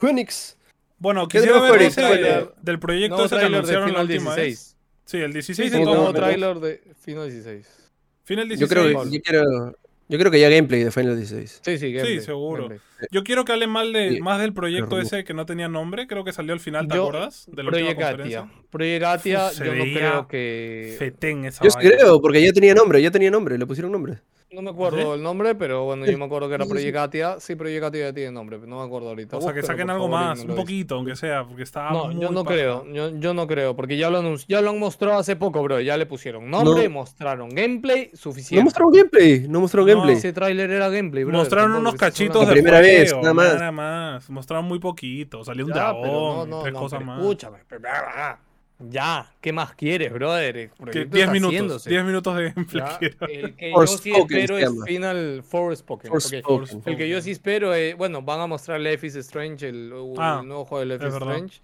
Speaker 2: Quenix.
Speaker 3: Bueno,
Speaker 2: ¿Qué
Speaker 3: quisiera
Speaker 2: nuevo
Speaker 3: ver
Speaker 2: Quenix?
Speaker 3: ese
Speaker 1: Bueno.
Speaker 3: del proyecto
Speaker 1: Nuevo
Speaker 3: ese que
Speaker 1: tráiler
Speaker 3: anunciaron
Speaker 1: de
Speaker 3: la
Speaker 1: Final
Speaker 3: última vez.
Speaker 1: 16.
Speaker 3: Sí, el 16
Speaker 1: Sí,
Speaker 3: de
Speaker 1: sí,
Speaker 2: no,
Speaker 1: nuevo
Speaker 2: no, no.
Speaker 1: tráiler de Final 16.
Speaker 3: Final 16.
Speaker 2: Yo creo,
Speaker 1: Pablo.
Speaker 2: que, yo, quiero- yo creo que ya gameplay de Final 16.
Speaker 1: Sí, sí, gameplay,
Speaker 3: seguro.
Speaker 1: gameplay.
Speaker 3: Yo quiero que hablen mal de,
Speaker 2: Sí,
Speaker 3: más del proyecto
Speaker 2: pero-
Speaker 3: ese que no tenía nombre, creo que salió al final, ¿te
Speaker 1: Yo-
Speaker 3: acuerdas? De la última
Speaker 1: Project
Speaker 3: conferencia.
Speaker 1: Atia. Project Atia,
Speaker 3: Uf, se
Speaker 1: yo no
Speaker 3: veía
Speaker 1: creo que.
Speaker 3: Fetén esa
Speaker 2: Yo sí
Speaker 3: vaina.
Speaker 2: creo, porque ya tenía nombre, ya tenía nombre, le pusieron nombre.
Speaker 1: No me acuerdo
Speaker 3: ¿Sí?
Speaker 1: el nombre, pero bueno, yo me acuerdo que era
Speaker 2: Sí, sí, sí.
Speaker 1: Project Atia. Sí, Project Atia ya tiene nombre, pero no me acuerdo ahorita.
Speaker 3: O sea, que
Speaker 1: Búscalo,
Speaker 3: saquen
Speaker 1: por
Speaker 3: algo
Speaker 1: favor, y
Speaker 3: más,
Speaker 1: me
Speaker 3: un
Speaker 1: lo dices.
Speaker 3: poquito, aunque sea, porque está
Speaker 1: No,
Speaker 3: muy
Speaker 1: yo no
Speaker 3: paja.
Speaker 1: creo, yo, yo no creo, porque ya lo, anunci- ya lo han mostrado hace poco, bro. Ya le pusieron nombre, mostraron gameplay
Speaker 2: No
Speaker 1: suficiente.
Speaker 2: mostraron gameplay, no mostraron
Speaker 3: No,
Speaker 2: gameplay.
Speaker 1: Ese tráiler era gameplay, bro.
Speaker 3: Mostraron
Speaker 1: tampoco
Speaker 3: unos
Speaker 1: que estés hablando-
Speaker 3: cachitos de
Speaker 2: La primera vez, nada
Speaker 3: juego,
Speaker 2: más.
Speaker 3: más. Mostraron muy poquito, salió un
Speaker 1: Ya,
Speaker 3: dragón,
Speaker 1: pero no, no,
Speaker 3: tres
Speaker 1: no,
Speaker 3: cosas
Speaker 1: pero
Speaker 3: más.
Speaker 1: escúchame. pero- ah, Ya, ¿qué más quieres, brother? Porque
Speaker 3: Que
Speaker 1: esto
Speaker 3: 10
Speaker 1: está
Speaker 3: minutos,
Speaker 1: haciéndose,
Speaker 3: 10 minutos de gameplay.
Speaker 1: ya.
Speaker 3: quiero.
Speaker 1: El que yo sí
Speaker 2: Forspoken se
Speaker 1: espero es
Speaker 2: llama.
Speaker 1: Final Forspoken. porque
Speaker 2: Forspoken.
Speaker 1: El que yo sí espero, eh, bueno, van a mostrar Life is Strange, el, el
Speaker 3: Ah,
Speaker 1: nuevo juego de Life
Speaker 3: es
Speaker 1: is
Speaker 3: verdad.
Speaker 1: Strange.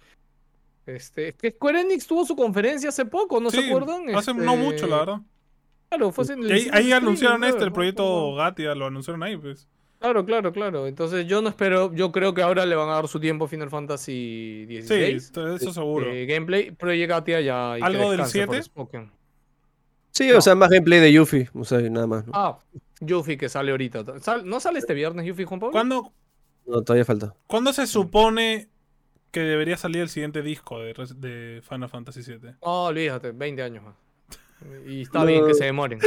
Speaker 1: Este, que Square Enix tuvo su conferencia hace poco, ¿no se
Speaker 3: Sí,
Speaker 1: acuerdan?
Speaker 3: Hace no mucho, la
Speaker 1: Este,
Speaker 3: verdad.
Speaker 1: Claro, fue en el
Speaker 3: Y ahí, ahí
Speaker 1: 16
Speaker 3: anunciaron
Speaker 1: brother,
Speaker 3: este, el
Speaker 1: ¿no?
Speaker 3: proyecto Gatia, lo anunciaron ahí, pues.
Speaker 1: Claro, claro, claro. Entonces yo no espero, yo creo que ahora le van a dar su tiempo a Final Fantasy
Speaker 3: Sí,
Speaker 1: XVI.
Speaker 3: eso seguro.
Speaker 1: eh, gameplay, Project Atia ya. y que
Speaker 3: ¿Algo del
Speaker 1: descanse
Speaker 3: 7?
Speaker 1: Forspoken.
Speaker 2: Sí, o sea, más gameplay de Yuffie, o sea, y nada más. ¿no?
Speaker 1: Ah, Yuffie que sale ahorita. Sal- ¿No sale este viernes Yuffie, Juan Pablo?
Speaker 3: ¿Cuándo,
Speaker 2: No, todavía falta.
Speaker 3: ¿Cuándo
Speaker 1: Mm.
Speaker 3: se supone que debería salir el siguiente disco de, Res- de Final Fantasy VII?
Speaker 1: No, Ah, olvídate, 20 años más. Y está bien que se demoren.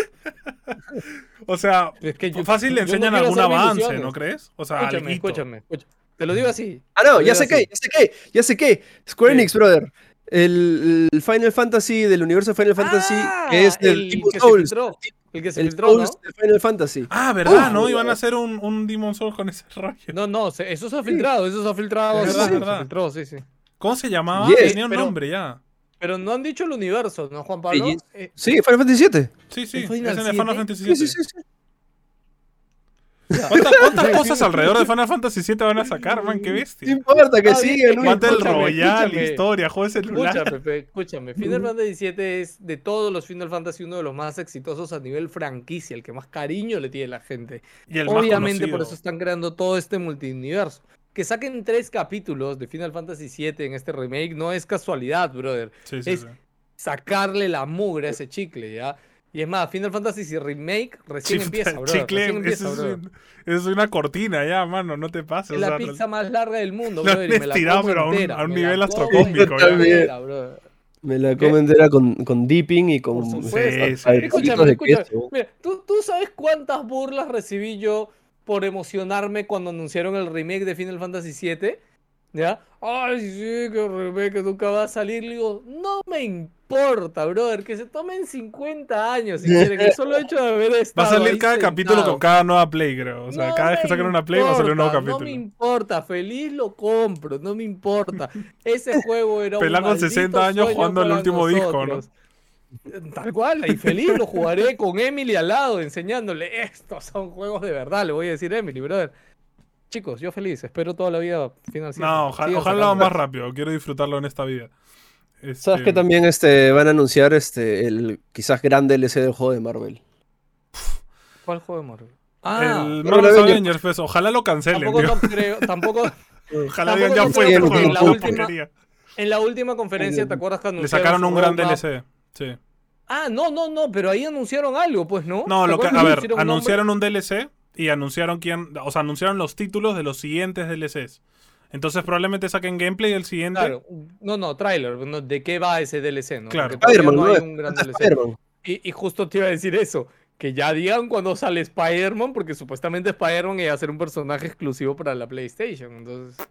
Speaker 3: O sea,
Speaker 1: Es que yo-
Speaker 3: fácil le
Speaker 1: yo no
Speaker 3: enseñan
Speaker 1: quiero
Speaker 3: algún
Speaker 1: hacerme
Speaker 3: avance,
Speaker 1: ilusiones.
Speaker 3: ¿no crees? O sea,
Speaker 1: Escúchame,
Speaker 3: alguito.
Speaker 1: escúchame, escúchame. Te lo digo así.
Speaker 2: Ah, no,
Speaker 1: Lo digo
Speaker 2: ya sé
Speaker 1: así.
Speaker 2: qué, ya sé qué, ya sé qué. Square
Speaker 1: ¿Qué?
Speaker 2: Enix, brother. El, el Final Fantasy del universo de Final Fantasy,
Speaker 1: Ah,
Speaker 2: que es del
Speaker 1: el
Speaker 2: tipo
Speaker 1: que se
Speaker 2: Souls.
Speaker 1: filtró, El que se
Speaker 2: El
Speaker 1: filtró, ¿no?
Speaker 2: Souls de Final Fantasy.
Speaker 3: Ah, ¿verdad?
Speaker 2: Uf.
Speaker 3: ¿No? Iban a hacer un, un Demon Souls con ese rollo.
Speaker 1: No, no, se- eso se ha filtrado, eso se ha filtrado.
Speaker 3: Es
Speaker 1: hace
Speaker 3: verdad,
Speaker 1: poco,
Speaker 3: es verdad.
Speaker 1: Se filtró, sí, sí.
Speaker 3: ¿Cómo se llamaba?
Speaker 2: Yes.
Speaker 3: Tenía un
Speaker 1: Pero-
Speaker 3: nombre ya.
Speaker 1: Pero no han dicho el universo, ¿no, Juan Pablo?
Speaker 2: Sí,
Speaker 1: Eh,
Speaker 2: Sí, Final Fantasy VII.
Speaker 3: Sí, sí.
Speaker 1: ¿El Final
Speaker 3: Es en el
Speaker 1: 7?
Speaker 3: Final Fantasy VII.
Speaker 2: Sí, sí, sí. sí.
Speaker 3: ¿Cuántas, cuántas cosas alrededor de Final Fantasy VII van a sacar, man? ¡Qué
Speaker 2: No
Speaker 3: bestia!
Speaker 2: importa que
Speaker 1: Ah,
Speaker 2: siga,
Speaker 1: bien,
Speaker 2: Luis.
Speaker 1: Mate-
Speaker 3: Battle
Speaker 1: escúchame,
Speaker 3: Royale,
Speaker 1: escúchame.
Speaker 3: historia, juego de celular.
Speaker 1: Escúchame, pe, escúchame. Final Fantasy VII es de todos los Final Fantasy uno de los más exitosos a nivel franquicia, el que más cariño le tiene la gente.
Speaker 3: Y el más
Speaker 1: Obviamente por
Speaker 3: conocido.
Speaker 1: eso están creando todo este multiuniverso. Que saquen tres capítulos de Final Fantasy VII en este remake no es casualidad, brother.
Speaker 3: Sí, sí,
Speaker 1: es-
Speaker 3: sí.
Speaker 1: sacarle la mugre a ese chicle, ¿ya? Y es más, Final Fantasy Remake recién
Speaker 3: Chif-
Speaker 1: empieza, bro.
Speaker 3: chicle,
Speaker 1: recién empieza,
Speaker 3: eso es,
Speaker 1: bro.
Speaker 3: un- eso es una cortina ya, mano, no te pases.
Speaker 1: Es
Speaker 3: o
Speaker 1: la
Speaker 3: sea,
Speaker 1: pizza más larga del mundo,
Speaker 3: la
Speaker 1: bro. y me
Speaker 3: han
Speaker 1: la
Speaker 3: estirado,
Speaker 1: como
Speaker 3: pero a un-
Speaker 1: entera,
Speaker 3: a un
Speaker 1: me la
Speaker 3: nivel
Speaker 1: como
Speaker 3: astronómico,
Speaker 2: ya.
Speaker 1: entera, bro.
Speaker 2: Me la
Speaker 1: ¿Qué?
Speaker 2: como entera con, con dipping y
Speaker 1: Por
Speaker 2: con.
Speaker 1: supuesto.
Speaker 3: Sí, sí.
Speaker 2: Ay,
Speaker 1: Escúchame,
Speaker 2: poquitos de
Speaker 1: escúchame.
Speaker 2: queso.
Speaker 1: Mira, ¿tú, tú sabes cuántas burlas recibí yo por emocionarme cuando anunciaron el remake de Final Fantasy VII? ¿Ya? Ay, sí, que el remake nunca va a salir. Le digo, no me importa, brother, que se tomen 50 años si quieren. El solo hecho de haber
Speaker 3: Va a
Speaker 1: estado
Speaker 3: salir
Speaker 1: ahí
Speaker 3: cada capítulo
Speaker 1: sentado.
Speaker 3: con cada nueva play, creo. O sea,
Speaker 1: No
Speaker 3: cada vez que
Speaker 1: me
Speaker 3: sacan una play va a salir un nuevo
Speaker 1: importa, No
Speaker 3: capítulo.
Speaker 1: me importa, feliz lo compro, no me importa. Ese juego era un
Speaker 3: Pelá con 60
Speaker 1: maldito
Speaker 3: años
Speaker 1: sueño
Speaker 3: jugando el
Speaker 1: para
Speaker 3: último disco, ¿no?
Speaker 1: nosotros. Tal cual, y feliz lo jugaré con Emily al lado, enseñándole, estos son juegos de verdad, le voy a decir Emily, brother. Chicos, yo feliz, espero toda la vida financiera.
Speaker 3: no, oja-
Speaker 1: Sigan
Speaker 3: ojalá
Speaker 1: sacando.
Speaker 3: más rápido. Quiero disfrutarlo en esta vida. Este,
Speaker 2: ¿Sabes que también este, van a anunciar este, el quizás grande LC del juego de Marvel?
Speaker 1: ¿Cuál juego de Marvel? Ah,
Speaker 3: El
Speaker 2: pero
Speaker 3: Marvel
Speaker 2: la Avengers.
Speaker 3: Avengers, pues, ojalá lo cancelen,
Speaker 1: tampoco,
Speaker 3: tío.
Speaker 1: no creo- tampoco
Speaker 3: Ojalá digan, ya
Speaker 1: tampoco
Speaker 3: fue,
Speaker 2: creo
Speaker 3: este
Speaker 2: que
Speaker 3: juego es
Speaker 2: la
Speaker 3: una
Speaker 1: última-
Speaker 3: porquería.
Speaker 1: en la última conferencia, ¿te acuerdas que
Speaker 3: Le sacaron
Speaker 1: anunciaron
Speaker 3: un
Speaker 1: su
Speaker 3: gran
Speaker 1: roadmap?
Speaker 3: DLC. Sí.
Speaker 1: Ah, no, no, no, pero ahí anunciaron algo, pues, ¿no?
Speaker 3: No,
Speaker 1: ¿Te
Speaker 3: lo que,
Speaker 1: acuerdas
Speaker 3: a ver,
Speaker 1: hicieron un nombre?
Speaker 3: anunciaron un DLC y anunciaron quién, o sea, anunciaron los títulos de los siguientes DLCs. Entonces probablemente saquen gameplay del siguiente.
Speaker 1: Claro, no, no, tráiler, no, ¿de qué va ese DLC? ¿no?
Speaker 3: Claro.
Speaker 1: Porque todavía
Speaker 2: Spider-Man,
Speaker 1: no
Speaker 2: ¿no?
Speaker 1: hay un gran
Speaker 2: Falta
Speaker 1: DLC.
Speaker 2: Spider-Man.
Speaker 1: Y, y justo te iba a decir eso, que ya digan cuando sale Spider-Man, porque supuestamente Spider-Man iba a ser un personaje exclusivo para la PlayStation, entonces...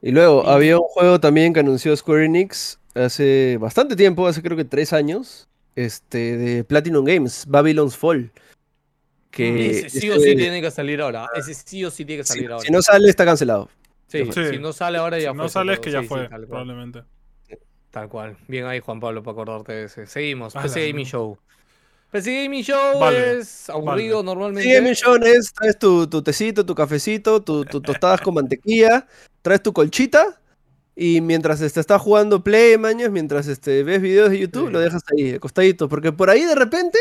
Speaker 2: Y luego, había un juego también que anunció Square Enix hace bastante tiempo, hace creo que tres años, este, de Platinum Games, Babylon's Fall. Que
Speaker 1: ese sí o
Speaker 2: este,
Speaker 1: sí tiene que salir ahora, ese sí o sí tiene que
Speaker 2: si-
Speaker 1: salir ahora.
Speaker 2: si no sale, está cancelado.
Speaker 1: Sí,
Speaker 3: Sí.
Speaker 1: Si no sale ahora ya
Speaker 3: si
Speaker 1: fue.
Speaker 3: no sale es
Speaker 1: pero
Speaker 3: que ya
Speaker 1: sí, sí,
Speaker 3: fue,
Speaker 1: tal, cual,
Speaker 3: probablemente.
Speaker 1: tal cual. Bien ahí, Juan Pablo, para acordarte de ese. Seguimos,
Speaker 3: A la
Speaker 1: PC Gaming
Speaker 3: mierda.
Speaker 1: Show. Pero si Gaming Show
Speaker 3: Vale,
Speaker 1: es aburrido normalmente.
Speaker 2: Sí, Millón es, traes tu, tu tecito, tu cafecito, tu, tu tostadas con mantequilla, traes tu colchita y mientras este, estás jugando Play, mañas, mientras este, ves videos de YouTube,
Speaker 1: Sí.
Speaker 2: lo dejas ahí, acostadito, porque por ahí de repente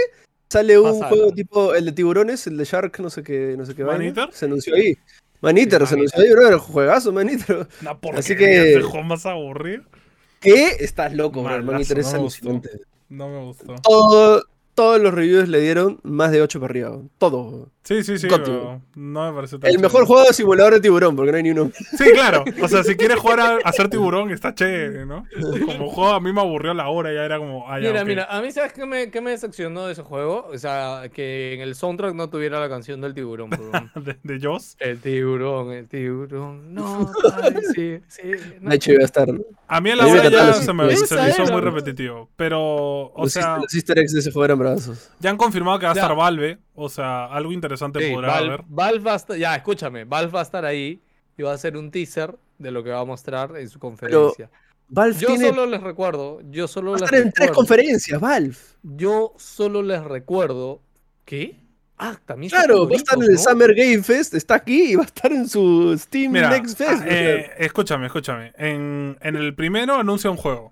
Speaker 2: sale un
Speaker 1: Pasa
Speaker 2: juego
Speaker 1: algo.
Speaker 2: tipo el de tiburones, el de Shark, no sé qué, no sé qué. vaina.
Speaker 3: ¿Maneater?
Speaker 2: Se anunció ahí. Maniter,
Speaker 1: Sí,
Speaker 2: se anunció ahí, brother, juegazo, Maniter.
Speaker 3: Una
Speaker 2: Así
Speaker 3: porquería,
Speaker 2: que-
Speaker 3: ese juego más aburrido.
Speaker 2: ¿Qué? Estás loco, brother,
Speaker 3: Malazo,
Speaker 2: Maniter es
Speaker 3: no me gustó.
Speaker 2: alucinante.
Speaker 3: No me gustó.
Speaker 2: Todo- todos los reviews le dieron más de 8 para arriba, todo.
Speaker 3: Sí, sí, sí,
Speaker 2: Contigo.
Speaker 3: pero no me pareció tan
Speaker 2: El
Speaker 3: chévere.
Speaker 2: mejor juego de simulador de tiburón, porque no hay ni uno.
Speaker 3: Sí, claro. O sea, si quieres jugar a, a ser tiburón, está chévere, ¿no? Como juego a mí me aburrió la hora, ya era como. ah, ya,
Speaker 1: Mira,
Speaker 3: ok.
Speaker 1: mira, a mí sabes qué me, qué me decepcionó de ese juego, o sea, que en el soundtrack no tuviera la canción del tiburón, perdón.
Speaker 3: De, de Jaws.
Speaker 1: El tiburón, el tiburón, no, ay, sí, sí, no.
Speaker 2: De hecho, iba a estar.
Speaker 3: A mí a la
Speaker 2: Ahí me
Speaker 3: hora ya
Speaker 2: encantaron.
Speaker 3: se me,
Speaker 1: Esa
Speaker 3: se me hizo
Speaker 1: era.
Speaker 3: muy repetitivo. Pero, o
Speaker 2: los,
Speaker 3: sea,
Speaker 2: easter, los easter eggs de ese juego eran brazos.
Speaker 3: ya han confirmado que va a
Speaker 1: Ya.
Speaker 3: estar Valve. O sea, algo interesante
Speaker 1: Sí,
Speaker 3: podrá
Speaker 1: Val-
Speaker 3: haber.
Speaker 1: Valve va a estar, ya, escúchame, Valve va a estar ahí y va a hacer un teaser de lo que va a mostrar en su conferencia.
Speaker 2: Valve
Speaker 1: yo
Speaker 2: tiene.
Speaker 1: solo les recuerdo, yo solo
Speaker 2: va a
Speaker 1: les
Speaker 2: estar en tres
Speaker 1: recuerdo,
Speaker 2: conferencias, Valve.
Speaker 1: yo solo les recuerdo que, ah, también está
Speaker 2: Claro, va a
Speaker 1: Doritos,
Speaker 2: estar en el
Speaker 1: ¿no?
Speaker 2: Summer Game Fest, está aquí y va a estar en su
Speaker 1: Mm,
Speaker 2: Steam
Speaker 3: Mira,
Speaker 2: Next Fest.
Speaker 3: ah, eh, escúchame, escúchame. En, en el primero anuncia un juego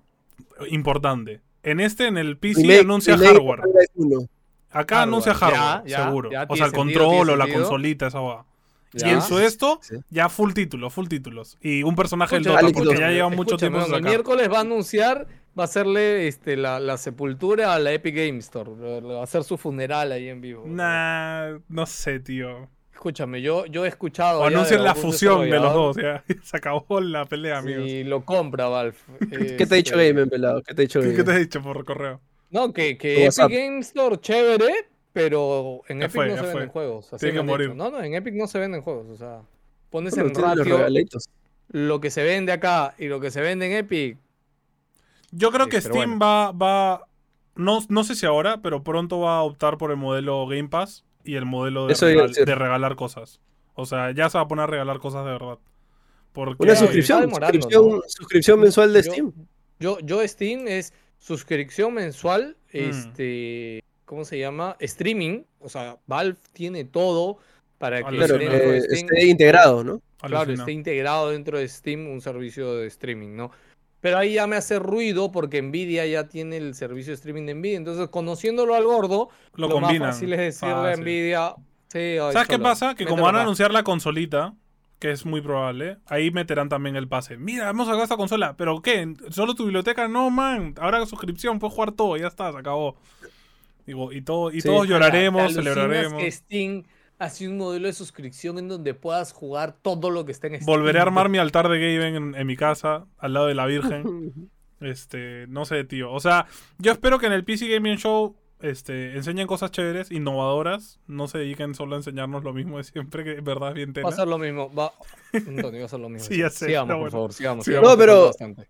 Speaker 3: importante. En este, en el PC,
Speaker 2: Remake-
Speaker 3: anuncia
Speaker 2: remake de
Speaker 3: hardware.
Speaker 2: Half-Life 1.
Speaker 3: Acá
Speaker 1: Hardware.
Speaker 3: anuncia
Speaker 1: Ya,
Speaker 3: hardware,
Speaker 1: ya,
Speaker 3: seguro.
Speaker 1: ya,
Speaker 3: o
Speaker 1: tiene
Speaker 3: sea, el
Speaker 1: sentido,
Speaker 3: control
Speaker 1: tiene
Speaker 3: o la
Speaker 1: sentido.
Speaker 3: consolita, esa va.
Speaker 1: Ya.
Speaker 3: Y en su esto,
Speaker 2: Sí.
Speaker 3: ya full título, full títulos. Y un personaje del
Speaker 1: Escúchame,
Speaker 3: Dota,
Speaker 2: Alex
Speaker 3: porque
Speaker 2: Dota.
Speaker 3: ya lleva
Speaker 1: escúchame,
Speaker 3: mucho tiempo sin
Speaker 1: escúchame, El
Speaker 3: sacar.
Speaker 1: miércoles va a anunciar, va a hacerle este, la, la sepultura a la Epic Game Store. le- le Va a hacer su funeral ahí en vivo.
Speaker 3: Nah, no sé, tío.
Speaker 1: Escúchame, yo, yo he escuchado.
Speaker 3: O
Speaker 1: ya de
Speaker 3: anuncian la
Speaker 1: algún
Speaker 3: fusión de
Speaker 1: desarrollador
Speaker 3: los dos, ya. Se acabó la pelea, amigos.
Speaker 1: Y lo compra Valve.
Speaker 2: ¿Qué te ha dicho
Speaker 1: Este,
Speaker 2: Game, pelado? ¿Qué te ha dicho
Speaker 3: ¿Qué, qué te
Speaker 2: Game?
Speaker 3: he dicho por correo?
Speaker 1: No, que, que
Speaker 2: Tu
Speaker 1: Epic
Speaker 2: WhatsApp.
Speaker 1: Game Store, chévere, pero en
Speaker 3: Ya
Speaker 1: Epic
Speaker 3: fue,
Speaker 1: no
Speaker 3: ya
Speaker 1: se
Speaker 3: fue.
Speaker 1: venden juegos. así
Speaker 3: Tiene
Speaker 1: me
Speaker 3: que
Speaker 1: han dicho.
Speaker 3: morir.
Speaker 1: No, no, en Epic no se venden juegos. O sea, pones
Speaker 2: Bueno,
Speaker 1: en
Speaker 2: tiene los
Speaker 1: ratio
Speaker 2: regalitos.
Speaker 1: lo que se vende acá y lo que se vende en Epic.
Speaker 3: Yo creo
Speaker 1: Sí,
Speaker 3: que
Speaker 1: pero
Speaker 3: Steam va, va. No, no sé si ahora, pero pronto va a optar por el modelo Game Pass y el modelo de,
Speaker 2: Eso iba a
Speaker 3: regal-
Speaker 2: decir.
Speaker 3: de regalar cosas. O sea, ya se va a poner a regalar cosas de verdad. Porque
Speaker 2: Una
Speaker 1: Está
Speaker 2: suscripción,
Speaker 1: demorando,
Speaker 2: suscripción,
Speaker 1: ¿no?
Speaker 2: suscripción mensual de
Speaker 1: Yo-
Speaker 2: Steam.
Speaker 1: Yo, yo Steam es suscripción mensual,
Speaker 3: Mm.
Speaker 1: este, ¿cómo se llama? Streaming, o sea, Valve tiene todo para que,
Speaker 2: Claro,
Speaker 1: dentro
Speaker 2: que
Speaker 1: de Steam-
Speaker 2: esté integrado, ¿no?
Speaker 1: claro,
Speaker 3: alucina.
Speaker 1: esté integrado dentro de Steam un servicio de streaming, ¿no? Pero ahí ya me hace ruido porque Nvidia ya tiene el servicio de streaming de Nvidia, entonces conociéndolo al gordo,
Speaker 3: Lo,
Speaker 1: lo más
Speaker 3: combinan. Ah,
Speaker 1: fácil es decirle a
Speaker 3: Fácil.
Speaker 1: Nvidia, sí, ay,
Speaker 3: ¿Sabes qué
Speaker 1: cholo,
Speaker 3: pasa? Que como
Speaker 1: mételo
Speaker 3: van a
Speaker 1: acá.
Speaker 3: anunciar la consolita, que es muy probable, ahí meterán también el pase. Mira, hemos sacado esta consola, pero ¿qué? ¿Solo tu biblioteca? No, man. Ahora suscripción, puedes jugar todo, ya está, se acabó. Digo, y todo, y
Speaker 2: Sí.
Speaker 3: todos
Speaker 1: Ahora,
Speaker 3: lloraremos,
Speaker 1: ¿te alucinas
Speaker 3: celebraremos.
Speaker 1: que Steam hace un modelo de suscripción en donde puedas jugar todo lo que está en Steam.
Speaker 3: Volveré a armar mi altar de Gaben en, en mi casa, al lado de la Virgen. Este, no sé, tío. O sea, yo espero que en el PC Gaming Show este, enseñen cosas chéveres, innovadoras. No se dediquen solo a enseñarnos lo mismo de siempre, que en verdad es bien
Speaker 1: Va
Speaker 3: tela.
Speaker 1: a ser lo mismo. Va... Antonio, va a ser lo mismo.
Speaker 3: Sí, ya sé,
Speaker 1: Sigamos,
Speaker 3: pero
Speaker 1: por
Speaker 3: bueno.
Speaker 1: favor, sigamos.
Speaker 3: Sí.
Speaker 1: sigamos,
Speaker 2: No,
Speaker 1: que
Speaker 2: pero-
Speaker 1: falta bastante.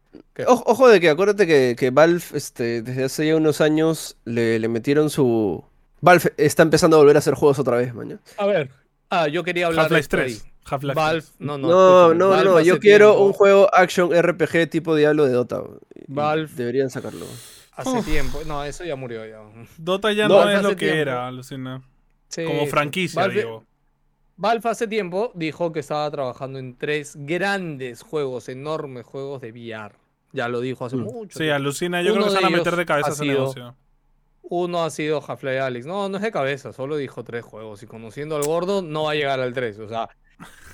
Speaker 2: Ojo, ojo de que acuérdate que, que Valve este, desde hace ya unos años le, le metieron su... Valve está empezando a volver a hacer juegos otra vez, mañana.
Speaker 1: A ver. Ah, yo quería hablar de
Speaker 3: Half-Life
Speaker 1: esto
Speaker 3: 3.
Speaker 1: ahí.
Speaker 3: Half-Life
Speaker 1: Valve,
Speaker 3: 3.
Speaker 1: no, no.
Speaker 2: No,
Speaker 1: escúchame,
Speaker 2: no,
Speaker 1: Valve
Speaker 2: no,
Speaker 1: hace
Speaker 2: yo quiero
Speaker 1: tiempo-
Speaker 2: un juego action RPG tipo Diablo de Dota. y
Speaker 1: Valve.
Speaker 2: Deberían sacarlo.
Speaker 1: Hace tiempo. No, eso ya murió ya.
Speaker 3: Dota ya
Speaker 2: No,
Speaker 3: no, es
Speaker 1: hace
Speaker 3: lo que
Speaker 1: tiempo.
Speaker 3: era, alucina.
Speaker 1: Sí,
Speaker 3: Como
Speaker 1: sí.
Speaker 3: franquicia,
Speaker 1: Valve-
Speaker 3: digo.
Speaker 1: Valve hace tiempo dijo que estaba trabajando en tres grandes juegos, enormes juegos de VR. Ya lo dijo hace
Speaker 2: Mm.
Speaker 1: mucho
Speaker 3: Sí,
Speaker 1: tiempo.
Speaker 3: alucina. Yo
Speaker 1: Uno
Speaker 3: creo que se
Speaker 1: de
Speaker 3: van a
Speaker 1: ellos
Speaker 3: meter de cabeza
Speaker 1: ha
Speaker 3: ese
Speaker 1: sido-
Speaker 3: negocio.
Speaker 1: Uno ha sido Half-Life Alex. No, no es de cabeza, solo dijo tres juegos. Y conociendo al gordo, no va a llegar al 3. O sea,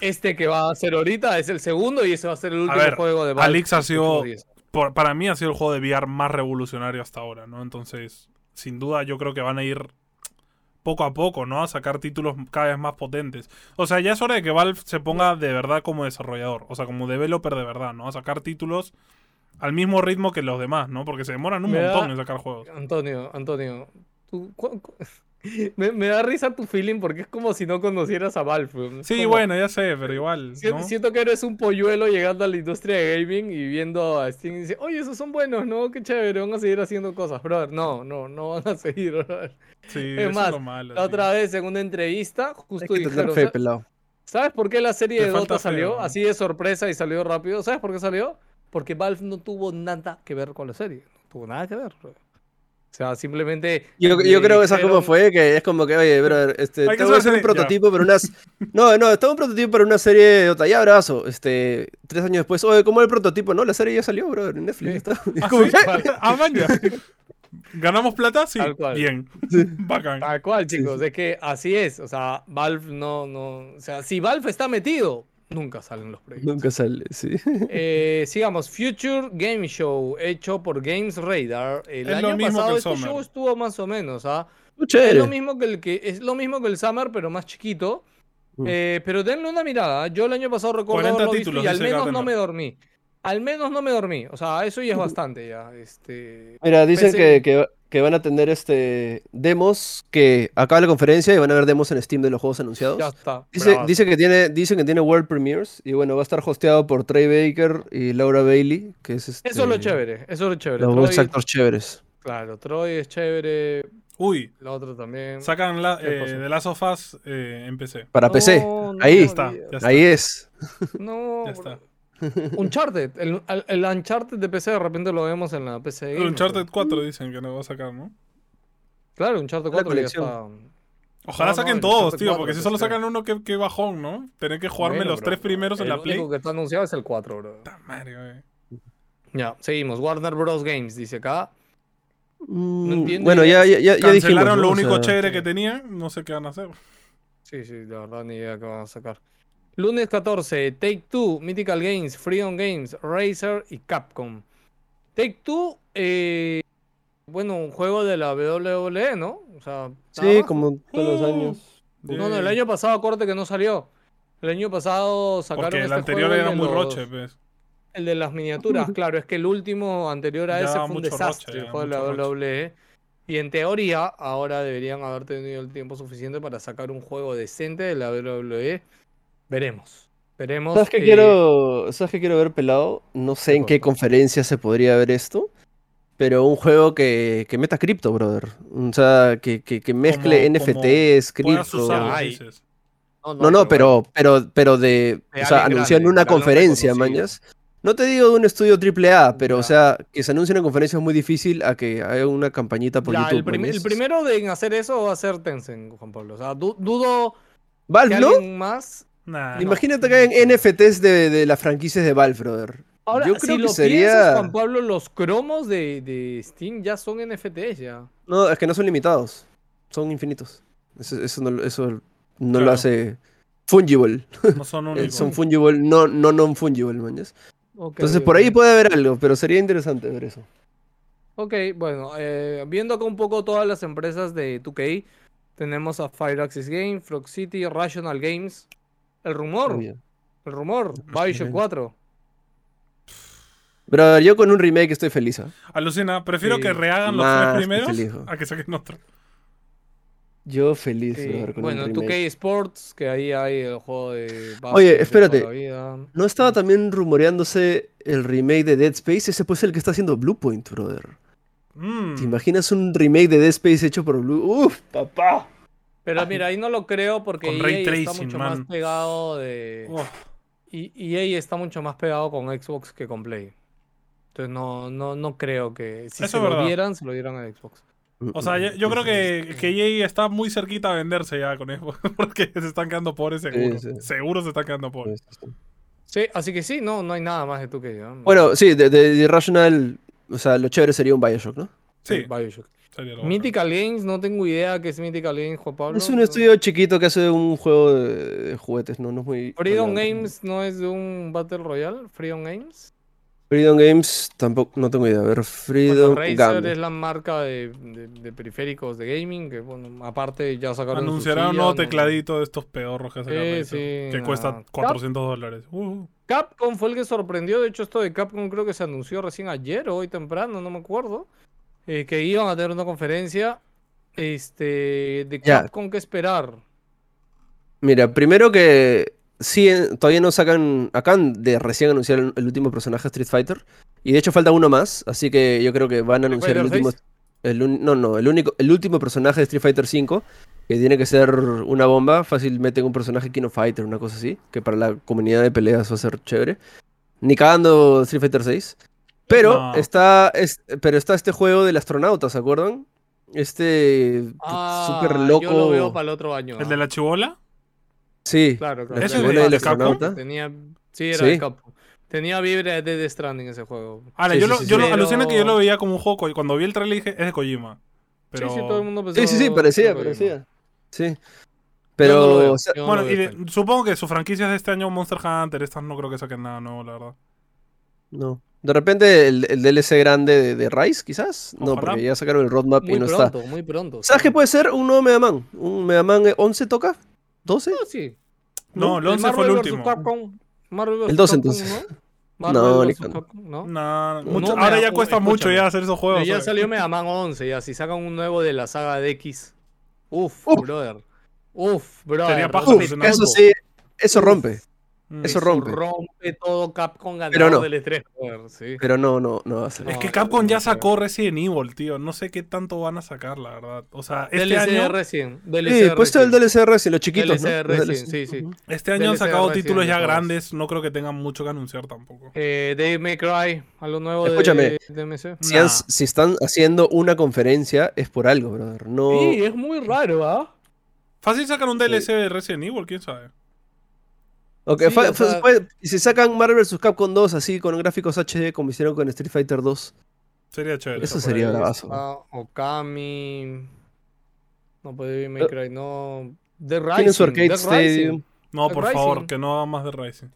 Speaker 1: este que va a hacer ahorita es el segundo y ese va a ser el último
Speaker 3: ver,
Speaker 1: juego de Valve.
Speaker 3: Alex ha sido,
Speaker 1: Últimos diez.
Speaker 3: por- para mí ha sido el juego de VR más revolucionario hasta ahora, ¿no? Entonces, sin duda yo creo que van a ir poco a poco, ¿no? A sacar títulos cada vez más potentes. O sea, ya es hora de que Valve se ponga de verdad como desarrollador, o sea, como developer de verdad, ¿no? A sacar títulos al mismo ritmo que los demás, ¿no? Porque se demoran un
Speaker 1: Me da-
Speaker 3: montón en sacar juegos.
Speaker 1: Antonio, Antonio, tú- cu- cu- me, me da risa tu feeling porque es como si no conocieras a Valve. weón. Es
Speaker 3: Sí,
Speaker 1: como-
Speaker 3: bueno, ya sé, pero igual,
Speaker 1: si-
Speaker 3: ¿no?
Speaker 1: Siento que eres un polluelo llegando a la industria de gaming y viendo a Steam y dice, oye, esos son buenos, ¿no? Qué chévere, van a seguir haciendo cosas, brother. No, no, no van a seguir, brother.
Speaker 3: Sí,
Speaker 1: Es
Speaker 3: eso
Speaker 1: más,
Speaker 3: es lo malo.
Speaker 1: La
Speaker 3: sí.
Speaker 1: otra vez en una entrevista,
Speaker 2: Hay
Speaker 1: justo
Speaker 2: que tener
Speaker 1: dijeron, "Ah,
Speaker 2: fe,
Speaker 1: "Sa-
Speaker 2: pelado.
Speaker 1: ¿sabes por qué la serie
Speaker 3: Te
Speaker 1: de Dota
Speaker 3: falta fe,
Speaker 1: salió
Speaker 3: ¿no?
Speaker 1: así de sorpresa y salió rápido? ¿Sabes por qué salió? Porque Valve no tuvo nada que ver con la serie, no tuvo nada que ver. bro. sea, simplemente.
Speaker 2: Yo,
Speaker 1: le
Speaker 2: yo creo que eso es como
Speaker 1: dijeron-
Speaker 2: fue, que es como que, oye, brother, este,
Speaker 3: Hay que
Speaker 2: tengo que hacer un
Speaker 3: hacer- ya.
Speaker 2: prototipo para unas... No, no, tengo un prototipo para una serie de Dota, ya abrazo. Este, tres años después, oye, ¿cómo el prototipo? No, la serie ya salió, brother, en Netflix.
Speaker 1: Sí.
Speaker 2: está. Es
Speaker 3: ¿Ah,
Speaker 2: como,
Speaker 3: sí?
Speaker 2: ¿qué?
Speaker 3: Ah, man, ya. ¿Ganamos plata? Sí.
Speaker 1: Tal cual.
Speaker 3: Bien. Bacán.
Speaker 1: Tal cual, chicos, es que así es. O sea, Valve no, no. O sea, si Valve está metido, nunca salen los proyectos.
Speaker 2: Nunca sale, sí.
Speaker 1: Eh, sigamos, Future Game Show, hecho por Games Radar. El
Speaker 3: Es lo
Speaker 1: año
Speaker 3: mismo
Speaker 1: pasado
Speaker 3: que el
Speaker 1: este
Speaker 3: Summer.
Speaker 1: show estuvo más o menos, ¿ah?
Speaker 2: Muy
Speaker 1: Es
Speaker 2: chévere.
Speaker 1: lo mismo que el que es lo mismo que el Summer, pero más chiquito.
Speaker 2: Mm.
Speaker 1: Eh, pero denle una mirada. ¿ah? Yo el año pasado recuerdo
Speaker 3: 40
Speaker 1: haberlo visto
Speaker 3: títulos,
Speaker 1: y al
Speaker 3: dice
Speaker 1: menos no
Speaker 3: Gardener.
Speaker 1: me dormí. Al menos no me dormí. O sea, eso ya es bastante ya. Este.
Speaker 2: Mira, dicen
Speaker 1: Pensé
Speaker 2: que, que, que van a tener este demos que acaba la conferencia y van a haber demos en Steam de los juegos anunciados.
Speaker 1: Ya está.
Speaker 2: Dice,
Speaker 1: bravazo.
Speaker 2: dice que tiene, dicen que tiene World Premiers y bueno, va a estar hosteado por Trey Baker y Laura Bailey, que es este,
Speaker 1: Eso es lo chévere. Eso es lo chévere.
Speaker 2: Los
Speaker 1: Troy-
Speaker 2: voice actors chéveres.
Speaker 1: Claro, Troy es chévere.
Speaker 3: Uy,
Speaker 1: La otra también.
Speaker 3: sacan la,
Speaker 1: ¿Qué
Speaker 3: eh,
Speaker 1: cosa?
Speaker 3: de las sofás eh, en PC.
Speaker 2: Para
Speaker 1: No,
Speaker 2: PC.
Speaker 1: no
Speaker 2: Ahí
Speaker 1: me
Speaker 3: está,
Speaker 1: olvides.
Speaker 3: ya está.
Speaker 2: Ahí es.
Speaker 1: No,
Speaker 3: Ya
Speaker 1: bro.
Speaker 3: está.
Speaker 1: Uncharted, el, el, el Uncharted de PC de repente lo vemos en la PC.
Speaker 3: El
Speaker 1: Gamer,
Speaker 3: Uncharted 4 dicen que nos va a sacar, ¿no?
Speaker 1: Claro, Uncharted
Speaker 2: La
Speaker 1: 4 ya
Speaker 2: colección.
Speaker 1: está.
Speaker 3: Ojalá
Speaker 1: No, no,
Speaker 3: saquen
Speaker 1: el
Speaker 3: todos,
Speaker 1: Uncharted
Speaker 3: tío,
Speaker 1: 4,
Speaker 3: porque si
Speaker 1: pues,
Speaker 3: solo
Speaker 1: sí.
Speaker 3: sacan uno, qué, qué bajón, ¿no? Tener que jugarme
Speaker 1: Bueno,
Speaker 3: los
Speaker 1: bro,
Speaker 3: tres primeros
Speaker 1: el
Speaker 3: en la Play.
Speaker 1: único que está anunciado es el 4, bro.
Speaker 3: Puta madre, güey.
Speaker 1: Ya, seguimos. Warner Bros. Games dice acá.
Speaker 2: Mm,
Speaker 1: entiendo
Speaker 2: bueno, ya, ya, ya, ya dijimos.
Speaker 3: Cancelaron
Speaker 2: ¿no?
Speaker 3: lo
Speaker 2: O
Speaker 3: único
Speaker 2: sea,
Speaker 3: chévere que
Speaker 1: sí.
Speaker 3: tenían, no sé qué van a hacer.
Speaker 1: Sí, sí, la verdad ni idea que van a sacar. Lunes 14, Take Two, Mythical Games, Freedom Games, Razer y Capcom. Take Two, eh, bueno, un juego de la WWE, ¿no? O sea,
Speaker 2: Sí,
Speaker 1: como
Speaker 2: como todos los años.
Speaker 1: No, no, el
Speaker 3: Yay.
Speaker 1: año pasado, acuérdate que no salió. El año pasado sacaron.
Speaker 3: Porque el
Speaker 1: este
Speaker 3: anterior
Speaker 1: juego, el
Speaker 3: era
Speaker 1: de
Speaker 3: muy
Speaker 1: los-
Speaker 3: roche, pues.
Speaker 1: El de las miniaturas, claro, es que el último anterior a
Speaker 3: Ya
Speaker 1: ese fue un
Speaker 3: mucho roche,
Speaker 1: desastre,
Speaker 3: ya
Speaker 1: el juego de la
Speaker 3: mucho roche.
Speaker 1: WWE. Y en teoría, ahora deberían haber tenido el tiempo suficiente para sacar un juego decente de la WWE. Veremos. Veremos.
Speaker 2: ¿Sabes qué
Speaker 1: eh,
Speaker 2: quiero, ¿sabes qué quiero ver pelado? No sé
Speaker 1: ¿Qué
Speaker 2: en qué
Speaker 1: cosa?
Speaker 2: conferencia se podría ver esto, pero un juego que, que meta cripto, brother. O sea, que, que, que mezcle
Speaker 3: Como-
Speaker 2: NFTs,
Speaker 3: Puedas
Speaker 2: cripto.
Speaker 3: usarlo,
Speaker 1: Ay.
Speaker 3: dices.
Speaker 2: No, no, pero, pero, pero de.
Speaker 1: De
Speaker 2: o sea,
Speaker 1: alguien
Speaker 2: anunciar en
Speaker 1: grande,
Speaker 2: una
Speaker 1: de algo
Speaker 2: conferencia,
Speaker 1: reconocido.
Speaker 2: mañas. No te digo de un estudio AAA, pero,
Speaker 1: Ya.
Speaker 2: o sea, que se anuncie en una conferencia es muy difícil a que haya una campañita por
Speaker 1: Ya,
Speaker 2: YouTube.
Speaker 1: el, prim- el
Speaker 2: mañas.
Speaker 1: primero de en hacer eso va a ser Tencent, Juan Pablo. O sea, du- dudo que
Speaker 2: Valve, ¿no?
Speaker 1: alguien Ah, Mm. más
Speaker 3: Nah, no.
Speaker 2: Imagínate que hayan NFTs de, de las franquicias de Valve, brother.
Speaker 1: Ahora,
Speaker 2: Yo creo
Speaker 1: si
Speaker 2: que
Speaker 1: lo piensas,
Speaker 2: sería-
Speaker 1: Juan Pablo, los cromos de, de Steam ya son NFTs ya.
Speaker 2: No, es que no son limitados. Son infinitos. Eso, eso no, eso no
Speaker 3: Claro.
Speaker 2: lo hace fungible.
Speaker 3: no son
Speaker 2: Eh,
Speaker 3: únicos.
Speaker 2: son fungible, no no non-fungible, mañas.
Speaker 1: Ok,
Speaker 2: Entonces,
Speaker 1: ok.
Speaker 2: por ahí puede haber algo, pero sería interesante ver eso.
Speaker 1: Ok, bueno, eh, viendo acá un poco todas las empresas de 2K, tenemos a Fireaxis Game, Frog City, Rational Games. El rumor,
Speaker 2: Mira.
Speaker 1: el rumor,
Speaker 2: Rational
Speaker 1: Bioshock
Speaker 2: Games.
Speaker 1: 4.
Speaker 2: Brother, yo con un remake estoy feliz. ¿ah?
Speaker 3: Alucina, prefiero
Speaker 1: Sí.
Speaker 3: que rehagan los
Speaker 2: Más
Speaker 3: tres
Speaker 2: que
Speaker 3: primeros
Speaker 2: feliz.
Speaker 3: a que saquen otro.
Speaker 2: Yo feliz,
Speaker 1: Sí,
Speaker 2: brother, con un
Speaker 1: Bueno,
Speaker 2: remake.
Speaker 1: 2K Sports, que ahí hay el juego de...
Speaker 2: Oye,
Speaker 1: básquet de toda
Speaker 2: espérate.
Speaker 1: la vida.
Speaker 2: ¿No estaba también rumoreándose el remake de Dead Space? Ese pues es el que está haciendo Bluepoint, brother.
Speaker 3: Mm.
Speaker 2: ¿Te imaginas un remake de Dead Space hecho por Blue? ¡Uf, papá!
Speaker 1: Pero mira, ahí no lo creo porque
Speaker 3: Con ray
Speaker 1: EA está
Speaker 3: tracing,
Speaker 1: mucho
Speaker 3: man. Oh.
Speaker 1: más pegado de... E
Speaker 3: Uf.
Speaker 1: Y y EA está mucho más pegado con Xbox que con Play. Entonces no, no, no creo que si
Speaker 3: Eso
Speaker 1: se
Speaker 3: es
Speaker 1: lo
Speaker 3: verdad.
Speaker 1: dieran, se lo dieran a Xbox.
Speaker 3: O sea, yo, yo creo que, que EA está muy cerquita a venderse ya con eso, porque se están quedando pobres seguro.
Speaker 2: Sí, sí.
Speaker 3: Seguro se están quedando pobres.
Speaker 1: Sí, así que sí, no, no hay nada más de tu que
Speaker 2: Bueno, sí, de, de, de Irrational, o sea, lo chévere sería un Bioshock, ¿no?
Speaker 3: Sí,
Speaker 1: Bioshock.
Speaker 3: sería lo
Speaker 1: Mythical Games, no tengo idea qué es Mythical Games, Juan Pablo.
Speaker 2: Es un
Speaker 1: no.
Speaker 2: estudio chiquito que hace un juego de, de juguetes, ¿no? No es muy...
Speaker 1: Freedom
Speaker 2: relevante.
Speaker 1: Games no es de un Battle Royale, Freedom Games.
Speaker 2: Freedom Games, tampoco, no tengo idea. A ver,
Speaker 1: Bueno,
Speaker 2: Freedom
Speaker 1: Razer
Speaker 2: Gambit.
Speaker 1: es la marca de, de- de periféricos de gaming, que bueno, aparte ya
Speaker 3: bueno.
Speaker 1: sacaron su
Speaker 3: Anunciarán un
Speaker 1: silla,
Speaker 3: nuevo
Speaker 1: no-
Speaker 3: tecladito de estos pedorros que sacaron,
Speaker 1: Sí, sí,
Speaker 3: eso,
Speaker 1: Ah,
Speaker 3: que
Speaker 1: nada.
Speaker 3: cuesta 400 dólares. Uh,
Speaker 1: Capcom fue el que sorprendió, de hecho esto de Capcom creo que se anunció recién ayer o hoy temprano, no me acuerdo, eh, que iban a tener una conferencia este, de
Speaker 2: Ya.
Speaker 1: Capcom que esperar.
Speaker 2: Mira, primero que sí, eh, todavía no sacan, acaban de recién anunciar el, el último personaje Street Fighter y de hecho falta uno más, así que yo creo que van a anunciar el
Speaker 1: Fighter
Speaker 2: último, el un- no, no, el único, el último personaje de Street Fighter 5 que tiene que ser una bomba, fácil meten un personaje Kino Fighter, una cosa así, que para la comunidad de peleas va a ser chévere. Ni cagando Street Fighter 6. Pero
Speaker 3: No.
Speaker 2: está es- pero está este juego del astronauta, ¿se acuerdan? Este
Speaker 1: Ah,
Speaker 2: súper loco.
Speaker 1: Yo lo veo para el otro año.
Speaker 3: ¿El de la chibola?
Speaker 2: Sí.
Speaker 1: Claro, claro.
Speaker 2: La
Speaker 3: ¿Ese
Speaker 1: claro.
Speaker 2: figura
Speaker 3: de
Speaker 2: del
Speaker 3: Capcom?
Speaker 2: astronauta.
Speaker 1: Tenía... Sí, era
Speaker 2: Sí.
Speaker 1: de Capcom. Tenía vibra de Death Stranding ese juego.
Speaker 3: Ahora,
Speaker 2: Sí,
Speaker 3: Ah, yo,
Speaker 2: sí,
Speaker 3: lo,
Speaker 2: sí,
Speaker 3: yo
Speaker 1: sí.
Speaker 3: lo- alucina que yo lo
Speaker 1: Pero-
Speaker 3: veía como un juego. co- Cuando vi el trailer dije, es de Kojima. Pero...
Speaker 1: Sí, sí, todo el mundo pensó...
Speaker 2: Sí, sí, sí, parecía,
Speaker 1: Kojima.
Speaker 2: parecía. Sí.
Speaker 1: Yo no lo
Speaker 2: Pero
Speaker 1: veo,
Speaker 2: o sea,
Speaker 1: yo no
Speaker 3: Bueno,
Speaker 1: lo
Speaker 3: y
Speaker 1: veo,
Speaker 3: de-
Speaker 1: Pen.
Speaker 3: supongo que sus franquicias de este año, Monster Hunter, estas no creo que saquen nada nuevo, la verdad.
Speaker 2: no. De repente el, el DLC grande de, de Rise, quizás. No,
Speaker 3: Ojalá.
Speaker 2: porque ya sacaron el roadmap
Speaker 1: Muy
Speaker 2: y no está.
Speaker 1: pronto, muy pronto.
Speaker 2: ¿Sabes qué puede ser? Un nuevo Mega Man. ¿Un Mega Man eh, 11 toca? ¿12?
Speaker 1: No, sí.
Speaker 3: No, el 11 fue el
Speaker 1: Marvel vs.
Speaker 3: último.
Speaker 1: Capcom, Marvel vs.
Speaker 2: El 12
Speaker 1: Capcom,
Speaker 2: entonces.
Speaker 1: ¿no?
Speaker 2: No,
Speaker 1: Marvel vs.
Speaker 2: Nico, no.
Speaker 1: Capcom, ¿no?
Speaker 3: Nah,
Speaker 2: No,
Speaker 3: mucho-
Speaker 1: no,
Speaker 3: ahora
Speaker 1: mira,
Speaker 3: ya cuesta
Speaker 1: u-
Speaker 3: mucho
Speaker 1: escúchame.
Speaker 3: ya hacer esos juegos.
Speaker 1: Ya
Speaker 3: ¿sabes?
Speaker 1: salió Mega Man 11, ya. Si sacan un nuevo de la saga de X. Uf,
Speaker 2: Uf.
Speaker 1: brother. Uf, brother.
Speaker 3: Sería paja
Speaker 1: rompe
Speaker 2: Uf,
Speaker 3: alucinante.
Speaker 2: eso
Speaker 1: todo.
Speaker 2: sí, eso rompe.
Speaker 3: Mm.
Speaker 2: eso rompe.
Speaker 1: Rompe todo Capcom ganador
Speaker 2: Pero no.
Speaker 1: del E3, brother. Sí.
Speaker 2: Pero no, no, no va a salir.
Speaker 3: Es
Speaker 1: No,
Speaker 3: que
Speaker 1: no,
Speaker 3: Capcom
Speaker 1: no,
Speaker 3: ya
Speaker 1: no,
Speaker 3: sacó Resident Evil, tío. No sé qué tanto van a sacar, la verdad. O sea, este
Speaker 1: DLC de
Speaker 3: año,
Speaker 1: Resident. DLC
Speaker 2: Sí,
Speaker 1: de
Speaker 2: pues todo el
Speaker 1: Resident.
Speaker 2: DLC de Resident, los chiquitos,
Speaker 1: DLC de
Speaker 2: ¿no? Los
Speaker 1: Resident,
Speaker 2: DLC.
Speaker 1: sí, sí.
Speaker 2: Ujú.
Speaker 3: este año han
Speaker 1: DLC de
Speaker 3: sacado
Speaker 1: Resident
Speaker 3: títulos ya
Speaker 1: Evil.
Speaker 3: grandes. No creo que tengan mucho que anunciar tampoco.
Speaker 1: Eh, Dave May Cry, algo nuevo
Speaker 2: Escúchame.
Speaker 1: de, de MC.
Speaker 2: Si, han-
Speaker 3: Nah.
Speaker 2: si están haciendo una conferencia es por algo, brother. No,
Speaker 1: Sí, eh, es muy raro, ¿ah?
Speaker 3: Fácil sacar un DLC de Resident Evil, quién sabe.
Speaker 2: Ok,
Speaker 1: Sí,
Speaker 2: fa-
Speaker 1: o
Speaker 2: fa-
Speaker 1: sea-
Speaker 2: puede- y si sacan Marvel vs. Capcom 2 así con gráficos HD como hicieron con Street Fighter 2.
Speaker 3: Sería chévere.
Speaker 2: Eso
Speaker 3: por
Speaker 2: sería
Speaker 3: ahí.
Speaker 2: bravazo.
Speaker 1: Ah, Okami. No puede Dave May
Speaker 2: Eh,
Speaker 1: Cry, no. The Rising.
Speaker 2: Tienen su Arcade
Speaker 1: The
Speaker 2: Stadium.
Speaker 1: Rising.
Speaker 3: No, por
Speaker 1: Rising.
Speaker 3: favor, que no haga más de Rising.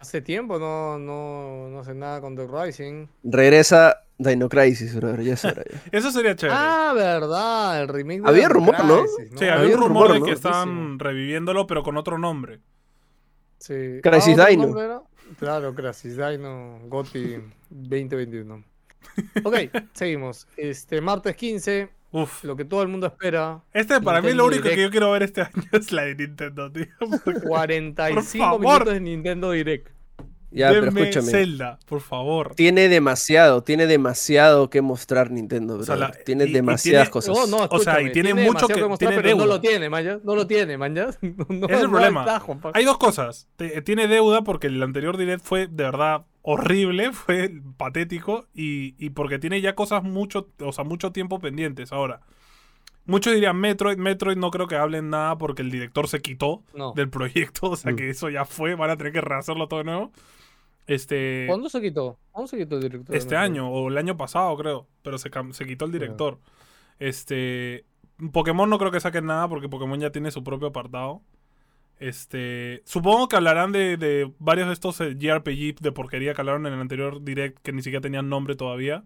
Speaker 1: Hace tiempo no, no, no sé nada con The Rising.
Speaker 2: Regresa Dino Crisis, brother. Ya es hora, ya.
Speaker 3: Eso sería chévere.
Speaker 1: Ah, verdad, el remake de
Speaker 2: Había
Speaker 1: The
Speaker 2: rumor, ¿no?
Speaker 1: Crisis,
Speaker 3: sí, había un rumor, de
Speaker 2: ¿no?
Speaker 3: que estaban
Speaker 1: Buenísimo.
Speaker 3: reviviéndolo, pero con otro nombre.
Speaker 1: Sí.
Speaker 3: Ah,
Speaker 2: Crisis
Speaker 1: ¿otro
Speaker 2: Dino.
Speaker 1: nombre era? Claro, Crisis Dino, Gotti 2021. Ok, seguimos. Este, martes 15,
Speaker 3: Uf.
Speaker 1: lo que todo el mundo espera,
Speaker 3: Este para mí lo
Speaker 1: Nintendo
Speaker 3: único que
Speaker 1: Direct.
Speaker 3: yo quiero ver este año es la de Nintendo, tío.
Speaker 1: 45
Speaker 3: favor.
Speaker 1: minutos de Nintendo Direct.
Speaker 2: Ya, pero
Speaker 3: Denme
Speaker 2: escúchame.
Speaker 3: Zelda, por favor.
Speaker 2: Tiene demasiado, tiene demasiado que mostrar Nintendo,
Speaker 3: sea,
Speaker 2: brother.
Speaker 3: la-
Speaker 2: tiene
Speaker 3: y- y
Speaker 2: demasiadas
Speaker 3: tiene- oh,
Speaker 2: cosas.
Speaker 1: Oh, No, no,
Speaker 3: O sea, y
Speaker 1: escúchame,
Speaker 3: tiene mucho
Speaker 1: demasiado
Speaker 3: que-
Speaker 1: mostrar,
Speaker 3: tiene
Speaker 1: pero no
Speaker 3: deuda.
Speaker 1: lo tiene, man, ya, No lo tiene, man, ya. No, no,
Speaker 3: Ese es el
Speaker 1: no
Speaker 3: problema.
Speaker 1: está, compa.
Speaker 3: Hay dos cosas. Te- eh, tiene deuda porque el anterior direct fue de verdad horrible, fue patético y, y porque tiene ya cosas mucho, o sea, mucho tiempo pendientes ahora. Muchos dirían Metroid, Metroid no creo que hablen nada porque el director se quitó
Speaker 1: No.
Speaker 3: del proyecto, o sea
Speaker 2: Mm.
Speaker 3: que eso ya fue, van a tener que rehacerlo todo de nuevo. Este
Speaker 1: ¿Cuándo se quitó? ¿Cuándo se quitó el director?
Speaker 3: este año o el año pasado, creo, pero se, cam- se quitó el
Speaker 1: Ya.
Speaker 3: director. Este Pokémon no creo que saquen nada porque Pokémon ya tiene su propio apartado. Este, supongo que hablarán de, de varios de estos eh, JRPG de porquería que hablaron en el anterior direct que ni siquiera tenían nombre todavía.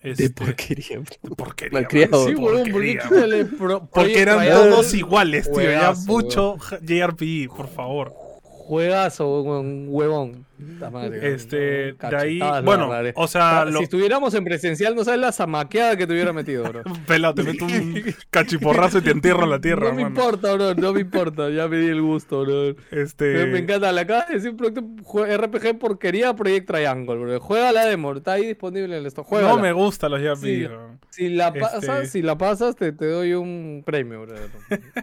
Speaker 3: Este,
Speaker 2: De porquería.
Speaker 3: de porquería.
Speaker 2: Malcriado.
Speaker 3: man,
Speaker 1: Sí,
Speaker 3: de
Speaker 1: weón, porque
Speaker 3: porquería, man.
Speaker 1: chale, pro-
Speaker 3: Porque
Speaker 1: Project
Speaker 3: eran
Speaker 1: Triangle-
Speaker 3: todos iguales, tío. Ya
Speaker 1: Juegazo,
Speaker 3: mucho JRPG, por favor.
Speaker 1: Juegazo, weón, huevón. Puta madre,
Speaker 3: Este,
Speaker 1: weón,
Speaker 3: de ahí,
Speaker 1: cachetadas eh. le
Speaker 3: bueno,
Speaker 1: agarraré.
Speaker 3: o sea,
Speaker 1: Si
Speaker 3: Ah, lo-
Speaker 1: estuviéramos en presencial, no sabes la zamaqueada que te hubiera metido, bro.
Speaker 3: pelado, te meto un cachiporrazo y te entierro en la tierra,
Speaker 1: no me
Speaker 3: mano.
Speaker 1: importa, bro, no me importa. Ya me di el gusto, bro.
Speaker 3: Este,
Speaker 1: Pero Me encanta, la acabas de decir proyecto jue- RPG porquería Project Triangle, bro. Juega la demo, está ahí disponible en el store. Juega.
Speaker 3: No me gustan los JRPG.
Speaker 1: Sí.
Speaker 3: weón.
Speaker 1: si, la pasas,
Speaker 3: este-
Speaker 1: si la pasas, te, te doy un premio, bro.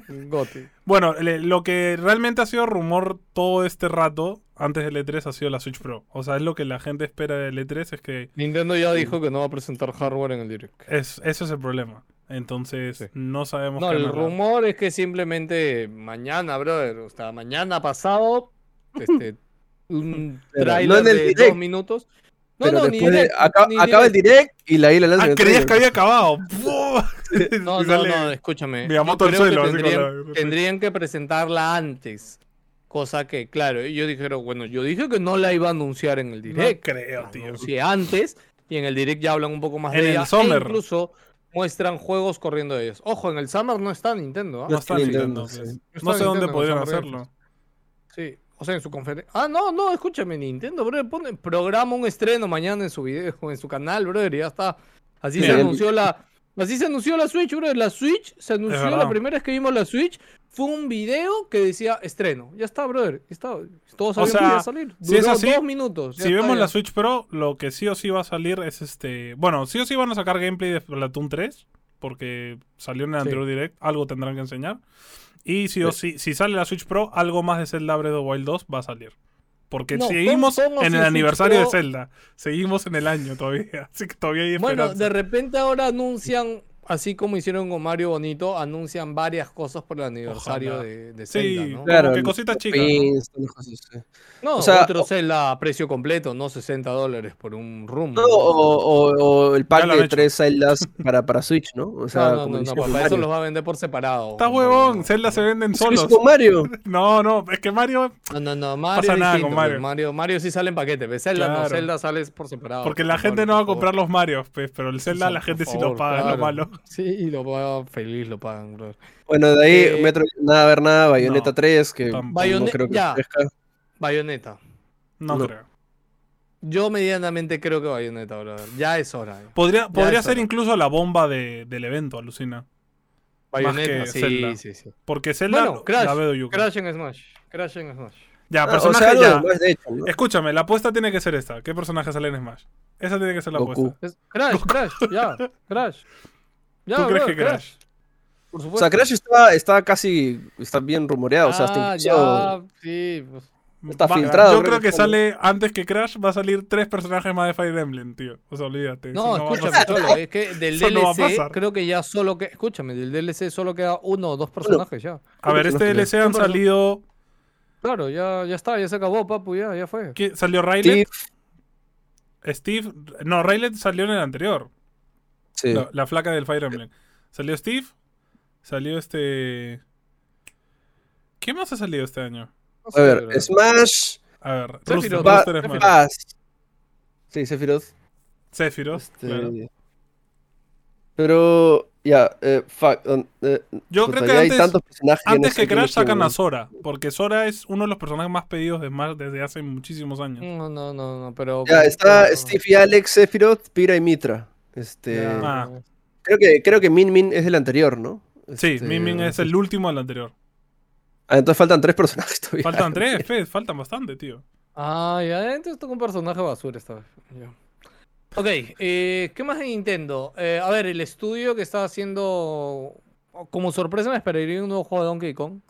Speaker 1: Un Goti.
Speaker 3: Bueno, le- lo que realmente ha sido rumor todo este rato antes del E3 ha sido la Switch Pro. O sea, es lo que la gente espera del E3, es que
Speaker 1: Nintendo ya dijo que no va a presentar hardware en el direct.
Speaker 3: es, eso es el problema. Entonces,
Speaker 1: Sí.
Speaker 3: no sabemos
Speaker 1: No,
Speaker 3: qué
Speaker 1: el
Speaker 3: van a hablar.
Speaker 1: rumor es que simplemente mañana, brother, o sea, mañana pasado, este, un
Speaker 2: Pero no
Speaker 1: trailer
Speaker 2: en el
Speaker 1: de
Speaker 2: direct.
Speaker 1: dos minutos. No,
Speaker 2: Pero
Speaker 1: no, ni
Speaker 2: después de-
Speaker 1: direct,
Speaker 2: aca-
Speaker 1: ni
Speaker 2: acaba el direct y la I la lanzan en
Speaker 3: Ah,
Speaker 2: el
Speaker 3: creías que
Speaker 2: trailer.
Speaker 3: había acabado. ¡Buah!
Speaker 1: No, no,
Speaker 3: Y sale-
Speaker 1: no, escúchame.
Speaker 3: Miyamoto
Speaker 1: Yo
Speaker 3: al
Speaker 1: creo que
Speaker 3: suelo, así con
Speaker 1: tendrían,
Speaker 3: la-
Speaker 1: tendrían que presentarla antes. Cosa que, claro, ellos dijeron, bueno, yo dije que no la iba a anunciar en el
Speaker 3: No
Speaker 1: direct.
Speaker 3: creo,
Speaker 1: la
Speaker 3: tío.
Speaker 1: anuncié antes y en el direct ya hablan un poco más
Speaker 3: En
Speaker 1: de
Speaker 3: el
Speaker 1: ella. e
Speaker 3: Summer.
Speaker 1: incluso muestran juegos corriendo de ellos. Ojo, en el Summer no está Nintendo, ¿ah?
Speaker 3: No están
Speaker 2: Nintendo,
Speaker 3: Nintendo,
Speaker 2: sí.
Speaker 3: pues.
Speaker 2: No
Speaker 1: está
Speaker 3: No sé dónde
Speaker 1: Nintendo,
Speaker 3: podrían
Speaker 1: son
Speaker 3: hacerlo.
Speaker 1: Sí, o sea, en su conferencia. Ah, no, no, escúchame, Nintendo, brother, pone, programa un estreno mañana en su video, en su canal, brother, y ya está. Así se
Speaker 2: Bien.
Speaker 1: anunció la. Así se anunció la Switch, brother. La Switch se anunció
Speaker 3: verdad.
Speaker 1: la primera vez que vimos la Switch. Fue un video que decía estreno. Ya está, brother. ya está. Todos
Speaker 3: O
Speaker 1: sabíamos
Speaker 3: sea,
Speaker 1: que iba a salir.
Speaker 3: si es
Speaker 1: Duró
Speaker 3: así,
Speaker 1: dos minutos. ya
Speaker 3: Si
Speaker 1: está,
Speaker 3: vemos
Speaker 1: ya.
Speaker 3: la Switch Pro, lo que sí o sí va a salir es este. Bueno, sí o sí van a sacar gameplay de Splatoon 3, porque salió en el
Speaker 1: Sí.
Speaker 3: anterior direct, algo tendrán que enseñar. Y sí o sí, si sale la Switch Pro, algo más de Zelda Breath of the Wild 2 va a salir. Porque
Speaker 1: No,
Speaker 3: seguimos
Speaker 1: Tom- Tom
Speaker 3: en el
Speaker 1: Osiris
Speaker 3: aniversario de
Speaker 1: entró-
Speaker 3: Zelda. Seguimos en el año todavía. Así que todavía hay esperanza.
Speaker 1: Bueno, de repente ahora anuncian, así como hicieron con Mario Bonito, anuncian varias cosas por el aniversario
Speaker 3: Ojalá.
Speaker 1: de, de
Speaker 3: Sí.
Speaker 1: Zelda, ¿no?
Speaker 3: Claro, que cositas chicas, ¿no?
Speaker 2: pins, todas las cosas, sí.
Speaker 1: No,
Speaker 2: O sea,
Speaker 1: otro Zelda a precio completo, no 60 dólares por un room.
Speaker 2: No, o, o- o el
Speaker 3: Ya
Speaker 2: pack
Speaker 3: lo han
Speaker 2: de
Speaker 3: hecho.
Speaker 2: tres celdas para, para Switch, ¿no? O
Speaker 3: Ah,
Speaker 2: sea,
Speaker 1: no, no,
Speaker 2: como
Speaker 1: no,
Speaker 2: lo
Speaker 1: no,
Speaker 2: hicieron
Speaker 1: papá,
Speaker 2: con
Speaker 1: eso
Speaker 2: Mario.
Speaker 1: los va a vender por separado.
Speaker 3: Está
Speaker 1: No,
Speaker 3: huevón,
Speaker 1: no,
Speaker 3: Zelda se venden
Speaker 2: Eso lo hizo
Speaker 3: solos.
Speaker 2: con Mario.
Speaker 3: No, no, es que Mario.
Speaker 1: No, no, no, Mario
Speaker 3: Pasa
Speaker 1: es
Speaker 3: nada
Speaker 1: distinto,
Speaker 3: con
Speaker 1: pues,
Speaker 3: Mario.
Speaker 1: Mario. Mario. sí sale en paquete, pues, Zelda no,
Speaker 3: Claro.
Speaker 1: Zelda sale por separado.
Speaker 3: Porque
Speaker 1: por
Speaker 3: la
Speaker 1: favor,
Speaker 3: gente no va a
Speaker 1: por
Speaker 3: comprar
Speaker 1: favor.
Speaker 3: los Marios, pues, pero el Zelda la
Speaker 1: Por
Speaker 3: gente sí lo
Speaker 1: favor,
Speaker 3: paga, es lo
Speaker 1: claro.
Speaker 3: malo.
Speaker 1: Sí, y lo paga feliz, lo pagan, bro.
Speaker 2: Bueno, de ahí,
Speaker 1: Eh,
Speaker 2: Metro, nada, a ver nada, Bayonetta
Speaker 3: no,
Speaker 2: 3, que
Speaker 3: tampoco.
Speaker 2: no
Speaker 1: Bayone-
Speaker 2: creo que
Speaker 1: ya.
Speaker 2: aparezca.
Speaker 1: Bayonetta.
Speaker 3: No,
Speaker 2: No.
Speaker 3: creo.
Speaker 1: Yo medianamente creo que Bayonetta, bro. Ya es hora. eh.
Speaker 3: Podría, podría
Speaker 1: eso
Speaker 3: ser
Speaker 1: no.
Speaker 3: incluso la bomba de- del evento, alucina.
Speaker 1: Bayonetta,
Speaker 3: que
Speaker 1: sí,
Speaker 3: Zelda.
Speaker 1: sí, sí.
Speaker 3: Porque Zelda
Speaker 1: Bueno,
Speaker 3: la-
Speaker 1: Crash,
Speaker 3: la veo yuca.
Speaker 1: Crash en Smash. Crash en Smash.
Speaker 3: Ya,
Speaker 2: Ah, o
Speaker 3: personaje
Speaker 2: sea, algo
Speaker 3: ya. Eh,
Speaker 2: de Smash, de hecho, ¿no?
Speaker 3: Escúchame, la apuesta tiene que ser esta. ¿Qué personaje sale en Smash? Esa tiene que ser la
Speaker 2: Goku.
Speaker 3: apuesta.
Speaker 1: Es- Crash, Crash, ya, Crash. Ya,
Speaker 3: ¿Tú
Speaker 1: bro,
Speaker 3: crees que Crash?
Speaker 1: Por
Speaker 2: O
Speaker 1: supuesto.
Speaker 2: sea, Crash está, está casi, está bien rumoreado, o sea, está
Speaker 1: Ah, ya,
Speaker 2: incluso-
Speaker 1: sí, pues,
Speaker 2: Está
Speaker 3: Va-
Speaker 2: filtrado,
Speaker 3: Yo
Speaker 2: creo
Speaker 3: creo
Speaker 2: que
Speaker 3: que
Speaker 2: está, ¿no?
Speaker 3: sale antes que Crash, va a salir tres personajes más de Fire Emblem, tío. O sea, olvídate.
Speaker 1: No,
Speaker 3: eso va a
Speaker 1: escúchame,
Speaker 3: pasar.
Speaker 1: Cholo, es que del
Speaker 3: Eso no va a
Speaker 1: DLC
Speaker 3: pasar.
Speaker 1: creo que ya solo que escúchame, del DLC solo queda uno o dos personajes ya.
Speaker 3: A ver, este
Speaker 2: personajes.
Speaker 3: DLC han
Speaker 1: Son personajes.
Speaker 3: salido.
Speaker 1: Claro, ya, ya está, ya se acabó, papu, ya, ya fue.
Speaker 3: ¿qué? ¿Salió
Speaker 2: Steve,
Speaker 3: Raylet? Steve. No, Raylet salió en el anterior.
Speaker 2: sí.
Speaker 3: La, la flaca del Fire Emblem. Salió Steve. Salió este. ¿Qué más ha salido este año?
Speaker 1: No sé,
Speaker 2: A ver,
Speaker 1: bro.
Speaker 2: Smash,
Speaker 3: A ver,
Speaker 1: Sephiroth.
Speaker 3: Rooster-
Speaker 2: Ba-
Speaker 3: Rooster es malo.
Speaker 2: Bass. Sí, Sephiroth.
Speaker 3: Sephiroth,
Speaker 2: Este,
Speaker 3: claro.
Speaker 2: Pero, ya, eh, fuck. um, eh,
Speaker 3: Yo
Speaker 2: puta,
Speaker 3: creo que
Speaker 2: ya hay
Speaker 3: antes,
Speaker 2: tantos personajes ya
Speaker 3: antes
Speaker 2: no sé
Speaker 3: que
Speaker 2: quién
Speaker 3: Crash
Speaker 2: es quién,
Speaker 3: sacan
Speaker 2: ¿no?
Speaker 3: a Sora. Porque Sora es uno de los personajes más pedidos de Smash desde hace muchísimos años.
Speaker 1: No, Mm, no, no, no, pero
Speaker 2: Ya, está
Speaker 1: pero-
Speaker 2: Steve y Alex, Sephiroth, Pira y Mitra. Este,
Speaker 1: Ya,
Speaker 3: Ah.
Speaker 1: bro.
Speaker 2: creo, que, creo que Min Min es el anterior, ¿no?
Speaker 3: Sí,
Speaker 2: Este,
Speaker 3: Mimin es el último del anterior.
Speaker 2: Ah, entonces faltan tres personajes todavía.
Speaker 3: Faltan tres, Fez, faltan bastante, tío.
Speaker 1: Ah, ya, entonces toca un personaje basura esta vez. ya. Ok, eh, ¿qué más de Nintendo? Eh, a ver, el estudio que está haciendo. Como sorpresa me esperaría un nuevo juego de Donkey Kong.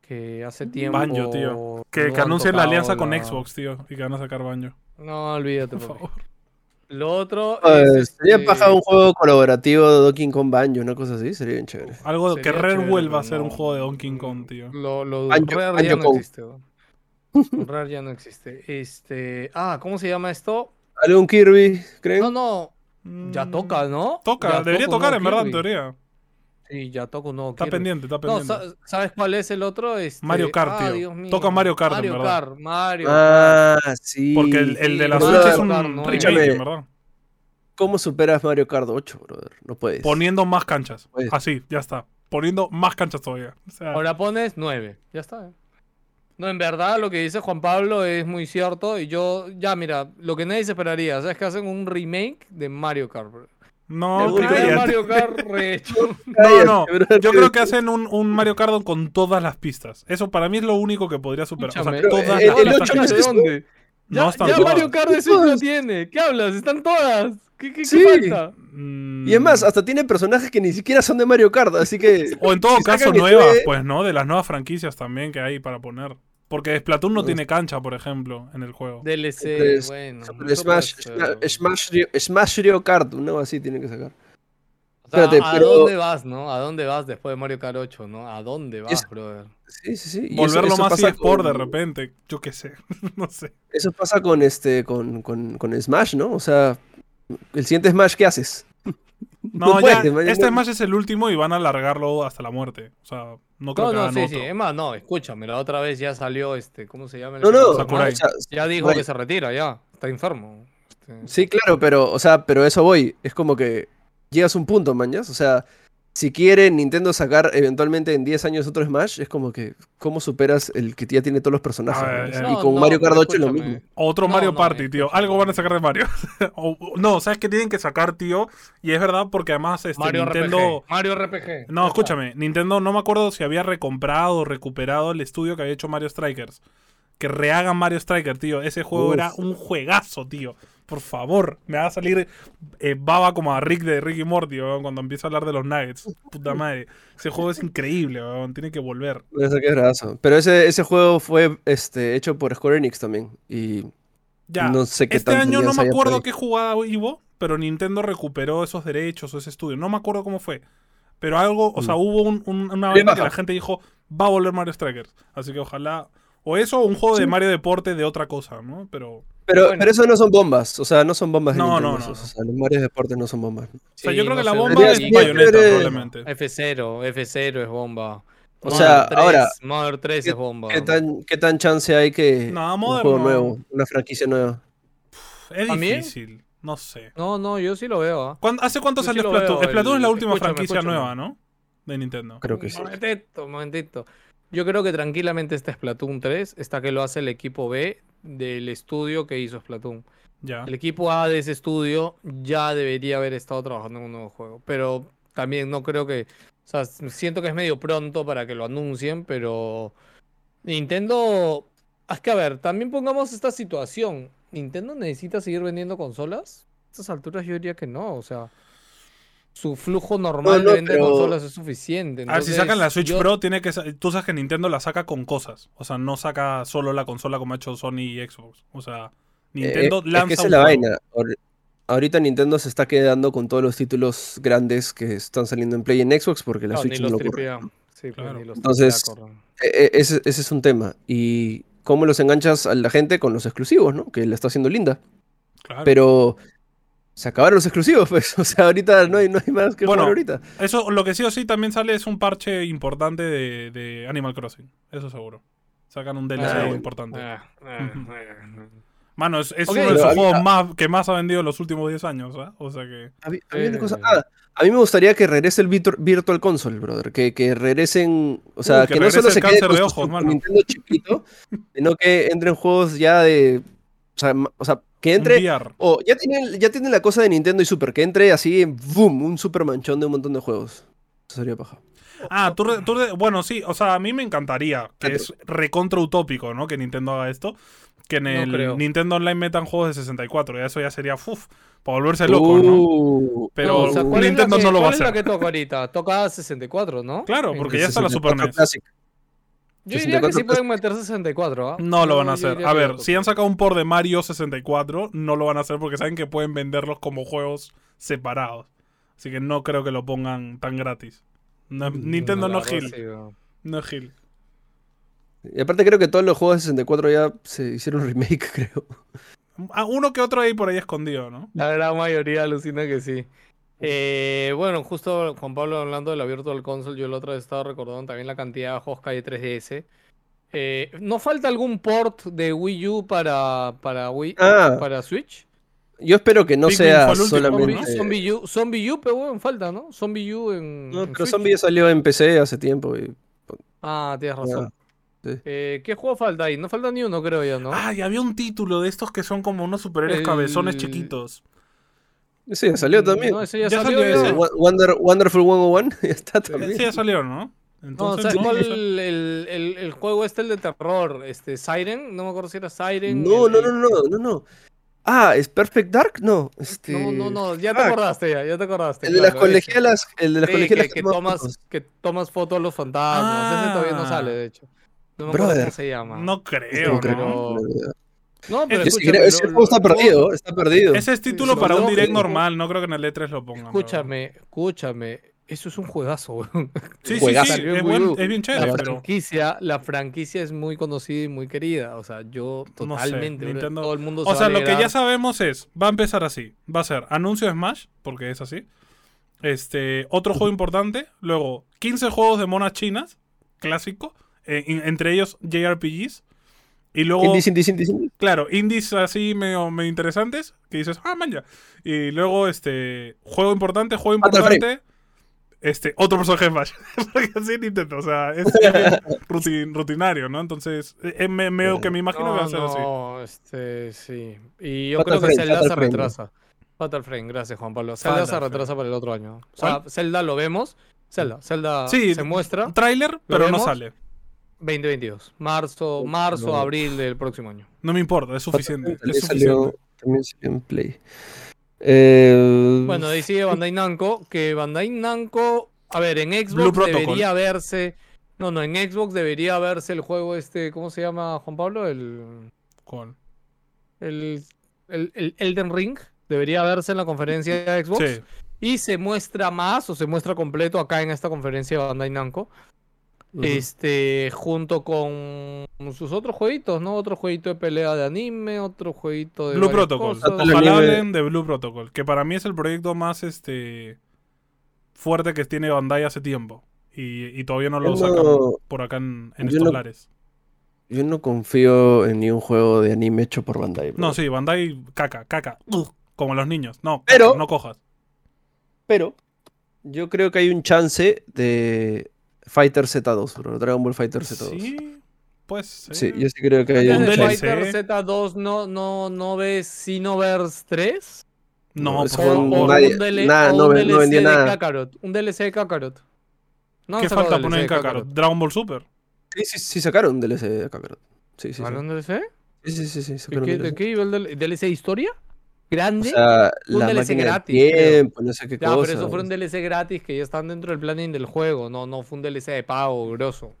Speaker 1: Que hace tiempo.
Speaker 3: Banjo, tío. Que,
Speaker 1: no
Speaker 3: que
Speaker 1: han
Speaker 3: anuncien la
Speaker 1: tocado
Speaker 3: alianza con
Speaker 1: la-
Speaker 3: Xbox, tío. Y que van a sacar baño.
Speaker 1: No, olvídate,
Speaker 3: Por
Speaker 1: papi.
Speaker 3: favor.
Speaker 1: Lo otro.
Speaker 2: Eh, sería
Speaker 1: este,
Speaker 2: paja un juego colaborativo de Donkey Kong Banjo, una cosa así, sería bien chévere.
Speaker 3: Algo que
Speaker 1: sería
Speaker 3: Rare
Speaker 1: chévere, pero
Speaker 3: vuelva a ser un
Speaker 1: no.
Speaker 3: juego de Donkey Kong, tío.
Speaker 1: Lo, lo
Speaker 2: Banjo-
Speaker 1: Rare
Speaker 2: Banjo
Speaker 1: ya no
Speaker 2: Kong.
Speaker 1: existe. bro. Rare ya no existe. Este. Ah, ¿cómo se llama esto?
Speaker 2: ¿Algún Kirby, creen?
Speaker 1: No, no. Ya
Speaker 3: Mm,
Speaker 1: toca, ¿no?
Speaker 3: Toca,
Speaker 1: Ya
Speaker 3: debería
Speaker 1: toca un
Speaker 3: tocar, en
Speaker 1: nuevo
Speaker 3: verdad, en
Speaker 1: Kirby.
Speaker 3: teoría.
Speaker 1: Sí, ya toca un nuevo
Speaker 3: Está
Speaker 1: Kirby.
Speaker 3: pendiente, está
Speaker 1: No,
Speaker 3: pendiente.
Speaker 1: sa- ¿sabes cuál es el otro? Este,
Speaker 3: Mario Kart,
Speaker 1: ah,
Speaker 3: tío.
Speaker 1: Dios mío.
Speaker 3: Toca Mario Kart, en
Speaker 1: Mario
Speaker 3: verdad.
Speaker 1: Kart, Mario Kart.
Speaker 2: Ah, sí.
Speaker 3: Porque el, el de la
Speaker 2: Sí,
Speaker 3: Switch
Speaker 2: pero-
Speaker 3: es un
Speaker 1: Tocar, ¿no?
Speaker 3: remake, en verdad.
Speaker 2: ¿Cómo superas Mario Kart 8, brother? No puedes.
Speaker 3: Poniendo más canchas.
Speaker 2: Pues.
Speaker 3: Así, ya está. Poniendo más canchas todavía. O sea,
Speaker 1: Ahora pones 9. Ya está. eh. No, en verdad lo que dice Juan Pablo es muy cierto. Y yo, ya, mira, lo que nadie se esperaría, ¿sabes? Que hacen un remake de Mario Kart. bro.
Speaker 3: no,
Speaker 2: Seguro.
Speaker 1: Cada
Speaker 3: cállate.
Speaker 1: Mario Kart rehecho.
Speaker 2: Cállate,
Speaker 3: no.
Speaker 2: brother.
Speaker 3: Yo creo que hacen un, un Mario Kart con todas las pistas. Eso para mí es lo único que podría superar. O sea,
Speaker 1: Escúchame,
Speaker 3: todas
Speaker 2: el-
Speaker 3: las
Speaker 2: el
Speaker 1: ¿todas
Speaker 3: pistas
Speaker 2: ocho
Speaker 1: las
Speaker 2: no
Speaker 3: que-
Speaker 2: es
Speaker 1: de
Speaker 2: eso.
Speaker 1: dónde? Ya,
Speaker 3: No están
Speaker 1: ya
Speaker 3: todas.
Speaker 1: Mario Kart de Switch no tiene. ¿Qué hablas? Están todas. ¿Qué, qué, qué
Speaker 2: Sí.
Speaker 1: falta?
Speaker 3: Mm.
Speaker 2: Y es más, hasta tiene personajes que ni siquiera son de Mario Kart, así que.
Speaker 3: O en todo
Speaker 2: si
Speaker 3: caso,
Speaker 2: sacan ese-
Speaker 3: nuevas, pues, ¿no? De las nuevas franquicias también que hay para poner. Porque Splatoon no
Speaker 2: No.
Speaker 3: tiene cancha, por ejemplo, en el juego.
Speaker 1: DLC,
Speaker 2: Super-
Speaker 1: bueno.
Speaker 2: Super
Speaker 1: eso puede
Speaker 2: Smash,
Speaker 1: ser,
Speaker 2: Smash,
Speaker 1: bro.
Speaker 2: Smash, Rio- Smash Rio Kart, no así tiene que sacar.
Speaker 1: O sea,
Speaker 2: Espérate,
Speaker 1: ¿a
Speaker 2: pero-
Speaker 1: dónde vas, no? ¿A dónde vas después de Mario Kart 8, no? ¿A dónde vas,
Speaker 2: Es-
Speaker 1: brother?
Speaker 2: Sí, sí, sí. y eso-
Speaker 3: Volverlo
Speaker 2: eso
Speaker 3: más
Speaker 2: pasa
Speaker 3: eSport de
Speaker 2: con-
Speaker 3: repente. Yo qué sé. no sé.
Speaker 2: Eso pasa con este, con, con, con Smash, ¿no? O sea, el siguiente Smash, ¿qué haces?
Speaker 3: No, ya.
Speaker 2: puedes, man,
Speaker 3: este
Speaker 2: no-
Speaker 3: Smash es el último y van a alargarlo hasta la muerte. O sea, no creo
Speaker 1: No,
Speaker 3: que
Speaker 1: no,
Speaker 3: hagan
Speaker 1: sí,
Speaker 3: otro.
Speaker 1: sí. Es más, no, escúchame, la otra vez ya salió este, ¿cómo se llama? el
Speaker 2: No,
Speaker 1: que
Speaker 2: no.
Speaker 1: hizo
Speaker 3: Sakurai.
Speaker 2: o sea,
Speaker 1: Smash? Ya dijo
Speaker 2: Vale.
Speaker 1: que se retira, ya. Está enfermo. Este,
Speaker 2: sí, claro, pero, o sea, pero eso voy. Es como que llegas a un punto, mañas. O sea, si quiere Nintendo sacar eventualmente en 10 años otro Smash, es como que, ¿cómo superas el que ya tiene todos los personajes?
Speaker 3: Ah,
Speaker 2: ¿no?
Speaker 3: ya,
Speaker 1: no,
Speaker 3: ya.
Speaker 2: Y con
Speaker 1: no,
Speaker 2: Mario Kart
Speaker 1: pero
Speaker 2: 8 es lo
Speaker 1: escúchame.
Speaker 2: mismo.
Speaker 3: Otro
Speaker 1: No,
Speaker 3: Mario
Speaker 1: no,
Speaker 3: Party,
Speaker 1: es-
Speaker 3: tío. Algo van a sacar de Mario. O- o- no, ¿sabes qué tienen que sacar, tío? Y es verdad porque además este,
Speaker 1: Mario
Speaker 3: Nintendo...
Speaker 1: RPG. Mario RPG.
Speaker 3: No, escúchame, Nintendo no me acuerdo si había recomprado o recuperado el estudio que había hecho Mario Strikers. que rehagan Mario Striker, tío. Ese juego
Speaker 2: Uf.
Speaker 3: era un juegazo, tío. Por favor, me va a salir eh, baba como a Rick de Rick y Morty, weón, cuando empieza a hablar de los Nuggets. Puta madre. Ese juego es increíble, weón. Tiene que volver.
Speaker 2: Ese que es bravazo. Pero ese, ese juego fue este, hecho por Square Enix también. Y
Speaker 3: Ya.
Speaker 2: no sé qué
Speaker 3: este
Speaker 2: tan
Speaker 3: año no
Speaker 2: enseñanza
Speaker 3: me
Speaker 2: haya por
Speaker 3: acuerdo
Speaker 2: ahí.
Speaker 3: qué jugada hubo, pero Nintendo recuperó esos derechos o ese estudio. No me acuerdo cómo fue. Pero algo, o sea,
Speaker 2: Mm.
Speaker 3: hubo un- un- una
Speaker 2: Bien
Speaker 3: vaina que
Speaker 2: baja.
Speaker 3: la gente dijo, va a volver Mario Strikers. Así que ojalá. O eso, o un juego de
Speaker 2: Sí.
Speaker 3: Mario Deporte de otra cosa, ¿no? Pero.
Speaker 2: Pero,
Speaker 1: Bueno.
Speaker 2: pero eso no son bombas. O sea, no son bombas de
Speaker 3: No,
Speaker 2: Nintendo,
Speaker 3: no, no,
Speaker 2: esos. O sea, los Mario Deportes no son bombas.
Speaker 3: O sea, yo creo que la bomba
Speaker 2: Debería
Speaker 3: es
Speaker 2: ser-
Speaker 3: Bayonetta,
Speaker 2: debería-
Speaker 3: probablemente.
Speaker 1: F0, F0 es bomba.
Speaker 2: O sea, ahora,
Speaker 1: Mother 3
Speaker 2: ¿qué-
Speaker 1: es bomba.
Speaker 2: ¿Qué tan, ¿Qué tan chance hay que
Speaker 3: No,
Speaker 2: un
Speaker 3: Modern
Speaker 2: juego
Speaker 3: no.
Speaker 2: nuevo, una franquicia nueva?
Speaker 3: Es
Speaker 1: ¿También?
Speaker 3: difícil. No sé.
Speaker 1: No, no, yo sí lo veo. ¿ah?
Speaker 3: ¿Cuándo- ¿Hace cuánto
Speaker 1: Yo
Speaker 3: salió
Speaker 1: sí lo
Speaker 3: Splatoon?
Speaker 1: veo,
Speaker 3: Splatoon es la
Speaker 1: el-
Speaker 3: última
Speaker 1: escúchame,
Speaker 3: franquicia
Speaker 1: escúchame.
Speaker 3: nueva, ¿no? De Nintendo.
Speaker 2: Creo que sí.
Speaker 1: Un momentito, un momentito. Yo creo que tranquilamente este Splatoon 3 está que lo hace el equipo B del estudio que hizo Splatoon.
Speaker 3: Ya.
Speaker 1: El equipo A de ese estudio ya debería haber estado trabajando en un nuevo juego, pero también no creo que, o sea, siento que es medio pronto para que lo anuncien, pero Nintendo, es que a ver, también pongamos esta situación. ¿Nintendo necesita seguir vendiendo consolas? A estas alturas yo diría que no, o sea, su flujo normal
Speaker 2: no,
Speaker 1: de venta
Speaker 2: pero-
Speaker 1: de consolas es suficiente.
Speaker 3: A ver, Ah, si
Speaker 1: entonces,
Speaker 3: sacan la Switch
Speaker 1: yo-
Speaker 3: Pro, tiene que sa- tú sabes que Nintendo la saca con cosas. O sea, no saca solo la consola como ha hecho Sony y Xbox. O sea, Nintendo
Speaker 2: Eh, es
Speaker 3: lanza
Speaker 2: que esa
Speaker 3: un
Speaker 2: es la
Speaker 3: juego.
Speaker 2: vaina. Ahor- Ahorita Nintendo se está quedando con todos los títulos grandes que están saliendo en Play y en Xbox porque la
Speaker 1: No,
Speaker 2: Switch
Speaker 1: ni
Speaker 2: no lo
Speaker 1: los
Speaker 2: ocurre.
Speaker 1: AAA. Sí, pues,
Speaker 3: Claro.
Speaker 1: ni los
Speaker 2: Entonces,
Speaker 1: AAA corren.
Speaker 2: E- e- Ese, ese es un tema. Y cómo los enganchas a la gente con los exclusivos, ¿no? Que la está haciendo linda.
Speaker 3: Claro.
Speaker 2: Pero se acabaron los exclusivos, pues. O sea, ahorita no hay, no hay más que
Speaker 3: Bueno,
Speaker 2: jugar ahorita.
Speaker 3: Eso, lo que sí o sí también sale es un parche importante de, de Animal Crossing. Eso seguro. Sacan un DLC
Speaker 1: Ah, bueno.
Speaker 3: importante.
Speaker 1: Ah, ah, ah.
Speaker 3: Mano, es, es
Speaker 1: Ok,
Speaker 3: uno de
Speaker 2: pero
Speaker 3: los
Speaker 2: ahorita-
Speaker 3: juegos más, que más ha vendido en los últimos 10 años, ¿ah? O sea que.
Speaker 2: A mí, a mí una
Speaker 1: Eh.
Speaker 2: cosa- ah, a mí me gustaría que regrese el Virtu- Virtual Console, brother. Que, que regresen. O sea,
Speaker 3: Uh, que
Speaker 2: que, no
Speaker 3: regrese
Speaker 2: solo
Speaker 3: el
Speaker 2: se quede
Speaker 3: cáncer
Speaker 2: con
Speaker 3: de
Speaker 2: su-
Speaker 3: ojos,
Speaker 2: su
Speaker 3: mano.
Speaker 2: Nintendo chiquito, sino que entren juegos ya de. O sea, ma- o sea, que
Speaker 3: un
Speaker 2: entre.
Speaker 3: VR.
Speaker 2: O ya tienen, ya tienen la cosa de Nintendo y Super, que entre así, boom, un super manchón de un montón de juegos. Eso sería paja.
Speaker 3: Ah, tú, re- tú re- bueno, sí, o sea, a mí me encantaría, que es recontra utópico, ¿no? Que Nintendo haga esto. Que en
Speaker 1: No
Speaker 3: el
Speaker 1: creo.
Speaker 3: Nintendo Online metan juegos de 64, ya eso ya sería, uff, para volverse loco, ¿no?
Speaker 2: Uh,
Speaker 3: Pero
Speaker 1: No, o sea,
Speaker 2: uh,
Speaker 1: ¿cuál es la
Speaker 3: Nintendo
Speaker 1: que-
Speaker 3: no lo va a
Speaker 1: ¿Cuál es la
Speaker 3: hacer.
Speaker 1: que toca ahorita? Toca 64, ¿no?
Speaker 3: Claro,
Speaker 1: En-
Speaker 3: porque ya está la Super E
Speaker 2: 64
Speaker 3: NES.
Speaker 2: Classic.
Speaker 1: Yo diría que
Speaker 2: 64
Speaker 1: sí pueden meter 64, ¿ah?
Speaker 3: No lo van a
Speaker 1: yo
Speaker 3: hacer.
Speaker 1: diría
Speaker 3: A
Speaker 1: que
Speaker 3: ver,
Speaker 1: no.
Speaker 3: si han sacado un por de Mario 64, no lo van a hacer porque saben que pueden venderlos como juegos separados. Así que no creo que lo pongan tan gratis. No- Nintendo
Speaker 1: Mm, la
Speaker 3: no,
Speaker 1: verdad,
Speaker 3: Gil.
Speaker 1: sí, weón.
Speaker 3: No es Gil.
Speaker 2: Y aparte creo que todos los juegos de 64 ya se hicieron remake, creo.
Speaker 3: Ah, uno que otro ahí por ahí escondido, ¿no?
Speaker 1: La gran mayoría alucina que sí. Eh, bueno, justo Juan Pablo hablando del abierto del console, yo la otra vez estaba recordando también la cantidad de juegos que hay de 3DS. Eh, ¿No falta algún port de Wii U para, para, Wii,
Speaker 2: Ah.
Speaker 1: para Switch?
Speaker 2: Yo espero que no
Speaker 3: Pikmin fue
Speaker 2: sea
Speaker 3: el último, ¿no?
Speaker 2: solamente...
Speaker 1: Zombie, Zombie U, Zombie U, pero bueno, falta, ¿no? Zombie U en.
Speaker 2: No,
Speaker 1: en
Speaker 2: pero
Speaker 1: Switch.
Speaker 2: Zombie ya salió en PC hace tiempo. y-
Speaker 1: Ah, tienes razón.
Speaker 2: sí.
Speaker 1: Eh, ¿Qué juego falta ahí? No falta ni uno, creo yo, ¿no?
Speaker 3: Ah, y había un título de estos que son como unos superhéroes
Speaker 1: El-
Speaker 3: cabezones chiquitos.
Speaker 2: Sí, ya salió también.
Speaker 1: Mm, No, ese ya,
Speaker 3: Ya
Speaker 1: salió.
Speaker 3: salió
Speaker 1: ya.
Speaker 3: ese.
Speaker 2: Wo- Wonder, Wonderful 101 ya está
Speaker 3: Eh,
Speaker 2: también.
Speaker 3: Sí, ya salió, ¿no?
Speaker 1: No,
Speaker 3: Entonces,
Speaker 1: ¿sabes
Speaker 3: no,
Speaker 1: cuál?
Speaker 3: no sé.
Speaker 1: El, el- el juego este, el de terror, este, Siren, no me acuerdo si era Siren.
Speaker 2: No,
Speaker 1: el-
Speaker 2: no,
Speaker 1: el-
Speaker 2: no, no, no, no. Ah, ¿es Perfect Dark? No. Este...
Speaker 1: No, no, no, ya te
Speaker 2: Ah,
Speaker 1: acordaste, ya, ya te acordaste.
Speaker 2: El de las
Speaker 1: claro, ese.
Speaker 2: colegialas, el de las
Speaker 1: Sí,
Speaker 2: colegialas
Speaker 1: que, que
Speaker 2: toma
Speaker 1: tomas,
Speaker 2: fotos.
Speaker 1: que tomas fotos a los fantasmas. Ese todavía no
Speaker 3: Ah.
Speaker 1: sale, de hecho. No me acuerdo
Speaker 2: Brother.
Speaker 1: cómo se llama.
Speaker 3: No creo,
Speaker 2: No
Speaker 3: ¿no?
Speaker 2: creo,
Speaker 1: pero-
Speaker 2: no, no, no.
Speaker 1: No, pero
Speaker 3: Yo
Speaker 2: Ese-
Speaker 1: escúchame,
Speaker 2: ese
Speaker 1: lo-
Speaker 2: juego está
Speaker 1: lo-
Speaker 2: perdido, está perdido.
Speaker 3: Ese es título
Speaker 1: Sí,
Speaker 3: para
Speaker 1: no,
Speaker 3: un
Speaker 1: no,
Speaker 3: direct
Speaker 1: sí.
Speaker 3: normal, no creo que en el E3 lo pongan. pero-
Speaker 1: Escúchame, escúchame. Eso es un juegazo, weón.
Speaker 3: Sí, sí,
Speaker 2: Juegazo.
Speaker 3: sí,
Speaker 1: Salió en
Speaker 3: es,
Speaker 1: Wii
Speaker 3: buen-
Speaker 1: U.
Speaker 3: es bien chévere,
Speaker 1: La
Speaker 3: pero...
Speaker 1: franquicia, la franquicia es muy conocida y muy querida. O sea, yo
Speaker 3: sé,
Speaker 1: totalmente. bro,
Speaker 3: Nintendo-
Speaker 1: Todo el mundo se
Speaker 3: O
Speaker 1: va
Speaker 3: sea,
Speaker 1: a
Speaker 3: lo que ya
Speaker 1: alegrar.
Speaker 3: sabemos es, va a empezar así. Va a ser anuncio de Smash, porque es así. Este, otro juego importante. Luego, 15 juegos de monas chinas, clásico. eh, in- entre ellos JRPGs. Y luego,
Speaker 2: Indie, indie, indie, indie.
Speaker 3: claro, indies así medio, medio interesantes. Que dices, ah, man, ya. Y luego, este, juego importante, juego
Speaker 2: Fatal
Speaker 3: importante. Este, otro personaje de Smash. Porque así Nintendo, o sea, es bien rutin- rutinario, ¿no? Entonces, eh, eh, me, me- que me imagino que va a ser así.
Speaker 1: No, este, sí. Y yo
Speaker 2: Fatal
Speaker 1: creo que
Speaker 2: Frame,
Speaker 1: Zelda
Speaker 2: Fatal
Speaker 1: se
Speaker 2: Frame, ¿no?
Speaker 1: retrasa. Fatal Frame, gracias Juan Pablo. Zelda
Speaker 3: Fatal
Speaker 1: se
Speaker 3: Frame. Mm.
Speaker 1: retrasa para el otro año. O sea, Zelda lo vemos. Zelda, Zelda
Speaker 3: Sí,
Speaker 1: se muestra.
Speaker 3: Trailer, pero no
Speaker 1: vemos?
Speaker 3: sale.
Speaker 1: 2022. Marzo, marzo,
Speaker 2: No.
Speaker 1: abril del próximo año.
Speaker 3: No me importa, es suficiente.
Speaker 2: También
Speaker 3: es
Speaker 2: salió,
Speaker 3: suficiente.
Speaker 2: también salió en Play. Eh,
Speaker 1: Bueno, ahí sigue Bandai Namco, que Bandai Namco, a ver, en
Speaker 3: Blue
Speaker 1: Xbox
Speaker 3: Protocol.
Speaker 1: debería verse, no, no, en Xbox debería verse el juego este, ¿cómo se llama Juan Pablo? El,
Speaker 3: Con-
Speaker 1: el, el, el Elden Ring, debería verse en la conferencia de Xbox.
Speaker 3: Sí.
Speaker 1: Y se muestra más o se muestra completo acá en esta conferencia de Bandai Namco.
Speaker 2: ujú.
Speaker 1: Este, junto con sus otros jueguitos, ¿no? Otro jueguito de pelea de anime, otro jueguito de.
Speaker 3: Blue
Speaker 1: varias
Speaker 3: Protocol.
Speaker 1: cosas.
Speaker 2: Total
Speaker 3: Ojalá
Speaker 2: Anime.
Speaker 3: hablen de Blue Protocol, que para mí es el proyecto más este fuerte que tiene Bandai hace tiempo. Y, y todavía no lo
Speaker 2: Yo
Speaker 3: sacan
Speaker 2: no-
Speaker 3: por acá en,
Speaker 2: yo
Speaker 3: en estos
Speaker 2: no-
Speaker 3: lares.
Speaker 2: Yo no confío en ningún juego de anime hecho por Bandai. bro.
Speaker 3: No, sí, Bandai caca, caca. ugh, como los niños. No, caca,
Speaker 2: Pero-
Speaker 3: no cojas.
Speaker 2: Pero yo creo que hay un chance de Fighter Z2, bro, Dragon Ball Fighter Z2. Sí,
Speaker 3: Sí, pues. Sí,
Speaker 2: yo sí creo que hay
Speaker 1: ¿Desde
Speaker 2: un
Speaker 3: DLC.
Speaker 2: chance.
Speaker 1: Fighter Z2 no, no, no ves Sinoverse 3?
Speaker 3: No, por
Speaker 2: eso
Speaker 1: ¿O,
Speaker 2: no-
Speaker 1: o
Speaker 3: favor.
Speaker 2: nadie-
Speaker 1: un, DL
Speaker 2: nada,
Speaker 1: o
Speaker 2: no
Speaker 1: un
Speaker 2: ve-
Speaker 1: DLC
Speaker 2: no vendía
Speaker 1: de
Speaker 2: nada.
Speaker 1: Kakarot? ¿Un DLC de Kakarot? No han
Speaker 3: ¿Qué
Speaker 1: sacado
Speaker 3: falta
Speaker 1: DLC
Speaker 3: poner en
Speaker 1: de
Speaker 3: Kakarot? Dragon Ball Super.
Speaker 2: Sí, sí, sí sacaron un DLC de Kakarot. Sí, sí, sí.
Speaker 1: ¿Sacaron DLC?
Speaker 2: Sí, sí, sí, sí,
Speaker 1: ¿De
Speaker 2: sacaron
Speaker 1: qué,
Speaker 2: un
Speaker 1: de
Speaker 2: DLC.
Speaker 1: qué iba el DL- DLC de historia? ¿Grande?
Speaker 2: O sea,
Speaker 1: Un
Speaker 2: la
Speaker 1: DLC
Speaker 2: máquina del
Speaker 1: gratis, creo.
Speaker 2: tiempo, no sé qué
Speaker 1: ya,
Speaker 2: cosa.
Speaker 1: pero eso fue un DLC gratis que ya están dentro del planning del juego. No, no fue un DLC de pago, grosso.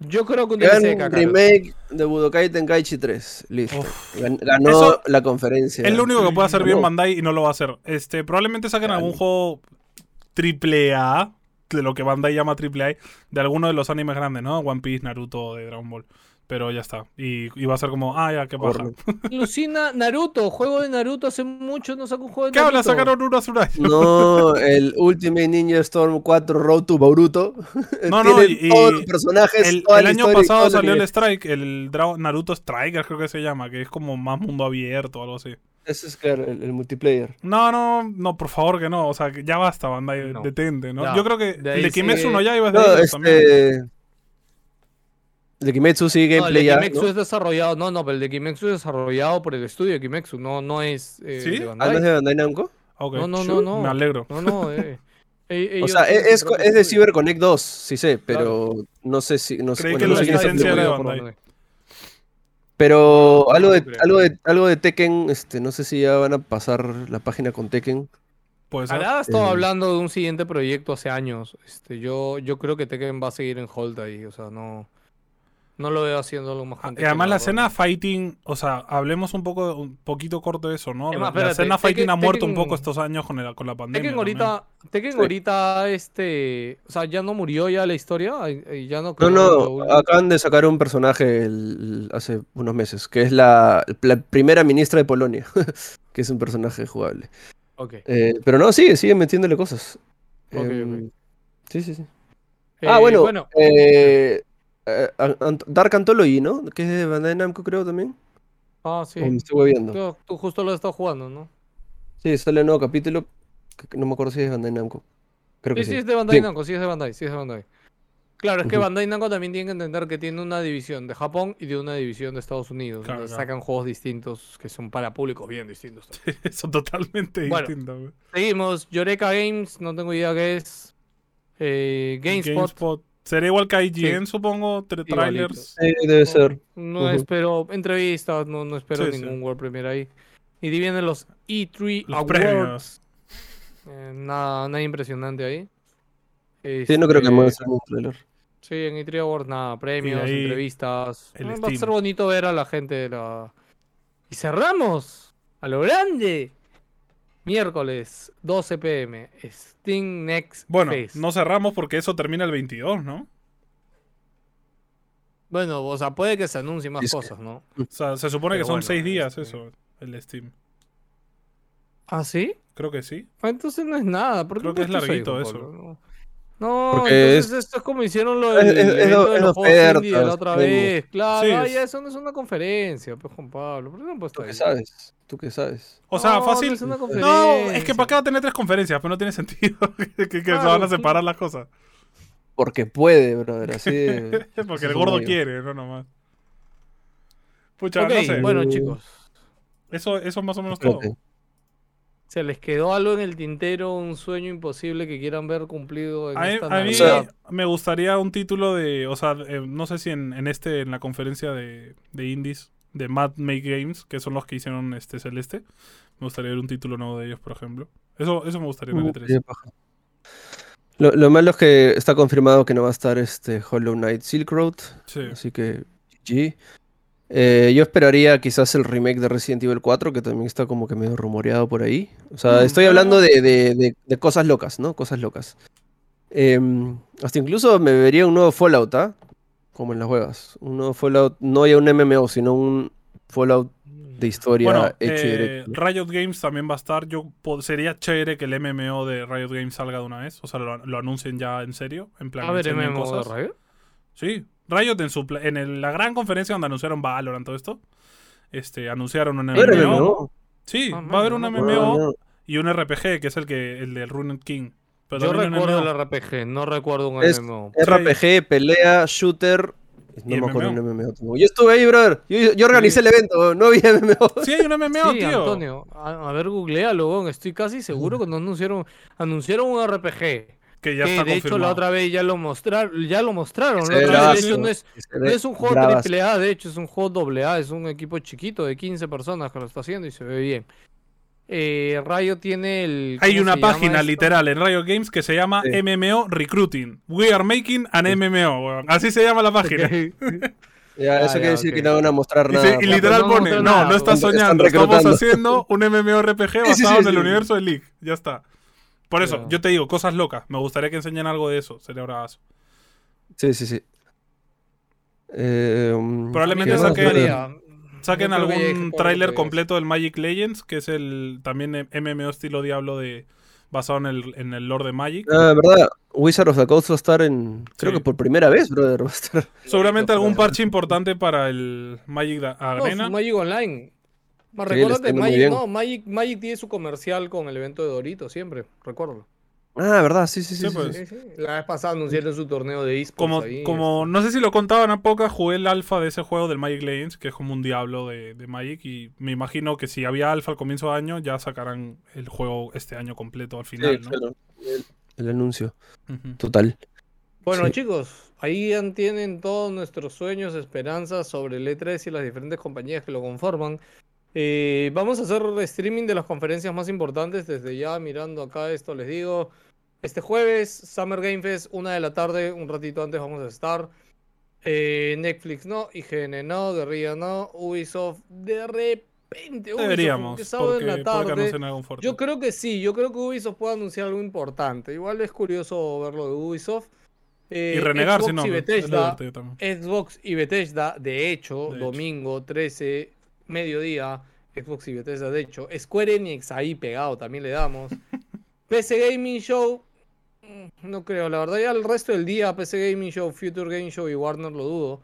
Speaker 1: Yo creo que un DLC de
Speaker 2: Gran
Speaker 1: Kakarot.
Speaker 2: remake de Budokai Tenkaichi 3. Listo. Gan- Ganó
Speaker 3: Eso-
Speaker 2: la conferencia.
Speaker 3: Es lo único que puede hacer bien
Speaker 2: No.
Speaker 3: Bandai y no lo va a hacer. Este, probablemente saquen
Speaker 2: Claro.
Speaker 3: algún juego triple A, de lo que Bandai llama triple A, de alguno de los animes grandes, ¿no? One Piece, Naruto, de Dragon Ball. Pero ya está. Y, y va a ser como, ah, ya, qué paja.
Speaker 2: Horrible.
Speaker 1: Lucina Naruto, juego de Naruto hace mucho, no sacó un juego de
Speaker 3: ¿Qué
Speaker 1: Naruto.
Speaker 3: habla? Sacaron uno hace un año.
Speaker 2: No, el Ultimate Ninja Storm 4 Road to Boruto.
Speaker 3: No, no,
Speaker 2: Tiene
Speaker 3: y- y
Speaker 2: todos los personajes.
Speaker 3: El,
Speaker 2: toda
Speaker 3: el
Speaker 2: la
Speaker 3: año
Speaker 2: historia y
Speaker 3: pasado
Speaker 2: todo lo
Speaker 3: salió
Speaker 2: que-
Speaker 3: el Strike, el Dra- Naruto Strikers creo que se llama, que es como más mundo abierto o algo así.
Speaker 2: Eso es claro, el, el multiplayer.
Speaker 3: No, no, no, por favor que no. O sea, que ya basta, Bandai,
Speaker 1: No.
Speaker 3: detente, ¿no?
Speaker 1: Ya.
Speaker 3: Yo creo que el
Speaker 1: De ahí
Speaker 3: de Kimetsu
Speaker 1: sigue-
Speaker 3: no ya ibas de
Speaker 2: No,
Speaker 3: ellos Ah, también.
Speaker 2: este. De Kimetsu sí,
Speaker 1: No, el
Speaker 2: gameplay
Speaker 1: de
Speaker 2: ya.
Speaker 1: Kimetsu
Speaker 2: ¿no?
Speaker 1: es desarrollado, no, no, pero el de Kimetsu es desarrollado por el estudio de Kimetsu, no, no es eh,
Speaker 3: ¿Sí?
Speaker 1: de
Speaker 2: Ah,
Speaker 1: Bandai.
Speaker 2: ¿no es de Bandai Namco?
Speaker 3: Ok,
Speaker 1: No, no,
Speaker 3: sure,
Speaker 1: no, no.
Speaker 3: Me alegro.
Speaker 1: No, no, eh, eh,
Speaker 2: O
Speaker 1: ellos
Speaker 2: sea,
Speaker 1: tienen
Speaker 2: es,
Speaker 1: su
Speaker 2: es,
Speaker 1: propio
Speaker 2: es de
Speaker 1: estudio.
Speaker 2: CyberConnect 2, sí sé, pero no sé si. No sé,
Speaker 3: Creí que
Speaker 2: no
Speaker 3: la
Speaker 2: sé quién es el
Speaker 3: licencia
Speaker 2: de-
Speaker 3: era de
Speaker 1: desarrollado por
Speaker 3: Bandai.
Speaker 2: Pero algo de,
Speaker 1: creo.
Speaker 2: algo de algo de Tekken, este, no sé si ya van a pasar la página con Tekken.
Speaker 3: Puede ser.
Speaker 1: Arada estaba
Speaker 2: Eh.
Speaker 1: hablando de un siguiente proyecto hace años. Este, yo, yo creo que Tekken va a seguir en hold ahí, o sea, no, no lo veo haciendo algo más.
Speaker 3: Ah,
Speaker 1: con
Speaker 3: Y
Speaker 1: Tekken,
Speaker 3: además la
Speaker 1: verdad.
Speaker 3: escena fighting, o sea, hablemos un poco, un poquito corto de eso, ¿no?
Speaker 1: Es
Speaker 3: La-
Speaker 1: más,
Speaker 3: la
Speaker 1: espérate,
Speaker 3: escena fighting
Speaker 1: Tekken-
Speaker 3: ha muerto un
Speaker 1: Tekken-
Speaker 3: poco estos años con, el- con la pandemia.
Speaker 1: Tekken
Speaker 3: también.
Speaker 1: ahorita, Tekken
Speaker 2: Sí.
Speaker 1: ahorita, este, o sea, ya no murió ya la historia, Ay, ay, ya no.
Speaker 2: No, ah,
Speaker 1: creo lo
Speaker 2: no,
Speaker 1: último.
Speaker 2: acaban de sacar un personaje el- hace unos meses, que es la, la primera ministra de Polonia, que es un personaje jugable.
Speaker 1: Ok.
Speaker 2: Eh, pero no, sigue, sigue metiéndole cosas.
Speaker 1: Ok, ok.
Speaker 2: Em, Sí, sí, sí.
Speaker 1: Eh,
Speaker 2: ah, bueno, eh, eh, An- Ant- Dark Anthology, ¿no? Que es de Bandai Namco, creo también.
Speaker 1: Ah, sí.
Speaker 2: O me estoy hueviando.
Speaker 1: Tú, tú justo lo estás jugando, ¿no?
Speaker 2: Sí, sale un nuevo capítulo. que- que No me acuerdo si es de Bandai Namco. Creo que
Speaker 1: Sí,
Speaker 2: sí.
Speaker 1: sí, es de Bandai
Speaker 2: Sí.
Speaker 1: Namco, sí es de Bandai, sí es de Bandai. Claro, es que
Speaker 2: Ujú.
Speaker 1: Bandai Namco también tiene que entender que tiene una división de Japón y de una división de Estados Unidos,
Speaker 3: Claro,
Speaker 1: donde
Speaker 3: claro.
Speaker 1: sacan juegos distintos que son para públicos bien distintos.
Speaker 3: Eso totalmente
Speaker 1: Bueno.
Speaker 3: distinto. güey.
Speaker 1: Seguimos, Yoreka Games, no tengo idea qué es. Eh, GameSpot,
Speaker 3: GameSpot. Será igual que IGN, supongo, tra-
Speaker 1: Igualito.
Speaker 3: trailers.
Speaker 2: Sí, debe ser.
Speaker 1: no
Speaker 2: Ujú.
Speaker 1: espero entrevistas, no, no espero
Speaker 3: Sí, sí.
Speaker 1: ningún World Premiere ahí. Y di vienen los E3
Speaker 3: Los
Speaker 1: Awards.
Speaker 3: premios.
Speaker 1: Eh, nada, nada impresionante ahí.
Speaker 2: Sí, no creo que
Speaker 1: Este,
Speaker 2: muestren un trailer.
Speaker 1: Sí, en E3 Awards, nada, premios,
Speaker 3: ahí
Speaker 1: entrevistas.
Speaker 3: el
Speaker 1: Ah, va a
Speaker 3: Steam.
Speaker 1: ser bonito ver a la gente de la. Y cerramos a lo grande. Miércoles, 12 pm, Steam Next
Speaker 3: Bueno,
Speaker 1: Fest.
Speaker 3: no cerramos porque eso termina el 22, ¿no?
Speaker 1: Bueno, o sea, puede que se anuncie más
Speaker 2: Dice-
Speaker 1: cosas, ¿no?
Speaker 3: O sea, se supone
Speaker 1: Pero
Speaker 3: que son
Speaker 1: bueno,
Speaker 3: seis días
Speaker 1: este-
Speaker 3: eso, el Steam.
Speaker 1: ¿Ah, sí?
Speaker 3: Creo que sí.
Speaker 1: Ah, Entonces no es nada. ¿Por qué
Speaker 3: Creo que es
Speaker 1: puesto
Speaker 3: larguito
Speaker 1: Juan
Speaker 3: eso.
Speaker 1: Pablo? No, No,
Speaker 2: Porque
Speaker 1: entonces esto es como hicieron lo
Speaker 2: Es-
Speaker 1: del
Speaker 2: es- es
Speaker 1: evento
Speaker 2: lo-
Speaker 1: de
Speaker 2: es
Speaker 1: los juegos
Speaker 2: ofertas,
Speaker 1: indie de la otra
Speaker 2: supongo.
Speaker 1: vez. Claro,
Speaker 3: Sí,
Speaker 1: ah,
Speaker 3: es-
Speaker 1: ya, eso no es una conferencia, pues, Juan Pablo. ¿Por qué no han puesto
Speaker 2: ¿Tú qué
Speaker 1: ahí?
Speaker 2: sabes? ¿Tú qué sabes?
Speaker 3: O sea,
Speaker 1: No, no
Speaker 3: fácil.
Speaker 1: es una
Speaker 3: No, es que
Speaker 1: conferencia.
Speaker 3: para qué va a tener tres conferencias, pero no tiene sentido que, que- que se
Speaker 1: Claro,
Speaker 3: van a
Speaker 1: sí.
Speaker 3: separar las cosas.
Speaker 2: Porque puede, brother. Así de-
Speaker 3: Porque el
Speaker 2: así
Speaker 3: gordo
Speaker 2: soy yo.
Speaker 3: quiere, no nomás. Pucha,
Speaker 1: Ok,
Speaker 3: no sé.
Speaker 1: bueno, Pues
Speaker 2: Mm.
Speaker 1: chicos.
Speaker 3: Eso, eso es más o menos todo.
Speaker 2: Espérate.
Speaker 1: Se les quedó algo en el tintero, un sueño imposible que quieran ver cumplido en
Speaker 3: A mí,
Speaker 1: esta
Speaker 3: a mí
Speaker 1: Navidad.
Speaker 3: me gustaría un título de, o sea, eh, no sé si en, en este, en la conferencia de, de indies de Mad Make Games, que son los que hicieron este Celeste, me gustaría ver un título nuevo de ellos, por ejemplo. Eso, eso me gustaría
Speaker 2: Uh,
Speaker 3: en el E E3.
Speaker 2: Lo, lo malo es que está confirmado que no va a estar este Hollow Knight Silk Road,
Speaker 3: Sí.
Speaker 2: así que GG. Eh, yo esperaría quizás el remake de Resident Evil 4, que también está como que medio rumoreado por ahí. O sea,
Speaker 3: Mm,
Speaker 2: estoy
Speaker 3: pero-
Speaker 2: hablando de, de- de- de cosas locas, ¿no? Cosas locas. Em, hasta incluso me vería un nuevo Fallout, ¿ah? Como en las juegas. Un nuevo Fallout, no ya un MMO, sino un Fallout de historia
Speaker 3: Bueno,
Speaker 2: hecho y
Speaker 3: eh,
Speaker 2: derecho.
Speaker 3: Riot Games también va a estar. Yo po- sería chévere que el MMO de Riot Games salga de una vez. O sea, lo, lo anuncien ya en serio. En plan,
Speaker 1: A ver,
Speaker 3: enseñen
Speaker 1: MMO de
Speaker 3: cosas.
Speaker 1: Riot.
Speaker 3: Sí, Riot en su pla- en el- la gran conferencia donde anunciaron Valorant todo esto, este anunciaron un
Speaker 2: ¿No era
Speaker 3: MMO.
Speaker 2: MMO?
Speaker 3: Sí,
Speaker 1: Ah,
Speaker 3: va a haber un
Speaker 1: mano, no
Speaker 3: MMO
Speaker 1: me
Speaker 2: Ah, no.
Speaker 3: y un RPG que es el que el del Runed King. Pero
Speaker 1: Yo
Speaker 3: también un
Speaker 1: recuerdo
Speaker 3: MMO.
Speaker 1: el RPG, no recuerdo un
Speaker 2: Es-
Speaker 1: MMO.
Speaker 2: RPG, pelea, shooter. No
Speaker 3: Y
Speaker 2: me acuerdo
Speaker 3: MMO.
Speaker 2: un MMO. tampoco. Yo estuve ahí, brother. Yo, yo organicé el evento, no había MMO.
Speaker 3: Sí, hay un MMO,
Speaker 1: sí,
Speaker 3: tío.
Speaker 1: Antonio, a, a ver, googlealo, weón. Estoy casi seguro que no anunciaron, anunciaron un RPG.
Speaker 3: Que ya
Speaker 1: que
Speaker 3: está
Speaker 1: de hecho la
Speaker 3: confirmado.
Speaker 1: otra vez ya lo mostraron, ya lo mostraron.
Speaker 2: Se
Speaker 1: la
Speaker 2: ve
Speaker 1: otra vez,
Speaker 3: bravazo.
Speaker 1: de hecho, no es,
Speaker 2: Se
Speaker 1: no
Speaker 2: ve
Speaker 1: es un juego
Speaker 2: bravazo.
Speaker 1: triple A, de hecho es un juego doble A, es un equipo chiquito de 15 personas que lo está haciendo y se ve bien. Eh, Rayo tiene el.
Speaker 3: Hay
Speaker 1: ¿cómo
Speaker 3: una
Speaker 1: se llama
Speaker 3: página
Speaker 1: esto?
Speaker 3: literal en Riot Games que se llama
Speaker 2: Sí.
Speaker 3: MMO Recruiting. We are making an MMO. weón. Así se llama la página.
Speaker 2: Ya,
Speaker 1: Ah,
Speaker 2: eso quiere
Speaker 1: ya,
Speaker 2: decir
Speaker 1: ok.
Speaker 2: que no van a mostrar
Speaker 3: Y,
Speaker 2: nada.
Speaker 3: se- y
Speaker 2: pues.
Speaker 3: literal
Speaker 1: no
Speaker 3: pone, no,
Speaker 1: muestran
Speaker 3: no,
Speaker 1: nada,
Speaker 3: estás
Speaker 2: están
Speaker 3: soñando, estamos
Speaker 2: reclutando".
Speaker 3: haciendo un MMORPG basado
Speaker 2: Sí, sí, sí,
Speaker 3: en el
Speaker 2: sí.
Speaker 3: universo de League, ya está. Por eso,
Speaker 1: Ya.
Speaker 3: yo te digo, cosas locas, me gustaría que enseñen algo de eso, sería bravazo.
Speaker 2: Sí, sí, sí. Eh, um,
Speaker 3: Probablemente
Speaker 2: ¿qué más?
Speaker 3: saquen-
Speaker 2: Bueno,
Speaker 3: Saquen
Speaker 1: No creo que llegue a
Speaker 3: algún
Speaker 1: Japón, no
Speaker 3: tráiler
Speaker 1: creo que llegue.
Speaker 3: completo del Magic Legends, que es el también eh, MMO estilo Diablo de basado en el, en el lore de Magic.
Speaker 2: Ah, verdad, Wizard of the Coast va a estar en. Creo
Speaker 3: Sí.
Speaker 2: que por primera vez, brother. Va a estar.
Speaker 3: Seguramente
Speaker 2: Pero-
Speaker 3: algún parche importante para el Magic da-
Speaker 1: No,
Speaker 3: Arena.
Speaker 1: su Magic Online. Más
Speaker 2: Sí, le está
Speaker 1: recuérdate,
Speaker 2: yendo muy
Speaker 1: Magic,
Speaker 2: bien.
Speaker 1: no, Magic, Magic tiene su comercial con el evento de Dorito siempre, recuerdo.
Speaker 2: Ah, verdad, sí, sí, sí.
Speaker 3: Sí,
Speaker 2: sí,
Speaker 3: pues.
Speaker 2: sí.
Speaker 1: Sí, sí. La vez pasada anunciaron su torneo de esports.
Speaker 3: Como,
Speaker 1: Pues ahí,
Speaker 3: como no sé si lo contaban a poca, jugué el alfa de ese juego del Magic Legends, que es como un diablo de, de Magic, y me imagino que si había alfa al comienzo de año, ya sacarán el juego este año completo al final, ¿no?
Speaker 2: claro. El- El anuncio.
Speaker 3: Ujú.
Speaker 2: Total.
Speaker 1: Bueno,
Speaker 2: Sí.
Speaker 1: chicos, ahí an- tienen todos nuestros sueños, esperanzas sobre el E3 y las diferentes compañías que lo conforman. Eh, vamos a hacer streaming de las conferencias más importantes desde ya, mirando acá esto, les digo. Este jueves, Summer Game Fest, una de la tarde, un ratito antes vamos a estar. Eh, Netflix no, IGN no, Guerrilla no, Ubisoft de repente. Ubisoft,
Speaker 3: Deberíamos,
Speaker 1: como que sábado en
Speaker 3: porque
Speaker 1: la
Speaker 3: puede que
Speaker 1: tarde.
Speaker 3: anuncien algo en Fortnite.
Speaker 1: Yo creo que sí, yo creo que Ubisoft puede anunciar algo importante. Igual es curioso verlo de Ubisoft. Eh,
Speaker 3: Y renegar,
Speaker 1: Xbox
Speaker 3: si no,
Speaker 1: y
Speaker 3: es
Speaker 1: Bethesda,
Speaker 3: divertido también.
Speaker 1: Xbox y Bethesda, de hecho,
Speaker 3: De hecho.
Speaker 1: domingo 13, mediodía, Xbox y Bethesda, de hecho. Square Enix ahí pegado, también le damos. PC Gaming Show, mm, no creo, la verdad ya el resto del día, PC Gaming Show, Future Game Show y Warner lo dudo.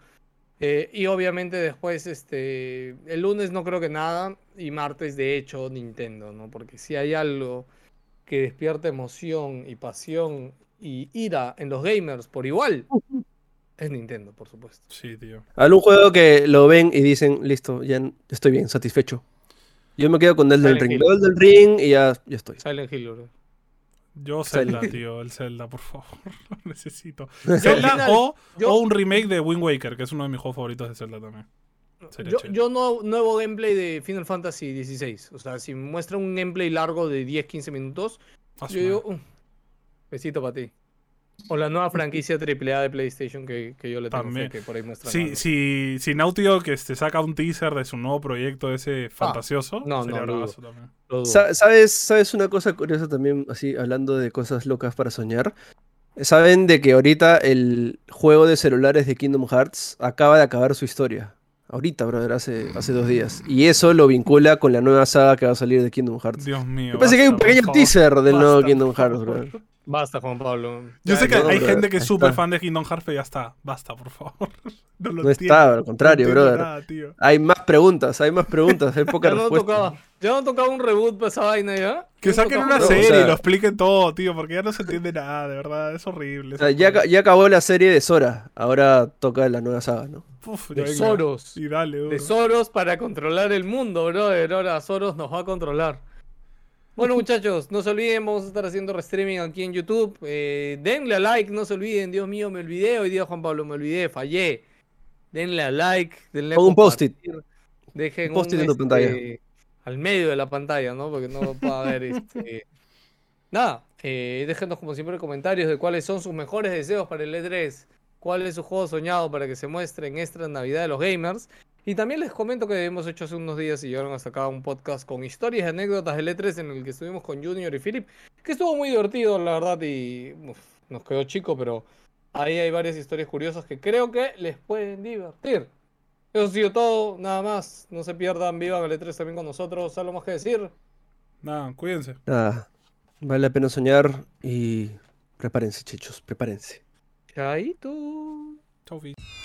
Speaker 1: Eh, y obviamente después, este, el lunes no creo que nada, y martes de hecho Nintendo, ¿no? Porque si hay algo que despierta emoción y pasión y ira en los gamers por igual, es Nintendo, por supuesto.
Speaker 3: Sí, tío.
Speaker 2: Algún juego que lo ven y dicen, listo, ya n- estoy bien, satisfecho. Yo me quedo con el del
Speaker 1: Silent
Speaker 2: ring.
Speaker 1: Hill.
Speaker 2: El del ring y ya, ya estoy.
Speaker 1: Silent Hill, bro.
Speaker 3: Yo Zelda,
Speaker 2: Excelente.
Speaker 3: tío, el Zelda, por favor, lo necesito.
Speaker 1: Al
Speaker 3: Zelda
Speaker 1: final,
Speaker 3: o,
Speaker 1: yo-
Speaker 3: o un remake de Wind Waker, que es uno de mis juegos favoritos de Zelda también. Sería
Speaker 1: Yo,
Speaker 3: chévere.
Speaker 1: yo no, nuevo gameplay de Final Fantasy XVI. O sea, si muestra un gameplay largo de 10-15 minutos,
Speaker 3: Ah, su
Speaker 1: Yo digo, "Uh, besito para ti. O la nueva franquicia AAA de PlayStation que, que yo le tengo fe
Speaker 3: También.
Speaker 1: que por ahí muestra.
Speaker 3: Si, si, si Naughty Dog este, saca un teaser de su nuevo proyecto ese
Speaker 2: Ah.
Speaker 3: fantasioso,
Speaker 1: no,
Speaker 3: sería
Speaker 1: no, dudo.
Speaker 3: bravazo también.
Speaker 2: Sa- ¿Sabes, ¿Sabes una cosa curiosa también, así hablando de cosas locas para soñar? Saben de que ahorita el juego de celulares de Kingdom Hearts acaba de acabar su historia. Ahorita, brother, hace, hace dos días. Y eso lo vincula con la nueva saga que va a salir de Kingdom Hearts.
Speaker 3: Dios mío.
Speaker 2: Yo pensé que hay un
Speaker 3: basta,
Speaker 2: pequeño
Speaker 3: por favor.
Speaker 2: teaser del nuevo
Speaker 3: Basta,
Speaker 2: Kingdom
Speaker 3: por
Speaker 2: Hearts,
Speaker 3: favor.
Speaker 2: brother.
Speaker 1: Basta, Juan Pablo.
Speaker 3: Yo sé que
Speaker 2: no,
Speaker 3: hay
Speaker 2: brother,
Speaker 3: gente que es
Speaker 2: ahí
Speaker 3: súper
Speaker 2: está.
Speaker 3: fan de Kingdom Hearts, pero ya está. Basta, por favor. No, lo
Speaker 2: No
Speaker 3: entiendo,
Speaker 2: está, al contrario,
Speaker 3: no entiendo
Speaker 2: brother.
Speaker 3: nada, tío.
Speaker 2: Hay más preguntas, hay más preguntas, hay
Speaker 1: Ya
Speaker 2: pocas
Speaker 1: no
Speaker 2: respuestas.
Speaker 1: tocaba. Ya no tocaba un reboot para esa vaina ya.
Speaker 3: Que
Speaker 1: Ya no
Speaker 3: saquen
Speaker 1: tocaba
Speaker 3: una
Speaker 1: un reboot.
Speaker 3: serie
Speaker 2: sea-
Speaker 3: y lo expliquen todo, tío, porque ya no se entiende nada, de verdad. Es horrible.
Speaker 2: O sea, ya, ca- ya acabó la serie de Sora, ahora toca la nueva saga, ¿no?
Speaker 3: Uf, ya
Speaker 1: De
Speaker 3: venga.
Speaker 1: Soros.
Speaker 3: Y dale, duro.
Speaker 1: De Soros para controlar el mundo, brother. Ahora Soros nos va a controlar. Bueno, muchachos, no se olviden, vamos a estar haciendo restreaming aquí en YouTube. Eh, denle a like, no se olviden. Dios mío, me olvidé. Hoy día, Juan Pablo, me olvidé, fallé. Denle a like, denle a
Speaker 2: Pon un
Speaker 1: compartir.
Speaker 2: post-it.
Speaker 1: Dejen
Speaker 2: Un post-it en tu
Speaker 1: este,
Speaker 2: pantalla.
Speaker 1: Al medio de la pantalla, ¿no? Porque no pueda haber este. Nada, eh, déjenos como siempre comentarios de cuáles son sus mejores deseos para el E3, cuál es su juego soñado para que se muestre en esta Navidad de los gamers. Y también les comento que hemos hecho hace unos días y llegaron hasta acá un podcast con historias y anécdotas del E3 en el que estuvimos con Junior y Philip, que estuvo muy divertido, la verdad, y uf, nos quedó chico, pero ahí hay varias historias curiosas que creo que les pueden divertir. Eso ha sido todo, nada más. No se pierdan, vivan el E3 también con nosotros, algo más que decir.
Speaker 3: Nada, cuídense.
Speaker 2: Nada, vale la pena soñar y prepárense, chicos, prepárense.
Speaker 1: Chaito.
Speaker 3: Chau, fi.